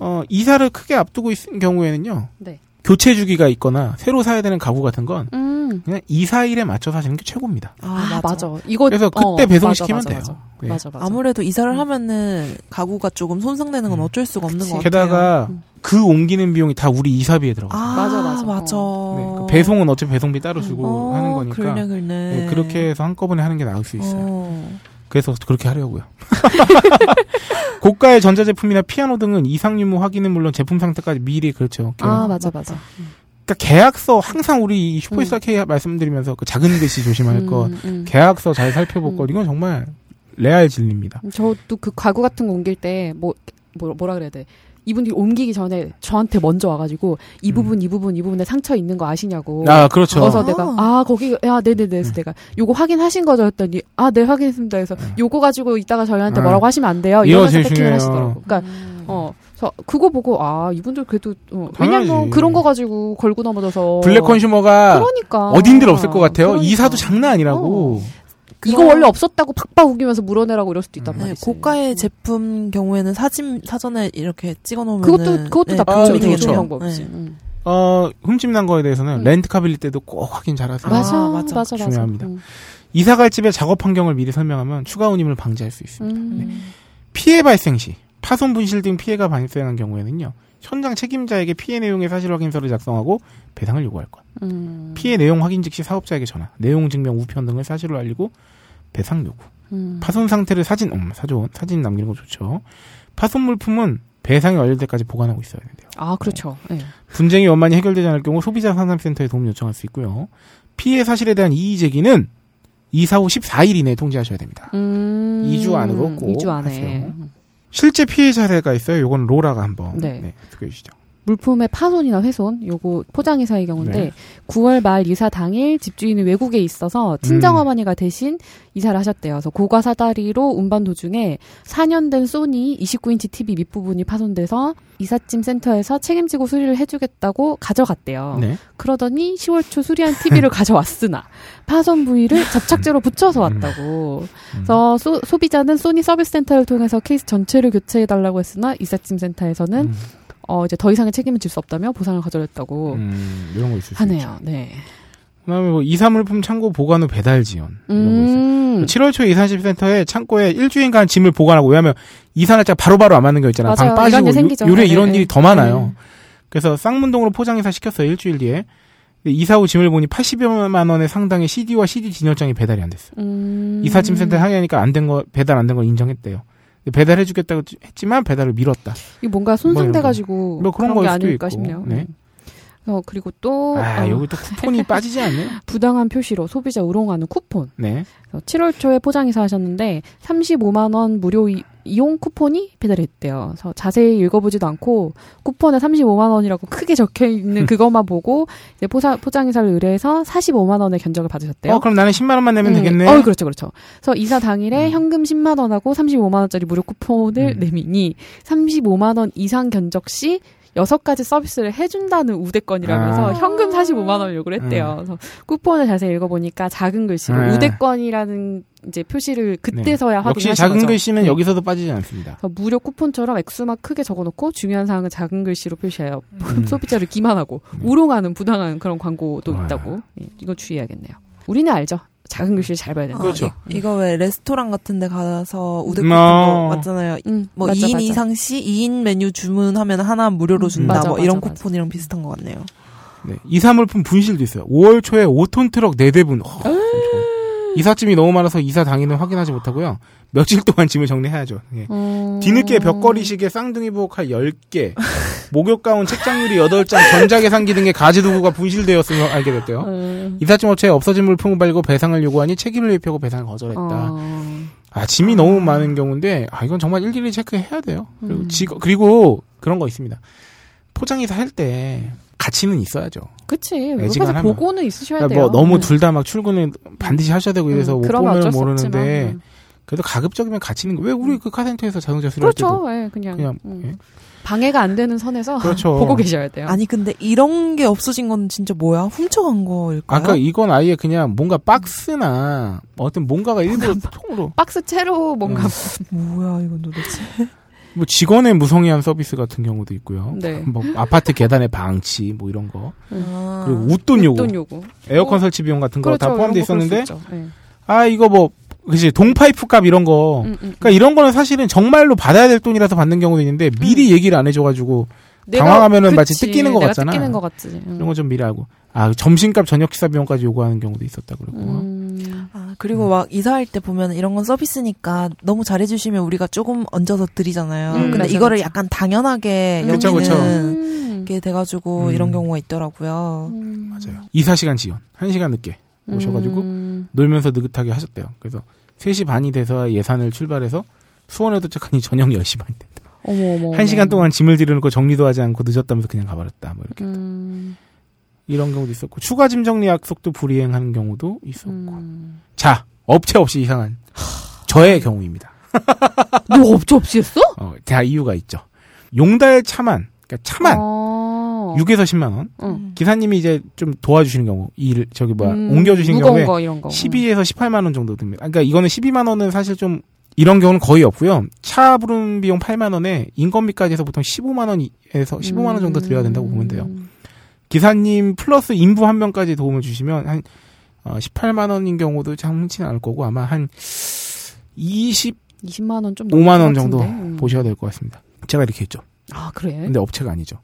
S5: 어, 이사를 크게 앞두고 있는 경우에는요.
S6: 네.
S5: 교체 주기가 있거나 새로 사야 되는 가구 같은 건
S6: 음.
S5: 그냥 이사일에 맞춰서 하시는 게 최고입니다.
S4: 아,
S6: 아,
S4: 맞아.
S6: 맞아. 이거
S5: 그래서 그때
S6: 어,
S5: 배송시키면
S6: 맞아, 맞아,
S5: 돼요.
S6: 맞아.
S5: 네.
S6: 맞아, 맞아.
S4: 아무래도 이사를 하면은 가구가 조금 손상되는 건
S5: 음.
S4: 어쩔 수가 없는
S6: 그치.
S4: 것 같아요.
S5: 게다가
S6: 음.
S5: 그 옮기는 비용이 다 우리 이사비에 들어가. 요
S4: 아, 맞아
S6: 맞아, 맞아. 어.
S4: 맞아.
S5: 네. 그 배송은 어차피 배송비 따로 주고
S4: 어,
S5: 하는 거니까.
S4: 그러네 그러네.
S5: 네, 그렇게 해서 한꺼번에 하는 게 나을 수 있어요.
S4: 어.
S5: 그래서 그렇게 하려고요. *laughs* 고가의 전자제품이나 피아노 등은 이상유무 확인은 물론 제품 상태까지 미리 그렇죠.
S6: 아, 맞아, 맞아.
S5: 그러니까 계약서 항상 우리 이 슈퍼스타 K 말씀드리면서 그 작은 글씨 조심할 것,
S6: 음, 음.
S5: 계약서 잘 살펴볼 것 이건 정말 레알 진리입니다.
S6: 저도 그 가구 같은 거 옮길 때 뭐, 뭐 뭐라 그래야 돼? 이분들이 옮기기 전에 저한테 먼저 와가지고 이
S5: 음.
S6: 부분 이 부분 이 부분에 상처 있는 거 아시냐고.
S5: 아 그렇죠.
S6: 그래서
S4: 아.
S6: 내가 아 거기 야 네네네 해서 내가 요거 확인하신 거죠 했더니 아 네 확인했습니다 해서 요거 가지고 이따가 저희한테
S5: 아.
S6: 뭐라고 하시면 안 돼요
S5: 이거
S6: 이러면서
S5: 제일
S6: 패킹을
S5: 중요해요.
S6: 하시더라고 그러니까
S4: 음.
S6: 어 저 그거 보고 아 이분들 그래도 어,
S5: 당연하지.
S6: 왜냐면 그런 거 가지고 걸고 넘어져서
S5: 블랙 컨슈머가
S6: 그러니까
S5: 어딘들 없을 것 같아요.
S6: 그러니까.
S5: 이사도 장난 아니라고.
S6: 이거 원래 없었다고 팍팍 우기면서 물어내라고 이럴 수도 있단
S5: 음.
S4: 네,
S6: 말이지 음.
S4: 고가의 제품 경우에는 사진 사전에 이렇게 네, 찍어 놓으면
S6: 그것도 그것도 나쁘죠.
S5: 아,
S6: 되게
S5: 그렇죠.
S6: 좋은
S4: 네.
S6: 방법이지. 음.
S5: 어 흠집 난 거에 대해서는
S6: 음.
S5: 렌트카 빌릴 때도 꼭 확인
S4: 아.
S5: 잘하세요.
S6: 맞아, 맞아,
S4: 맞아.
S6: 맞아,
S5: 중요합니다.
S6: 음.
S5: 이사 갈 집의 작업 환경을 미리 설명하면 추가 운임을 방지할 수 있습니다.
S6: 음.
S5: 피해 발생 시 파손 분실 등 피해가 발생한 경우에는요 현장 책임자에게 피해 내용의 사실 확인서를 작성하고 배상을 요구할 것
S6: 음.
S5: 피해 내용 확인 즉시 사업자에게 전화 내용 증명 우편 등을 사실로 알리고 배상 요구
S6: 음.
S5: 파손 상태를 사진 음, 사진 사진 남기는 거 좋죠 파손 물품은 배상이 완료될 때까지 보관하고 있어야 돼요
S6: 아, 그렇죠. 예.
S5: 분쟁이 원만히 해결되지 않을 경우 소비자 상담센터에 도움 요청할 수 있고요 피해 사실에 대한 이의 제기는 이사 후 14일 이내에 통지하셔야 됩니다
S6: 음.
S5: 이주 안으로 꼭
S6: 2주 안에.
S5: 하세요. 실제 피해 사례가 있어요. 요건 로라가 한번
S6: 네.
S5: 네. 소개해 주시죠.
S6: 물품의 파손이나 훼손, 요거 포장이사의 경우인데
S5: 네.
S6: 9월 말 이사 당일 집주인이 외국에 있어서 친정
S5: 음.
S6: 어머니가 대신 이사를 하셨대요. 그래서 고가 사다리로 운반 도중에 4년 된 소니 29인치 TV 밑부분이 파손돼서 이삿짐 센터에서 책임지고 수리를 해주겠다고 가져갔대요.
S5: 네.
S6: 그러더니 10월 초 수리한 TV를 *laughs* 가져왔으나 파손 부위를 접착제로 붙여서 왔다고. 그래서 소, 비자는 소니 서비스 센터를 통해서 케이스 전체를 교체해 달라고 했으나 이삿짐 센터에서는
S5: 음.
S6: 어 이제 더 이상의 책임을 질 수 없다며 보상을 가져냈다고
S5: 음, 이런 거 있을 수 있죠.
S6: 뭐 하네요. 네.
S5: 그다음에 뭐 이사물품 창고 보관 후 배달 지원 이런 거 있어요.
S6: 음.
S5: 7월 초에 이사집센터에 창고에 일주일간 짐을 보관하고 왜냐하면 이사 날짜 바로바로 안 맞는 거 있잖아.
S6: 맞아요.
S5: 방 빠지고
S6: 이런 일
S5: 요-
S6: 생기죠.
S5: 요래
S6: 네,
S5: 이런
S6: 네.
S5: 일이 더 많아요. 그래서 쌍문동으로 포장해서 시켰어요. 일주일 뒤에. 근데 이사 후 짐을 보니 80여만 원의 상당의 CD와 CD 진열장이 배달이 안 됐어요.
S6: 음.
S5: 이삿짐센터 에 항의하니까 안 된 거 배달 안 된 걸 인정했대요. 배달해주겠다고 했지만 배달을 미뤘다.
S6: 이 뭔가 손상돼가지고
S5: 뭐 그런
S6: 그런 게
S5: 거일 수도
S6: 아닐까
S5: 있고.
S6: 싶네요.
S5: 네.
S6: 어, 그리고 또
S5: 아,
S6: 어,
S5: 여기 또
S6: *laughs*
S5: 쿠폰이 빠지지 않네요.
S6: 부당한 표시로 소비자 우롱하는 쿠폰.
S5: 네.
S6: 그래서 7월 초에 포장이사 하셨는데 35만 원 무료 이, 용 쿠폰이 배달했대요. 그래서 자세히 읽어보지도 않고 쿠폰에 35만 원이라고 크게 적혀 있는 그것만 보고 이제 포사, 포장이사를 의뢰해서 45만 원의 견적을 받으셨대요.
S5: 어, 그럼 나는 10만원만 내면
S6: 네, 음,
S5: 되겠네.
S6: 어, 그렇죠, 그렇죠. 그래서 이사 당일에
S5: 음.
S6: 현금 10만 원하고 35만 원짜리 무료 쿠폰을
S5: 음.
S6: 내미니 35만 원 이상 견적 시 여섯 가지 서비스를 해준다는 우대권이라면서
S5: 아.
S6: 현금 45만 원을 요구를 했대요. 그래서 쿠폰을 자세히 읽어보니까 작은 글씨로
S5: 네.
S6: 우대권이라는 이제 표시를 그때서야 확인하신
S5: 역시 작은
S6: 거죠.
S5: 글씨는
S6: 네.
S5: 여기서도 빠지지 않습니다.
S6: 그래서 무료 쿠폰처럼 액수만 크게 적어놓고 중요한 사항은 작은 글씨로 표시해요.
S5: 음.
S6: *laughs* 소비자를 기만하고 우롱하는 부당한 그런 광고도
S5: 와.
S6: 있다고 예, 이거 주의해야겠네요. 우리는 알죠. 작은 글씨를 잘 봐야 되는 거.
S5: 그렇죠.
S6: 예.
S4: 아, 이거 왜 레스토랑 같은 데 가서 우대쿠폰
S5: 어.
S4: 거 맞잖아요.
S6: 음,
S4: 뭐
S6: 맞아,
S4: 2인
S6: 맞아. 음.
S4: 이상 시 2인 메뉴 주문하면 하나 무료로 준다.
S6: 맞아,
S4: 뭐
S6: 맞아,
S4: 이런
S6: 맞아.
S4: 쿠폰이랑 비슷한 것 같네요.
S5: 네. 이사 물품 분실도 있어요. 5월 초에 5톤 트럭 4대분.
S6: 음.
S5: 허, 이삿짐이 너무 많아서 이사 당일은 확인하지 못하고요. 며칠 동안 짐을 정리해야죠. 예.
S6: 어...
S5: 뒤늦게 벽걸이 시계, 쌍둥이 부엌칼 10개, 목욕 가운, 책장유리 8장, 전자 계산기 등의 가지 도구가 분실되었음을 알게 됐대요.
S6: 음,
S5: 이삿짐 업체에 없어진 물품을 발고 배상을 요구하니 책임을 입히고 배상을 거절했다.
S6: 어.
S5: 아, 짐이 너무 많은 경우인데, 아, 이건 정말 일일이 체크해야 돼요. 그리고,
S6: 음.
S5: 지, 그리고 그런 거 있습니다. 포장이사 할 때 가치는 있어야죠.
S6: 그치.
S5: 애지간하면.
S6: 옆에서 보고는 있으셔야 돼요.
S5: 뭐 너무
S6: 음.
S5: 둘 다 막 출근을 반드시 하셔야 되고 이래서
S6: 음,
S5: 못
S6: 그러면
S5: 보면
S6: 어쩔 수
S5: 모르는데
S6: 없지만, 음.
S5: 그래도 가급적이면 가치 있는 거왜 우리 그 카센터에서 자동차 수리할 때도
S6: 그렇죠. 예, 그냥.
S5: 그냥
S6: 음.
S5: 예.
S6: 방해가 안 되는 선에서 *laughs*
S5: 그렇죠.
S6: 보고 계셔야 돼요.
S4: 아니 근데 이런 게 없어진 건 진짜 뭐야? 훔쳐간 거일까요?
S6: 어?
S5: 아까 그러니까 이건 아예 그냥 뭔가 박스나 뭐 어떤
S6: 아,
S5: 뭔가가 일부러 통으로
S6: 박스 채로 뭔가.
S5: 음,
S4: 뭐야 이건 도대체?
S5: 뭐 직원의 무성의한 서비스 같은 경우도 있고요.
S6: 네.
S5: 뭐 아파트 계단의 방치 뭐 이런 거
S4: 아.
S5: 그리고 웃돈 요구
S6: 돈 요구.
S5: 에어컨
S6: 어.
S5: 설치 비용 같은 거
S6: 그렇죠.
S5: 다 포함돼
S6: 이런 거
S5: 있었는데
S6: 그럴 수 있죠. 예.
S5: 아 이거 뭐 그치 동파이프 값 이런 거
S6: 음, 음.
S5: 그러니까 이런 거는 사실은 정말로 받아야 될 돈이라서 받는 경우도 있는데
S6: 음.
S5: 미리 얘기를 안 해줘가지고
S6: 내가-
S5: 당황하면은 마치
S6: 그치.
S5: 뜯기는 거
S6: 내가
S5: 같잖아.
S6: 뜯기는 거 같지. 음.
S5: 이런 거 좀 미리 알고 아 점심값 저녁 식사 비용까지 요구하는 경우도 있었다 그러고
S6: 음.
S5: 어?
S4: 아, 그리고 막 이사할 때 보면 이런 건 서비스니까 너무 잘해주시면 우리가 조금 얹어서 드리잖아요.
S6: 음,
S4: 근데
S6: 맞아,
S4: 이거를
S6: 맞아.
S4: 약간 당연하게
S6: 음.
S5: 그쵸, 그쵸.
S4: 네, 여기는
S6: 음.
S4: 게 돼가지고
S5: 음.
S4: 이런 경우가 있더라고요.
S6: 음.
S5: 맞아요 이사 시간 지연 1 시간 늦게 오셔가지고
S6: 음.
S5: 놀면서 느긋하게 하셨대요 그래서 3시 반이 돼서 예산을 출발해서 수원에 도착하니 저녁 10시 반이 됐다
S6: 어머, 어머.
S5: 1시간
S6: 어머.
S5: 동안 짐을 들여놓고 정리도 하지 않고 늦었다면서 그냥 가버렸다 뭐 이렇게
S6: 음.
S5: 이런 경우도 있었고 추가 짐 정리 약속도 불이행하는 경우도 있었고
S6: 음.
S5: 자 업체 없이 이상한 저의 경우입니다
S6: 너 업체 없이 했어?
S5: 어, 다 이유가 있죠. 용달 차만, 그러니까 차만
S6: 아.
S5: 6에서 10만 원.
S4: 음.
S6: 응.
S5: 어. 기사님이 이제 좀 도와주시는 경우, 일 저기 뭐야
S6: 음,
S5: 옮겨주시는
S6: 무거운
S5: 경우에
S6: 거, 이런 거.
S5: 12에서 18만 원 정도 듭니다. 그러니까 이거는 12만 원은 사실 좀 이런 경우는 거의 없고요. 차 부른 비용 8만 원에 인건비까지 해서 보통 15만 원에서 15만 원 정도 드려야 된다고 보면 돼요.
S6: 음.
S5: 기사님 플러스 인부 한 명까지 도움을 주시면 한 어, 18만 원인 경우도 참치는 않을 거고 아마 한 20,
S6: 20만 원 좀.
S5: 5만 원
S6: 넘는 것
S5: 정도
S6: 같은데? 음.
S5: 보셔야 될 것 같습니다. 제가 이렇게 했죠.
S6: 아 그래.
S5: 근데 업체가 아니죠.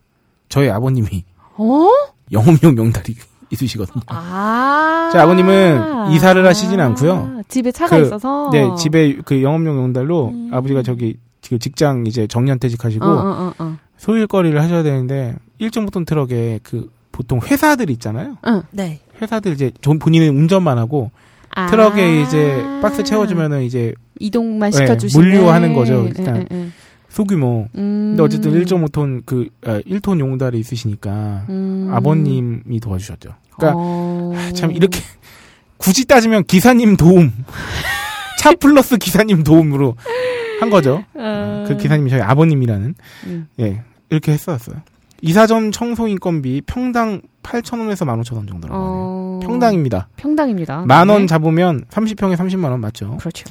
S5: 저희 아버님이
S6: 어?
S5: 영업용 용달이 *laughs* 있으시거든요.
S6: 아.
S5: 제 아버님은 이사를 하시진 않고요.
S6: 집에 차가
S5: 그,
S6: 있어서.
S5: 네, 집에 그 영업용 용달로
S4: 음.
S5: 아버지가 저기 그 직장 이제 정년 퇴직하시고
S6: 어, 어, 어, 어.
S5: 소일거리를 하셔야 되는데 1.5톤 트럭에 그 보통 회사들 있잖아요.
S4: 네.
S5: 회사들 이제 전- 본인은 운전만 하고
S6: 아.
S5: 트럭에 이제 박스 채워주면은 이제
S6: 이동만
S5: 네,
S6: 시켜주시는.
S5: 물류하는 거죠,
S6: 예,
S5: 일단.
S6: 예, 예.
S5: 소규모.
S6: 음.
S5: 근데 어쨌든 1.5톤 그 아, 1톤 용달이 있으시니까
S6: 음.
S5: 아버님이 도와주셨죠. 그러니까
S6: 어.
S5: 참 이렇게 *laughs* 굳이 따지면 기사님 도움 차 플러스 기사님 도움으로 한 거죠.
S6: 어.
S5: 그 기사님이 저희 아버님이라는
S6: 음.
S5: 예 이렇게 했었어요. 이사 전 청소 인건비 평당 8,000원에서 15,000원 정도라고 하네요.
S6: 어.
S5: 평당입니다.
S6: 평당입니다.
S5: 만 원
S6: 네.
S5: 잡으면 30평에 30만 원 맞죠?
S6: 그렇죠.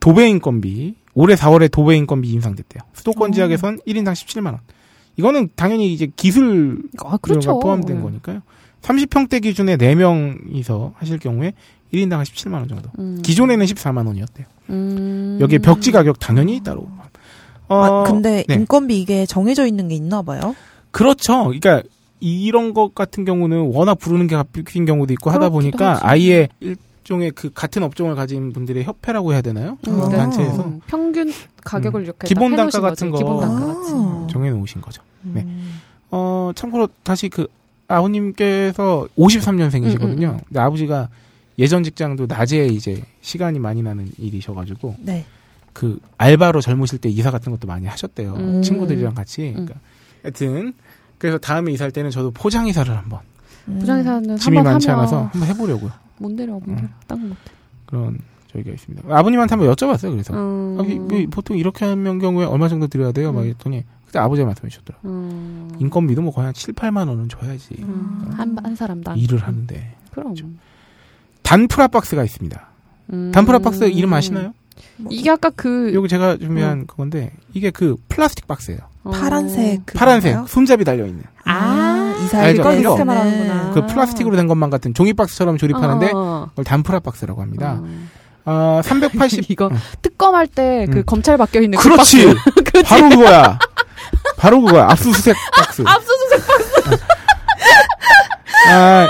S5: 도배 인건비 올해 4월에 도배 인건비 인상됐대요.
S6: 어.
S5: 수도권 지역에선 1인당 17만 원. 이거는 당연히 이제 기술
S6: 아
S5: 그렇죠.
S6: 그렇죠.
S5: 포함된
S6: 예.
S5: 거니까요. 30평대 기준에 4명이서 하실 경우에 1인당 17만 원 정도.
S6: 음.
S5: 기존에는 14만 원이었대요.
S6: 음.
S5: 여기에 벽지 가격 당연히 따로. 어,
S4: 아, 근데
S5: 네.
S4: 인건비 이게 정해져 있는 게 있나 봐요.
S5: 그렇죠. 그러니까 이런 것 같은 경우는 워낙 부르는 게 바뀐 경우도 있고 하다
S6: 그렇기도
S5: 보니까
S6: 하지.
S5: 아예 1 일종의 그 같은 업종을 가진 분들의 협회라고 해야 되나요?
S4: 음,
S5: 그
S4: 네.
S5: 단체에서 음.
S6: 음, 평균 가격을 이렇게
S5: 기본
S6: 딱
S5: 단가
S6: 해놓으신
S5: 같은
S6: 거죠.
S5: 거.
S6: 기본 단가
S4: 아.
S6: 같이.
S5: 정해 놓으신 거죠. 네.
S4: 음.
S5: 어, 참고로 다시 그 아우님께서 53년생이시거든요.
S6: 음, 음, 음.
S5: 근데 아버지가 예전 직장도 낮에 이제 시간이 많이 나는 일이셔가지고
S4: 네.
S5: 그 알바로 젊으실 때 이사 같은 것도 많이 하셨대요.
S6: 음.
S5: 친구들이랑 같이. 그러니까 하여튼 그래서 다음에 이사할 때는 저도 포장 이사를 한번
S4: 음.
S6: 부장이사는
S5: 짐이
S6: 한번
S5: 많지
S6: 하면
S5: 않아서 어. 한번 해보려고요.
S6: 못 내려 못 내려 땅못
S5: 그런 저희가 있습니다. 아버님한테 한번 여쭤봤어요. 그래서
S6: 음.
S5: 아, 이- 이- 보통 이렇게 하면 경우에 얼마 정도 드려야 돼요? 막
S6: 음.
S5: 했더니 그때 아버지가 말씀해 주셨더라고요.
S6: 음.
S5: 인건비도 뭐 거의 한 7, 8만 원은 줘야지
S6: 음. 한, 한 사람당
S5: 일을 하는데.
S6: 그럼
S5: 단프라 박스가 있습니다.
S6: 음.
S5: 단프라 박스 이름 아시나요?
S6: 이게 아까 그
S5: 여기 제가 준비한 그건데 이게 그 플라스틱 박스예요.
S6: 어.
S4: 파란색. 그건가요?
S5: 파란색 손잡이 달려 있는
S4: 아, 이사할
S5: 알죠,
S4: 때
S5: 알죠?
S4: 쓰는
S6: 네. 말하는구나.
S5: 그 플라스틱으로 된 것만 같은 종이 박스처럼 조립하는데
S6: 아. 어.
S5: 그걸 단프라 박스라고 합니다.
S6: 어.
S5: 아, 380
S6: *laughs* 이거 특검할 때 그
S5: 음.
S6: 검찰 박혀 있는
S5: 그렇지
S6: 그 박스. *laughs* 그치?
S5: 바로 그거야. 바로 그거야. 압수수색 박스.
S6: 압수수색
S5: 아,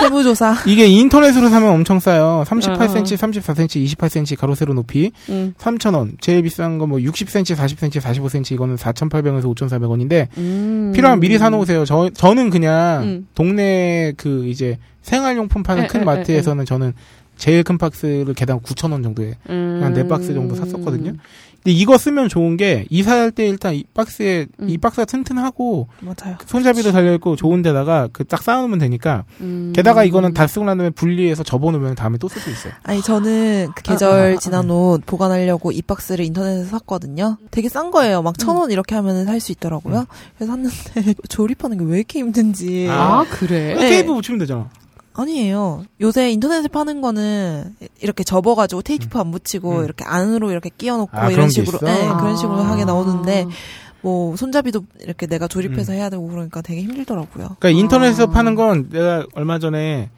S4: 세무조사. *laughs*
S5: 이게 인터넷으로 사면 엄청 싸요.
S6: 어.
S5: 38cm, 34c치, 28cm 가로 세로 높이
S6: 음.
S5: 3,000원. 제일 비싼 건 뭐 60cm, 40cm, 45cm 이거는 4,800원에서 5,400원인데
S6: 음.
S5: 필요하면 미리 사놓으세요. 저, 저는 그냥
S6: 음. 예,
S5: 동네 그 이제 생활용품 파는
S6: 에,
S5: 큰
S6: 에,
S5: 마트에서는 저는 제일 큰 박스를 개당 9,000원 정도에
S6: 음.
S5: 한 네 박스 정도 샀었거든요. 근데 이거 쓰면 좋은 게 이사할 때 일단 이 박스에
S6: 음.
S5: 이 박스가 튼튼하고 그
S4: 맞아요.
S5: 손잡이도 달려 있고 좋은 데다가 그 딱 쌓아놓으면 되니까
S6: 음.
S5: 게다가 이거는 다 쓰고 난 다음에 분리해서 접어놓으면 다음에 또 쓸 수 있어요.
S4: 아니 저는 그
S5: 아,
S4: 계절 지난 옷 보관하려고 이 박스를 인터넷에서 샀거든요. 되게 싼 거예요. 막 천 원 이렇게 하면 살 수 있더라고요. 그래서 샀는데 *laughs* 조립하는 게 왜 이렇게 힘든지.
S5: 음. 아.
S6: 아 그래?
S4: 네.
S5: 테이프 붙이면 되잖아.
S4: 아니에요. 요새 인터넷에 파는 거는 이렇게 접어가지고 테이프 안 붙이고
S5: 음.
S4: 이렇게 안으로 이렇게 끼워놓고
S5: 아, 그런
S4: 이런
S5: 게
S4: 식으로,
S5: 있어?
S4: 네, 그런 식으로
S6: 아.
S4: 하게 나오는데 뭐 손잡이도 이렇게 내가
S5: 음.
S4: 조립해서 해야 되고 그러니까 되게 힘들더라고요.
S5: 그러니까 인터넷에서
S6: 아.
S5: 파는 건 내가 얼마 전에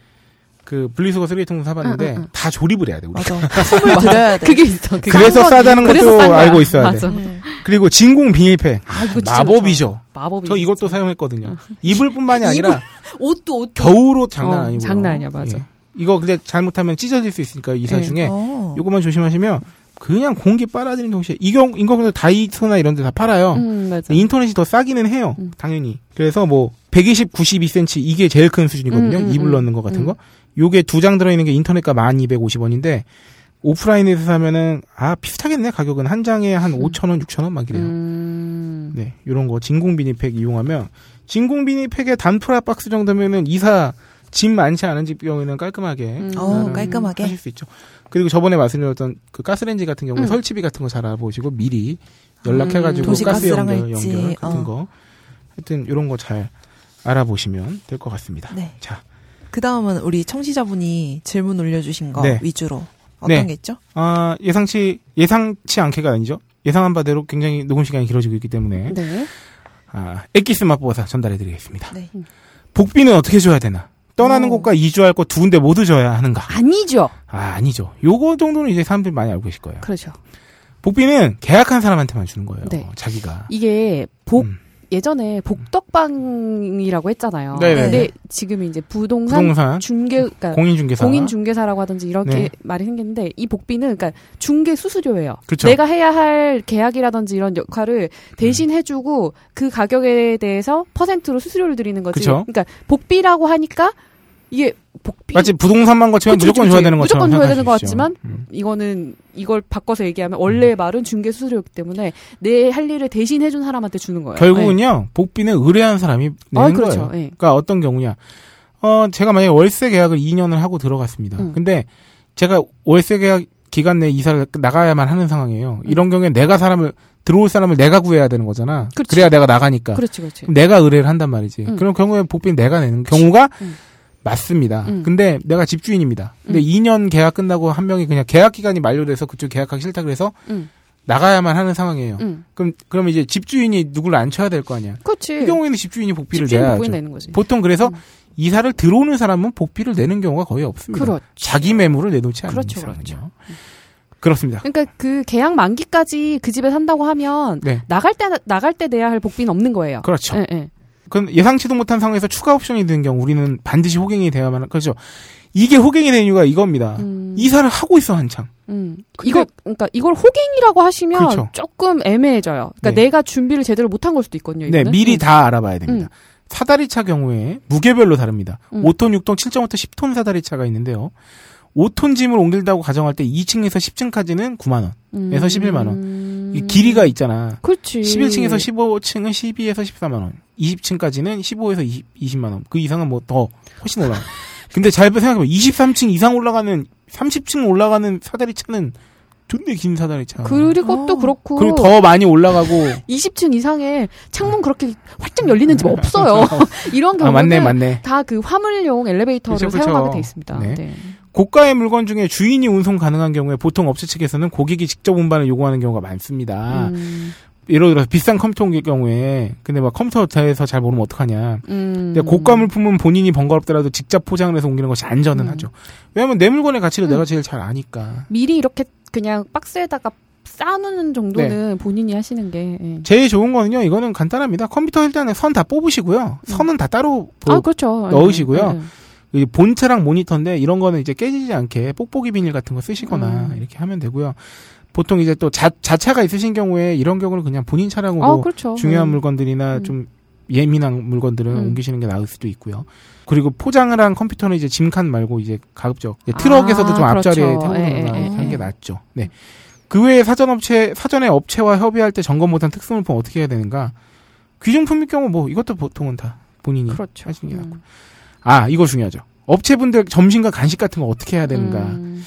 S5: 그 분리수거 쓰레기통 사봤는데
S6: 응, 응, 응.
S5: 다 조립을 해야 돼. 우리. *laughs*
S4: 맞아. 숨을 들여야 돼.
S6: 그게 있어. 그게.
S5: 그래서
S4: 싼
S5: 싸다는
S6: 그래서 싼
S5: 것도
S6: 거야.
S5: 알고 있어야 돼. *laughs*
S6: 맞아.
S4: 음.
S5: 그리고 진공 비닐팩.
S6: 아, 이거 진짜
S5: 마법이죠.
S6: 좋아. 마법이.
S5: 저 이것도 사용했거든요. 이불뿐만이 아니라
S4: 옷도 옷.
S5: 겨울옷 장난 예.
S6: 어,
S5: 아니고.
S6: 장난 아니야, 맞아.
S5: 이거 근데 잘못하면 찢어질 수 있으니까 이사
S6: 예.
S5: 중에
S4: 어.
S5: 요것만 조심하시면 그냥 공기 빨아들이는 동시에 이경 인공도 다이소나 이런 데 다 팔아요.
S6: 음, 맞아.
S5: 어. 인터넷이 더 싸기는 해요.
S6: 음.
S5: 당연히. 그래서 뭐 120, 92cm 이게 제일 큰 수준이거든요.
S6: 음, 음,
S5: 이불
S6: 음.
S5: 넣는 거 같은
S6: 음.
S5: 거. 요게 두 장 들어 있는 게 인터넷가 1250원인데 오프라인에서 사면은 아, 비슷하겠네. 가격은 한 장에 한 5,000원, 6,000원 막 이래요.
S6: 음.
S5: 네, 이런 거 진공 비니팩 이용하면 진공 비니팩에 단프라 박스 정도면은 이사 짐 많지 않은 집 경우에는 깔끔하게
S6: 음.
S4: 어,
S5: 나름
S4: 깔끔하게.
S5: 하실 수 있죠. 그리고 저번에 말씀드렸던 그 가스레인지 같은 경우 에
S6: 음.
S5: 설치비 같은 거 잘 알아보시고 미리 연락해가지고
S6: 음,
S5: 가스
S4: 도시가스랑
S5: 연결,
S4: 할지,
S5: 연결 같은
S4: 어.
S5: 거 하여튼 이런 거 잘 알아보시면 될 것 같습니다.
S4: 네.
S5: 자,
S4: 그 다음은 우리 청취자분이 질문 올려주신 거
S5: 네.
S4: 위주로 어떤
S5: 네.
S4: 게 있죠?
S5: 아, 예상치 예상치 않게가 아니죠. 예상한 바대로 굉장히 녹음 시간이 길어지고 있기 때문에
S6: 네.
S5: 아, 엑기스 맛보아서 전달해드리겠습니다.
S4: 네. 어.
S5: 복비는 어떻게 줘야 되나? 떠나는
S4: 오.
S5: 곳과 이주할 곳 두 군데 모두 줘야 하는가?
S6: 아니죠.
S5: 아, 아니죠. 요거 정도는 이제 사람들이 많이 알고 계실 거예요.
S6: 그렇죠.
S5: 복비는 계약한 사람한테만 주는 거예요.
S6: 네.
S5: 자기가.
S6: 이게 복
S5: 음.
S6: 예전에 복덕방이라고 했잖아요.
S5: 네네.
S6: 근데 지금 이제 부동산,
S5: 부동산,
S6: 중개 그러니까
S5: 공인중개사.
S6: 공인 중개사라고 하든지 이렇게
S5: 네.
S6: 말이 생겼는데 이 복비는 그러니까 중개 수수료예요.
S5: 그쵸. 음.
S6: 내가 해야 할 계약이라든지 이런 역할을 대신 해주고 그 가격에 대해서 퍼센트로 수수료를 드리는 거지.
S5: 그쵸.
S6: 그러니까 복비라고 하니까 이게 복비
S5: 마치 부동산만 거치면
S6: 그쵸,
S5: 무조건
S6: 그쵸,
S5: 줘야 되는
S6: 그쵸.
S5: 것처럼.
S6: 무조건 줘야 되는 것
S5: 생각하시죠.
S6: 같지만
S5: 음.
S6: 이거는 이걸 바꿔서 얘기하면 원래의 말은 중개 수수료였기 때문에 내 할 일을 대신 해준 사람한테 주는 거예요.
S5: 결국은요, 복비는 의뢰한 사람이
S6: 네.
S5: 내는
S6: 아, 그렇죠.
S5: 거예요.
S6: 예.
S5: 그러니까 어떤 경우냐. 어, 제가 만약에 월세 계약을 2년을 하고 들어갔습니다.
S6: 음.
S5: 근데 제가 월세 계약 기간 내에 이사를 나가야만 하는
S6: 음.
S5: 상황이에요. 이런 경우에 내가 사람을, 들어올 사람을 내가 구해야 되는 거잖아.
S6: 그렇지.
S5: 래야 내가 나가니까.
S6: 그렇지, 그렇지.
S5: 그럼 내가 의뢰를 한단 말이지.
S6: 음.
S5: 그런 경우에 복비는 내가 내는 경우가
S6: 음.
S5: 맞습니다.
S6: 음.
S5: 근데 내가 집주인입니다. 근데
S6: 음.
S5: 2년 계약 끝나고 한 명이 그냥 계약 기간이 만료돼서 그쪽 계약하기 싫다 그래서
S6: 음.
S5: 나가야만 하는 상황이에요.
S6: 응.
S5: 그럼 그럼 이제 집주인이 누구를 안 쳐야 될 거 아니야.
S6: 그렇지.
S5: 이 경우에는 집주인이 복비를
S6: 네. 집주인
S5: 내야죠.
S6: 복비 내는 거지.
S5: 보통 그래서
S6: 음.
S5: 이사를 들어오는 사람은 복비를 내는 경우가 거의 없습니다.
S6: 그렇죠.
S5: 자기 매물을 내놓지 않는
S6: 그렇죠,
S5: 이상은요.
S6: 그렇죠.
S5: 그렇습니다.
S6: 그러니까 그 계약 만기까지 그 집에 산다고 하면
S5: 네.
S6: 나갈 때 나갈 때 내야 할 복비는 없는 거예요.
S5: 그렇죠.
S6: 예, 예.
S5: 그건 예상치도 못한 상황에서 추가 옵션이 되는 경우 우리는 반드시 호갱이 되어야만 그렇죠. 이게 호갱이 된 이유가 이겁니다. 아.
S6: 음.
S5: 이사를 하고 있어 한창.
S6: 음.
S5: 근데-
S6: 이거 그러니까 이걸 호갱이라고 하시면
S5: 그렇죠.
S6: 조금 애매해져요. 그러니까
S5: 네.
S6: 내가 준비를 제대로 못한 걸 수도 있거든요.
S5: 네,
S6: 이거는.
S5: 미리
S6: 음.
S5: 다 알아봐야 됩니다. 사다리차 경우에 무게별로 다릅니다.
S6: 음.
S5: 5톤, 6톤, 7.5톤, 10톤 사다리차가 있는데요. 5톤 짐을 옮긴다고 가정할 때 2층에서 10층까지는 9만 원.
S6: 음.
S5: 에서 11만 원. 이 길이가 있잖아.
S6: 그렇지.
S5: 11층에서 15층은 12에서 14만 원. 20층까지는 15에서 20, 만 원. 그 이상은 뭐 더 훨씬
S6: *laughs*
S5: 올라가. 근데 잘 생각해보면 23층 이상 올라가는 30층 올라가는 사다리차는 존나 긴 사다리차.
S6: 그리고 또
S4: 어.
S6: 그렇고
S5: 아. 그리고 더 많이 올라가고
S6: *laughs* 20층 이상에 창문 그렇게 활짝 열리는 집 없어요. *laughs* 이런
S5: *laughs*
S6: 경우는
S5: 아 맞네 맞네.
S6: 다 그 화물용 엘리베이터를
S5: 그렇죠, 그렇죠.
S6: 사용하게 돼 있습니다.
S5: 네.
S6: 네.
S5: 고가의 물건 중에 주인이 운송 가능한 경우에 보통 업체 측에서는 고객이 직접 운반을 요구하는 경우가 많습니다.
S6: 음,
S5: 예를 들어서 비싼 컴퓨터일 경우에 근데 막 컴퓨터에서 잘 모르면 어떡하냐.
S6: 음.
S5: 근데 고가 물품은 본인이 번거롭더라도 직접 포장을 해서 옮기는 것이 안전은
S6: 음.
S5: 하죠. 왜냐하면 내 물건의 가치를
S6: 음.
S5: 내가 제일 잘 아니까.
S6: 미리 이렇게 그냥 박스에다가 싸놓는 정도는 본인이 하시는 게. 예.
S5: 네. 제일 좋은 거는요. 이거는 간단합니다. 컴퓨터 일단은 선 다 뽑으시고요. 선은 다 따로 보-
S6: 음. 아 그렇죠. 예,
S5: 넣으시고요.
S6: 예.
S5: 이 본체랑 모니터인데 이런 거는 이제 깨지지 않게 뽁뽁이 비닐 같은 거 쓰시거나
S6: 음.
S5: 이렇게 하면 되고요. 보통 이제 또 자, 자차가 있으신 경우에 이런 경우는 그냥 본인 차량으로
S6: 아 그렇죠.
S5: 뭐 중요한
S6: 예.
S5: 물건들이나
S6: 음.
S5: 좀 예민한 물건들은
S6: 음.
S5: 옮기시는 게 나을 수도 있고요. 그리고 포장을 한 컴퓨터는 이제 짐칸 말고 이제 가급적 이제 트럭에서도
S6: 아,
S5: 좀 앞자리에
S6: 그렇죠.
S5: 태우거나
S6: 예, 예,
S5: 하는
S6: 예.
S5: 게 낫죠. 네. 그 외에 사전 업체 사전에 업체와 협의할 때 점검 못한 특수물품 어떻게 해야 되는가? 귀중품일 경우 뭐 이것도 보통은 다 본인이
S6: 그렇죠.
S5: 하시는 게 낫고. 아, 이거 중요하죠. 업체분들 점심과 간식 같은 거 어떻게 해야 되는가.
S6: 음.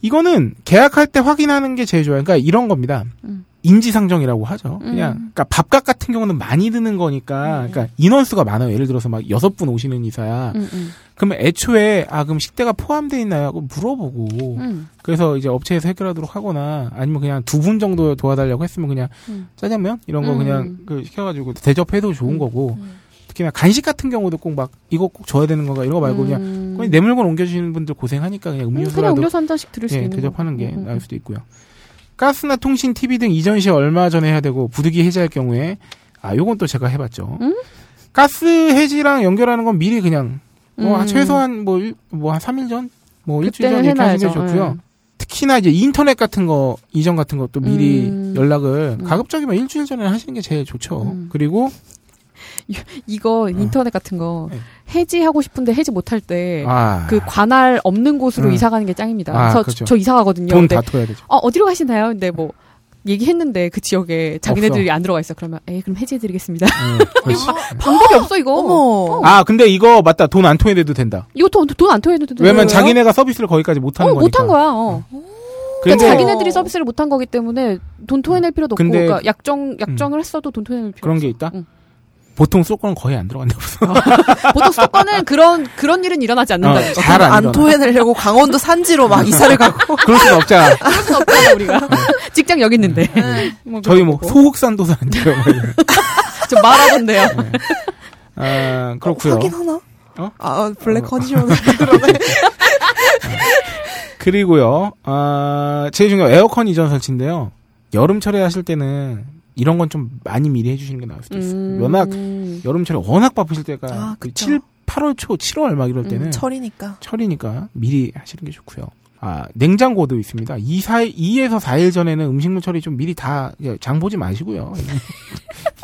S5: 이거는 계약할 때 확인하는 게 제일 좋아요. 그러니까 이런 겁니다.
S6: 음.
S5: 인지상정이라고 하죠. 그냥
S6: 음. 네.
S5: 그러니까 밥값 같은 경우는 많이 드는 거니까 그러니까 인원수가 많아요. 예를 들어서 막 여섯 분 오시는 이사야.
S6: 음, 음,
S5: 그러면 애초에 아 그럼 식대가 포함돼 있나요? 하고 물어보고
S6: 음.
S5: 그래서 이제 업체에서 해결하도록 하거나 아니면 그냥 두 분 정도 도와달라고 했으면 그냥
S6: 음.
S5: 짜장면 이런 거
S6: 음.
S5: 그냥 그 시켜가지고 대접해도 좋은
S6: 음.
S5: 거고
S6: 음.
S5: 특히나 간식 같은 경우도 꼭 막 이거 꼭 줘야 되는 건가 이런 거 말고 그냥
S6: 음.
S5: 그냥 내 물건 옮겨주시는 분들 고생하니까 그냥
S6: 음, 그냥
S5: 음료수라도
S6: 음료수 한 잔씩 들을 수
S5: 예,
S6: 있는
S5: 대접하는
S6: 거고.
S5: 게
S6: 음,
S5: 나을 수도 있고요. 가스나 통신, TV 등 이전 시 얼마 전에 해야 되고 부득이 해제할 경우에 아 요건 또 제가 해봤죠.
S6: 음?
S5: 가스 해지랑 연결하는 건 미리 그냥 뭐
S6: 음.
S5: 한 최소한 뭐 뭐 한 3일 전, 뭐 일주일
S6: 그때는
S5: 전 이렇게 하시는 게
S6: 해놔야죠.
S5: 좋고요.
S6: 예.
S5: 특히나 이제 인터넷 같은 거 이전 같은 것도 미리
S6: 음.
S5: 연락을
S6: 음.
S5: 가급적이면 일주일 전에 하시는 게 제일 좋죠.
S6: 음.
S5: 그리고 아.
S6: 이거 인터넷 같은 거
S5: 네.
S6: 해지하고 싶은데 해지 못할 때 그
S5: 아,
S6: 관할 없는 곳으로
S5: 음.
S6: 이사 가는 게 짱입니다.
S5: 아,
S6: 저,
S5: 그렇죠.
S6: 저 이사 가거든요.
S5: 돈
S6: 근데
S5: 다 토야
S6: *laughs*
S5: 되죠.
S6: 어, 어디로 가시나요? 근데 뭐 얘기했는데 그 지역에 자기네들이 안 들어가 있어. 그러면 에이 그럼 해지해
S5: *laughs*
S6: 드리겠습니다.
S5: 음, 그렇지.
S6: 방법이 없어 이거.
S4: 어머.
S5: 아 근데 이거 맞다 돈 안 토해내도 된다.
S6: 이거 돈돈안 토해도 돼.
S5: 왜냐면 자기네가 서비스를 거기까지 못하는
S6: 어,
S5: 거니까. 음.
S6: 못한 거야. 어.
S5: 근데 음.
S6: 그러니까 자기네들이 서비스를 못한 거기 때문에 돈 토해낼 필요도 없고
S5: 근데- 음.
S6: 그러니까 약정 약정을 했어도 돈 토해낼 필요
S5: 그런 게 있다?
S6: 응.
S5: 보통 수도권은 거의 안 들어간다.
S6: 보통 수도권은 그런 그런 일은 일어나지 않는다. 어.
S5: 잘안
S4: 안 토해내려고 강원도 산지로 막 이사를 가고.
S5: 그럴 수가 없잖아.
S6: 그럴 수 없잖아 *laughs* 우리가 음. 직장 여기 있는데.
S5: 네.
S6: 뭐
S5: *laughs* 저희 뭐
S6: 그렇고.
S5: 소흑산도 산대요. 뭐
S6: 좀 말하던데요.
S5: *laughs* 네, 아 *laughs* 그렇고요.
S4: 하긴 하나?
S5: 어?
S4: 아, 블랙
S5: 어. *laughs*
S4: 컨디션. 그러네.
S5: 그리고요. 아 제일 중요한 에어컨 이전 설치인데요. 여름철에 하실 때는 이런 건 좀 많이 미리 해주시는 게 나을 수도 있어요. 워낙
S6: 음.
S5: 여름철에 워낙 바쁘실 때가
S4: 아,
S5: 그
S4: 그쵸.
S5: 7, 8월 초, 7월 막 이럴 때는
S4: 철이니까.
S5: 철이니까 미리 하시는 게 좋고요. 아, 냉장고도 있습니다. 2, 4일, 2에서 4일 전에는 음식물 처리 좀 미리 다, 예, 장 보지 마시고요. *laughs*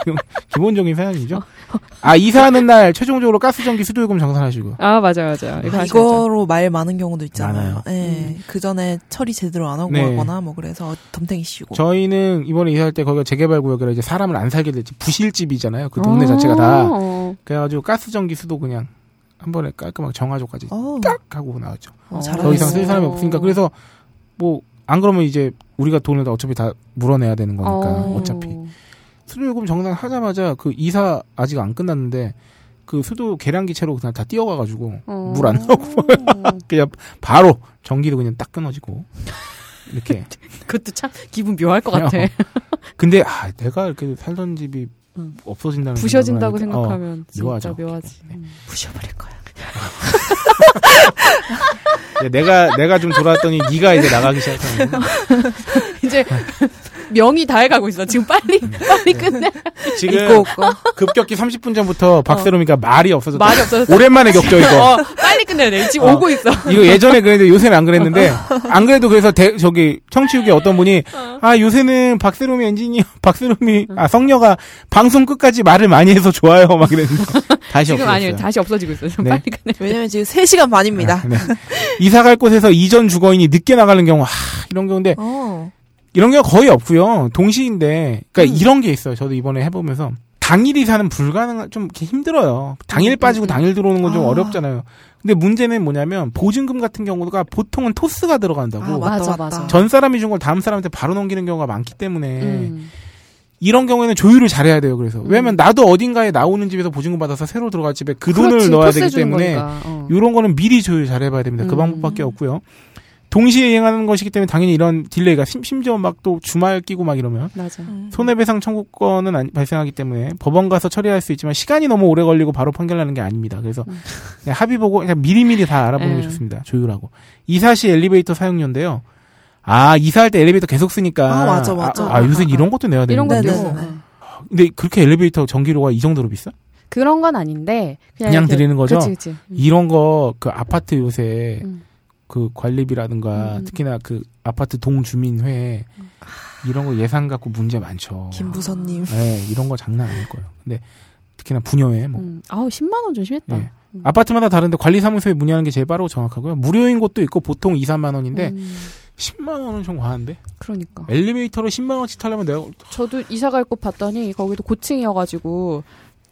S5: 기본- 기본적인 사연이죠. 아, 이사하는 날, 최종적으로 가스전기 수도요금 정산하시고요.
S6: 아 맞아 맞아. 이거
S4: 아,
S6: 하셔야죠.
S4: 이거로 말 많은 경우도 있잖아요.
S5: 네, 많아요. 음.
S4: 예. 그 전에 철이 제대로 안 하고
S5: 네.
S4: 하거나 뭐 그래서 덤탱이 씌고.
S5: 저희는 이번에 이사할 때 거기가 재개발 구역이라 이제 사람을 안 살게 될지 부실집이잖아요. 그 동네
S6: 어.
S5: 자체가 다.
S6: 어.
S5: 그래가지고 가스전기 수도 그냥 한 번에 깔끔하게 정화조까지
S4: 어.
S5: 딱 하고 나왔죠.
S4: 어,
S5: 더 이상
S4: 잘하셨어.
S5: 쓸 사람이 없으니까. 그래서 뭐, 안 그러면 이제 우리가 돈을 다 어차피 다 물어내야 되는 거니까
S6: 어.
S5: 그러니까 어차피 수도요금 정산 하자마자 그 이사 아직 안 끝났는데 그 수도 계량기체로 그냥 다 띄워가가지고
S6: 어.
S5: 물 안 나오고
S4: *laughs*
S5: 그냥 바로 전기도 그냥 딱 끊어지고
S6: *laughs*
S5: 이렇게
S6: *laughs* 그것도 참 기분 묘할 것 같아.
S5: 어. 근데 아 내가 이렇게 살던 집이
S6: 응.
S5: 없어진다는
S6: 부셔진다고
S5: 생각만 하니까,
S6: 생각하면 진짜
S5: 묘하죠.
S6: 묘하지.
S5: 네.
S6: 음. 부셔버릴 거야.
S5: 예,
S6: *laughs*
S5: 어, 내가 내가 좀 돌아왔더니 네가 이제 나가기 시작하는
S6: 이제 *laughs* 명이 다 해가고 있어. 지금 빨리
S5: 네.
S6: 빨리 끝내. 어,
S5: 지금
S4: 읽고 웃고.
S5: 급격히 30분 전부터 박세롬이가 말이 없어졌다.
S6: 말이 없어서
S5: 오랜만에 겪죠 이거.
S6: 어, 빨리 끝내야 돼. 지금
S5: 어.
S6: 오고 있어.
S5: 이거 예전에 그랬는데 요새는 안 그랬는데 안 그래도 그래서 대- 저기 청취국에 어떤 분이 아 요새는 박세롬이 엔지니어 *laughs* 박세롬이 아 성녀가 방송 끝까지 말을 많이 해서 좋아요 막 이랬는데 다시
S6: 지금 아니에요.
S5: 없어졌어요.
S6: 다시 없어지고 있어. 지금
S5: 네.
S6: 빨리 끝내.
S4: 왜냐면 지금 3시간 반입니다.
S5: 네. 이사 갈 곳에서 이전 주거인이 늦게 나가는 경우 아 이런 경우인데
S4: 어.
S5: 이런 경우 거의 없고요. 동시인데
S6: 음.
S5: 그러니까 이런 게 있어요. 저도 이번에 해보면서 당일 이사는 불가능한 좀 이렇게 힘들어요.
S6: 음,
S5: 당일 빠지고 당일 들어오는 건 좀
S4: 아.
S5: 어렵잖아요. 근데 문제는 뭐냐면 보증금 같은 경우가 보통은 토스가 들어간다고
S4: 아, 맞다,
S6: 맞아,
S4: 맞다.
S6: 맞아.
S5: 전 사람이 준 걸 다음 사람한테 바로 넘기는 경우가 많기 때문에
S6: 음.
S5: 이런 경우에는 조율을 잘해야 돼요. 그래서
S6: 음.
S5: 왜냐면 나도 어딘가에 나오는 집에서 보증금 받아서 새로 들어갈 집에 그
S6: 그렇지,
S5: 돈을 넣어야
S6: 토스해
S5: 되기
S6: 주는
S5: 때문에
S6: 거니까. 어.
S5: 이런 거는 미리 조율 잘 해봐야 됩니다. 그
S6: 음.
S5: 방법밖에 없고요. 동시에 이행하는 것이기 때문에 당연히 이런 딜레이가 심, 심지어 막 또 주말 끼고 막 이러면
S6: 맞아.
S4: 음.
S5: 손해배상 청구권은 안- 발생하기 때문에 법원 가서 처리할 수 있지만 시간이 너무 오래 걸리고 바로 판결나는 게 아닙니다. 그래서
S6: 음.
S5: 그냥 합의 보고 그냥 미리미리 다 알아보는 게
S6: 음.
S5: 좋습니다. 조율하고 이사 시 엘리베이터 사용료인데요. 아 이사할 때 엘리베이터 계속 쓰니까
S4: 아, 맞아, 맞아.
S5: 아, 요새 이런 것도 내야
S6: 이런
S5: 되는군요.
S4: 네네네.
S6: 것도
S4: 네.
S5: 근데 그렇게 엘리베이터 전기료가 이 정도로 비싸?
S6: 그런 건 아닌데
S5: 그냥
S6: 그냥, 네, 이렇게-
S5: 드리는 거죠?
S6: 그치, 그치. 음.
S5: 이런 거 그 아파트 요새
S6: 음.
S5: 그 관리비라든가
S6: 음.
S5: 특히나 그 아파트 동주민회 이런 거 예산 갖고 문제 많죠.
S4: 김부선님.
S5: 네, 이런 거 장난 아닐 거예요. 근데 특히나 분녀회 뭐
S6: 음. 아우 10만 원 조심했다.
S5: 예. 아파트마다 다른데 관리사무소에 문의하는 게 제일 빠르고 정확하고요. 무료인 곳도 있고 보통 2, 3만 원인데
S6: 음,
S5: 10만 원은 좀 과한데
S6: 그러니까.
S5: 엘리베이터로 10만 원씩 타려면 내가
S6: 저도 이사 갈 곳 봤더니 거기도 고층이어가지고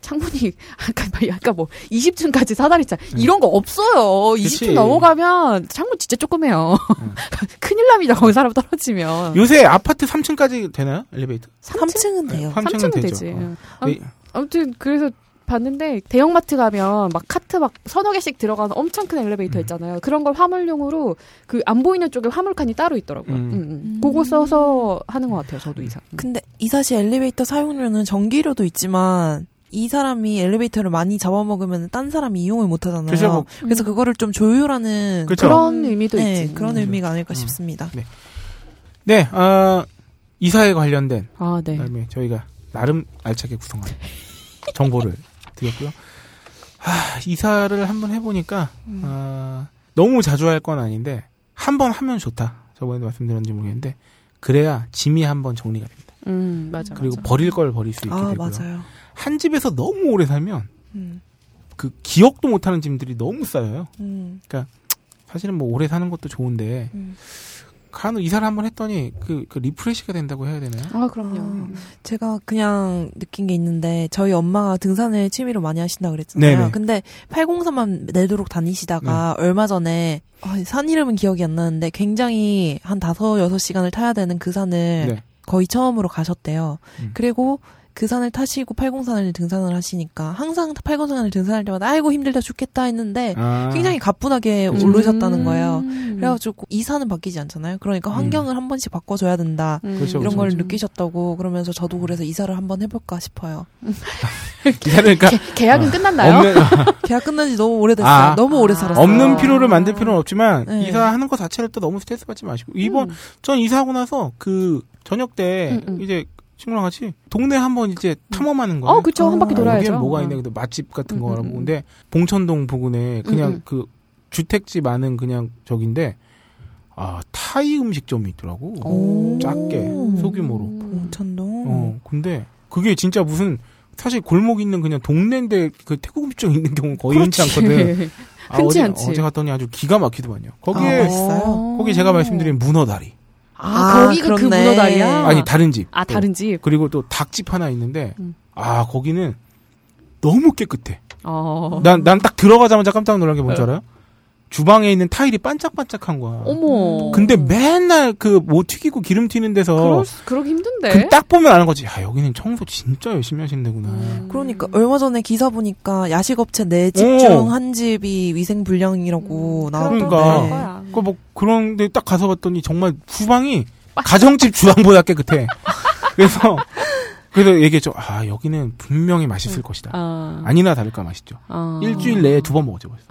S6: 창문이 *laughs* 아까 막 아까 뭐 20층까지 사다리차
S5: 네.
S6: 이런 거 없어요. 20층 넘어가면 창문 진짜 조그매요.
S5: 음.
S6: *laughs* 큰일 납니다. 거기 사람 떨어지면.
S5: 요새 아파트 3층까지 되나요 엘리베이터?
S4: 3층은 돼요.
S5: 삼 층은
S6: 3층은 되지.
S5: 되죠. 어.
S6: 아무-
S5: 이-
S6: 아무튼 그래서 봤는데 대형마트 가면 막 카트 막 서너 개씩 들어가는 엄청 큰 엘리베이터
S5: 음.
S6: 있잖아요. 그런 걸 화물용으로 그 안 보이는 쪽에 화물칸이 따로 있더라고요.
S5: 음.
S6: 음. 음. 그거 써서 하는 것 같아요. 저도 이사.
S4: 근데 이사시 엘리베이터 사용료는 전기료도 있지만 이 사람이 엘리베이터를 많이 잡아먹으면 딴 사람이 이용을 못 하잖아요.
S5: 그죠, 뭐.
S4: 그래서 그거를 좀 조율하는
S5: 그쵸.
S6: 그런 의미도
S4: 네,
S6: 있지.
S4: 그런
S5: 음.
S4: 의미가 아닐까
S5: 음.
S4: 싶습니다.
S5: 네, 어, 이사에 관련된
S6: 아, 네.
S5: 그다음에 저희가 나름 알차게 구성한 정보를 드렸고요. 아, 이사를 한번 해보니까 아, 너무 자주 할 건 아닌데 한 번 하면 좋다. 저번에도 말씀드렸는지 모르겠는데 그래야 짐이 한번 정리가 됩니다.
S6: 음, 맞아.
S5: 그리고
S6: 맞아.
S5: 버릴 걸 버릴 수 있게
S4: 아,
S5: 되고요.
S4: 맞아요.
S5: 한 집에서 너무 오래 살면
S4: 음.
S5: 그 기억도 못하는 짐들이 너무 쌓여요.
S4: 음.
S5: 사실은 뭐 오래 사는 것도 좋은데
S4: 음.
S5: 간혹 이사를 한번 했더니 그, 그 리프레시가 된다고 해야 되나요?
S6: 아, 그럼요.
S5: 음.
S4: 아. 제가 그냥 느낀 게 있는데 저희 엄마가 등산을 취미로 많이 하신다 그랬잖아요.
S5: 네네. 네.
S4: 근데 803만 내도록 다니시다가 얼마 전에 아, 산 이름은 기억이 안 나는데 굉장히 한 다섯 여섯 시간을 타야 되는 그 산을
S5: 네.
S4: 거의 처음으로 가셨대요.
S5: 음.
S4: 그리고 그 산을 타시고 803을 등산을 하시니까 항상 803을 등산할 때마다 아이고 힘들다 죽겠다 했는데
S5: 아.
S4: 네. 굉장히 가뿐하게
S5: 음.
S4: 오르셨다는 거예요.
S6: 음.
S4: 그래가지고 이 산은 바뀌지 않잖아요. 그러니까
S5: 음.
S4: 환경을 한 번씩 바꿔줘야 된다.
S6: 음,
S5: 그렇죠,
S4: 이런 걸
S6: 그렇죠.
S4: 느끼셨다고 그러면서 저도 그래서 이사를 한번 해볼까 싶어요.
S5: 이사를
S6: *laughs*
S5: 그러니까
S6: 계- 계약은
S5: 아,
S6: 끝났나요?
S5: 없는-
S4: 계약 끝난 지 너무 오래됐어요.
S5: 아.
S4: 너무 오래
S6: 아.
S4: 살았어요.
S5: 없는 필요를 만들 필요는 없지만
S4: 네.
S5: 이사하는 것 자체를 또 너무 스트레스 받지 마시고 이번 전 이사하고 나서 그 저녁 때
S6: 음, 음.
S5: 이제 친구랑 같이 동네 한번 이제 탐험하는 거예요.
S6: 어, 그쵸. 한 바퀴
S4: 아,
S5: 여기에
S6: 돌아야죠.
S5: 뭐가
S6: 어.
S5: 있냐 근데 맛집 같은
S6: 음,
S5: 거라고
S6: 음, 음.
S5: 근데 봉천동 부근에 그냥
S6: 음, 음.
S5: 그 주택지 많은 그냥 저긴데 아 타이 음식점이 있더라고
S4: 오.
S5: 작게 소규모로
S6: 음.
S4: 온천동.
S5: 어 근데 그게 진짜 무슨 사실 골목 있는 그냥 동네인데 그 태국 음식점 있는 경우 거의 흔치
S6: 그렇지. *laughs*
S5: 않거든 아,
S6: 흔치
S5: 어제-
S6: 않지.
S5: 어제 갔더니 아주 기가 막히더만요
S4: 아,
S5: 거기에
S4: 맛있어요?
S5: 거기 제가 말씀드린 문어다리.
S6: 아,
S4: 아,
S6: 거기가 그
S4: 그렇네.
S6: 문어다리야?
S5: 아니 다른 집.
S6: 아,
S5: 또.
S6: 다른 집.
S5: 그리고 또 닭집 하나 있는데
S6: 음.
S5: 아 거기는 너무 깨끗해.
S6: 어.
S5: 난 난 딱 들어가자마자 깜짝 놀란 게 뭔지 알아요? 주방에 있는 타일이 반짝반짝한 거야.
S6: 어머.
S5: 근데 맨날 그 뭐 튀기고 기름 튀는 데서
S6: 음. 그럴 수- 그러기 힘든데.
S5: 그 딱 보면 아는 거지. 야 여기는 청소 진짜 열심히 하시는 데구나.
S6: 음.
S4: 그러니까 얼마 전에 기사 보니까 야식업체 네
S5: 오.
S4: 집 중 한 집이 위생
S6: 음,
S4: 불량이라고 나왔는데
S5: 그러니까. 그 뭐 그런데 딱 가서 봤더니 정말 주방이 가정집 주방보다 깨끗해. 그래서 그래서 얘기했죠. 아 여기는 분명히 맛있을 것이다.
S6: 아.
S5: 아니나 다를까 맛있죠.
S6: 아.
S5: 일주일 내에 두 번 먹었죠. 벌써.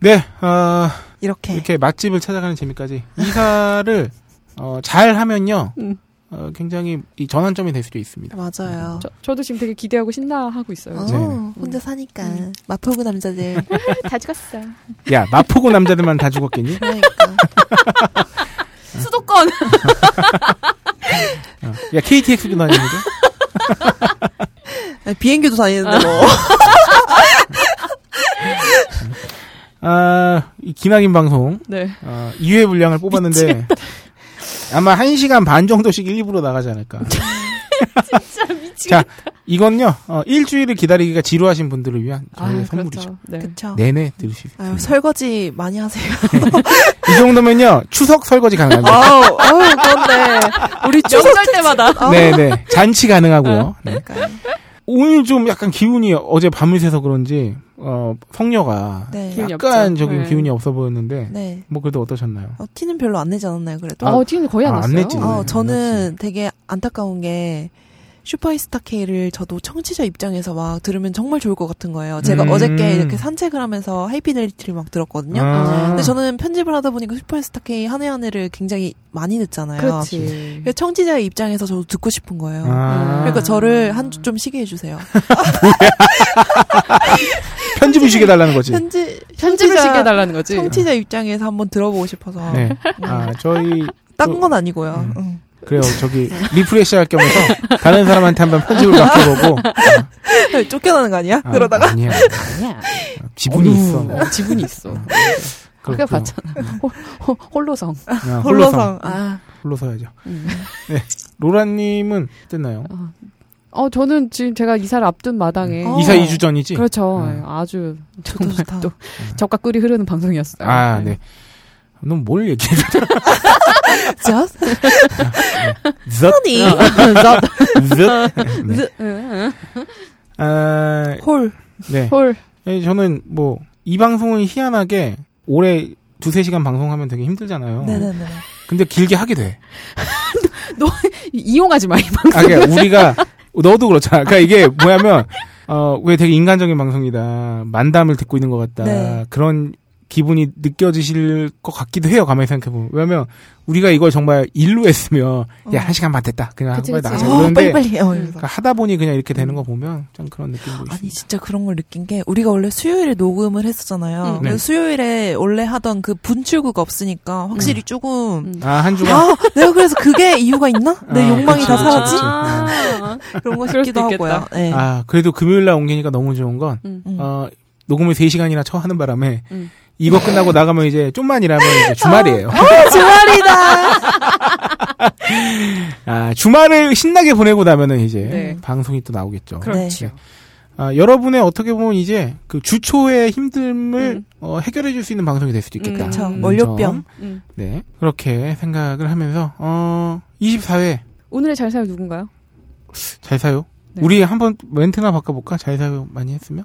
S5: 네, 아,
S6: 네.
S4: 이렇게
S5: 이렇게 맛집을 찾아가는 재미까지 이사를 어, 잘 하면요
S6: 음.
S5: 어, 굉장히 이 전환점이 될 수도 있습니다.
S4: 맞아요.
S6: 저, 저도 지금 되게 기대하고 신나하고 있어요.
S4: 어,
S5: 네.
S4: 혼자 사니까 마포구 남자들
S6: 아, 다 죽었어.
S5: 야 마포구 남자들만 다 죽었겠니? *laughs*
S4: 그러니까
S6: 수도권.
S5: 어. 야 KTX도 다니는데
S4: 아니, 비행기도 다니는데 뭐
S5: 아이 기나긴 방송
S6: 네.
S5: 어, 2회 분량을 뽑았는데 아마 1시간 반 정도씩 1, 2부로 나가지 않을까.
S6: 진짜 미치겠다.
S5: 자, 이건요. 어, 일주일을 기다리기가 지루하신 분들을 위한 저희의 선물이죠.
S6: 네.
S4: 그쵸.
S5: 내내 들으실 수
S4: 아유,
S5: 있습니다.
S4: 설거지 많이 하세요.
S5: 이 정도면요. 추석 설거지 가능합니다.
S4: 아우 아우
S6: 네.
S4: 그런데
S5: *laughs*
S4: 우리 추석
S6: 명절 때마다.
S4: 아,
S5: 네, 네. 잔치 가능하고요. 네.
S4: 그러니까요.
S5: 오늘 좀 약간 기운이 어제 밤을 새서 그런지 어, 성녀가
S4: 네.
S6: 기운이
S5: 약간
S6: 없죠.
S5: 저기
S6: 네.
S5: 기운이 없어 보였는데
S4: 네.
S5: 뭐 그래도 어떠셨나요?
S4: 어, 티는 별로 안 내지 않았나요, 그래도?
S6: 어, 뒤는 거의 안
S5: 아, 안
S6: 왔어요.
S5: 냈지.
S4: 어,
S5: 네,
S4: 저는 되게 안타까운 게 슈퍼히스타 K를 저도 청취자 입장에서 막 들으면 정말 좋을 것 같은 거예요. 제가
S5: 음.
S4: 어저께 이렇게 산책을 하면서 하이피델리티를 막 들었거든요.
S5: 아.
S4: 근데 저는 편집을 하다 보니까 슈퍼히스타 K 한 해 한 해를 굉장히 많이
S5: 네,
S4: 듣잖아요.
S6: 그렇지.
S4: 그래서 청취자의 입장에서 저도 듣고 싶은 거예요.
S5: 아,
S4: 그러니까 저를 한 주 좀 쉬게 해주세요.
S5: 편집을 쉬게 달라는 거지.
S4: 편지,
S6: 편집을
S4: 청취자-
S6: 시켜 달라는 거지.
S4: 청취자 입장에서 한번 들어보고 싶어서.
S5: 네. 음. 아, 저희
S4: 딴 건 아니고요. 응.
S5: 그래요. 저기 리프레시 할 겸해서 다른 사람한테 한번 편집을 맡겨보고
S4: *laughs* 쫓겨나는 거 아니야?
S5: 아,
S4: 그러다가.
S5: 아니야.
S6: 아니야.
S5: 지분이 있어. 뭐. 네.
S6: 어, 지분이 있어.
S5: 음.
S6: 아까
S5: 그렇구나.
S6: 봤잖아. 홀, 홀, 홀로성. *laughs*
S5: 아,
S4: *laughs* 홀로성. 아,
S5: 홀로 서야죠.
S6: 음.
S5: 네. 로라님은 어땠나요?
S6: 어, 저는 지금 제가 이사를 앞둔 마당에.
S4: 어.
S5: 음. 이사 2주 전이지?
S6: 네. 그렇죠.
S5: 음.
S6: 아주
S4: 저도
S6: 정말
S4: 좋다.
S6: 또 적과 꿀이 흐르는 방송이었어요.
S5: 아, 네. 넌 뭘 얘기해? *laughs*
S4: just
S5: 젖?
S4: funny.
S6: 어,
S5: 젖? 네.
S6: 응,
S5: 아,
S4: 홀.
S5: 네.
S6: 응. 홀.
S5: 예, 저는 뭐, 이 방송은 희한하게 올해 두세 시간 방송하면 되게 힘들잖아요.
S4: *laughs* 네네네.
S5: 근데 길게 하게 돼.
S6: 이- 이용하지 마, 이
S5: 아,
S6: 방송.
S5: 그러니까 우리가, 너도 그렇잖아. 그러니까 이게 뭐냐면, 어, 왜 되게 인간적인 방송이다. 만담을 듣고 있는 것 같다.
S4: 네.
S5: 그런 기분이 느껴지실 것 같기도 해요. 가만히 생각해보면. 왜냐면, 우리가 이걸 정말 일로 했으면, 야,
S4: 어.
S5: 한 시간 반 됐다. 그냥 한
S6: 그치,
S5: 거에
S6: 그치.
S5: 나가자.
S6: 아,
S4: 어,
S5: 그런데,
S4: 빨리빨리. 음. 어, 이러면서.
S5: 그러니까 하다 보니 그냥 이렇게 되는 거 보면, 좀 그런 느낌도 있어요.
S4: 아니 진짜 그런 걸 느낀 게 우리가 원래 수요일에 녹음을 했었잖아요.
S6: 음.
S4: 근데
S5: 네.
S4: 수요일에 원래 하던 그 분출구가 없으니까 확실히 조금
S6: 음.
S5: 아, 한 주간?
S4: 아 내가 그래서 그게 이유가 있나? 내
S5: 아,
S4: 욕망이 다
S5: 그치,
S4: 사라지?
S3: 그렇죠.
S5: 그치.
S6: 아.
S4: 그런 거
S6: 그럴
S4: 싶기도
S6: 수도 있겠다.
S4: 하고요. 네.
S5: 아, 그래도 금요일 날 옮기니까 너무 좋은 건,
S6: 음.
S4: 음.
S5: 어, 녹음을 3시간이나 쳐 하는 바람에,
S6: 음.
S5: 이거 끝나고 나가면 이제 좀만 일하면 이제
S4: *laughs*
S5: 주말이에요.
S4: 어, 주말이다. 네.
S5: 아, 주말을 신나게 보내고 나면은 이제
S6: 네.
S5: 방송이 또 나오겠죠.
S4: 그렇죠.
S5: 네. 아, 여러분의 어떻게 보면 이제 그 주초의 힘듦을
S6: 음.
S5: 어, 해결해 줄 수 있는 방송이 될 수도 있겠다.
S6: 음,
S4: 그렇죠.
S6: 음,
S4: 월요병.
S6: 음.
S5: 네. 그렇게 생각을 하면서 어, 24회
S6: 오늘의 잘 사요 누군가요?
S5: 잘 사요.
S6: 네.
S5: 우리 한번 멘트나 바꿔 볼까? 잘 사요 많이 했으면.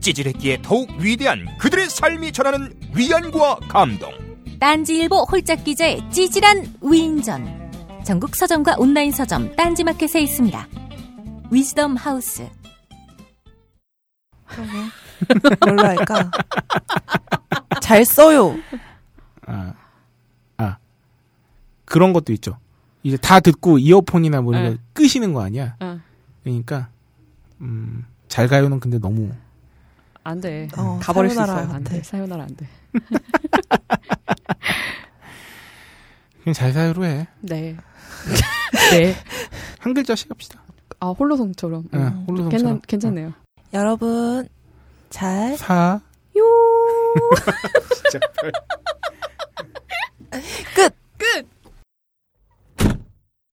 S8: 찌질했기에 더욱 위대한 그들의 삶이 전하는 위안과 감동.
S3: 딴지일보 홀짝 기자의 찌질한 위인전. 전국 서점과 온라인 서점 딴지마켓에 있습니다. 위즈덤 하우스.
S4: 뭘로 할까? 잘 써요.
S5: 아. 아. 그런 것도 있죠. 이제 다 듣고 이어폰이나 뭐 이런
S6: 네.
S5: 걸 끄시는 거 아니야?
S6: 아.
S5: 그러니까 음, 잘 가요는 근데 너무
S6: 안 돼.
S4: 어,
S6: 음. 가버릴 수 있어.
S4: 사요나라
S6: 안
S4: 같아.
S6: 돼. 사요나라 네. 안 돼.
S5: 그냥 잘 사요로 해.
S6: *laughs* 네. 네.
S5: 한 글자씩 합시다.
S6: 아, 홀로성처럼.
S5: 예,
S6: 음.
S5: 홀로성처럼.
S6: 괜찮, 괜찮네요.
S4: 여러분 잘
S5: 사. 요. 진짜.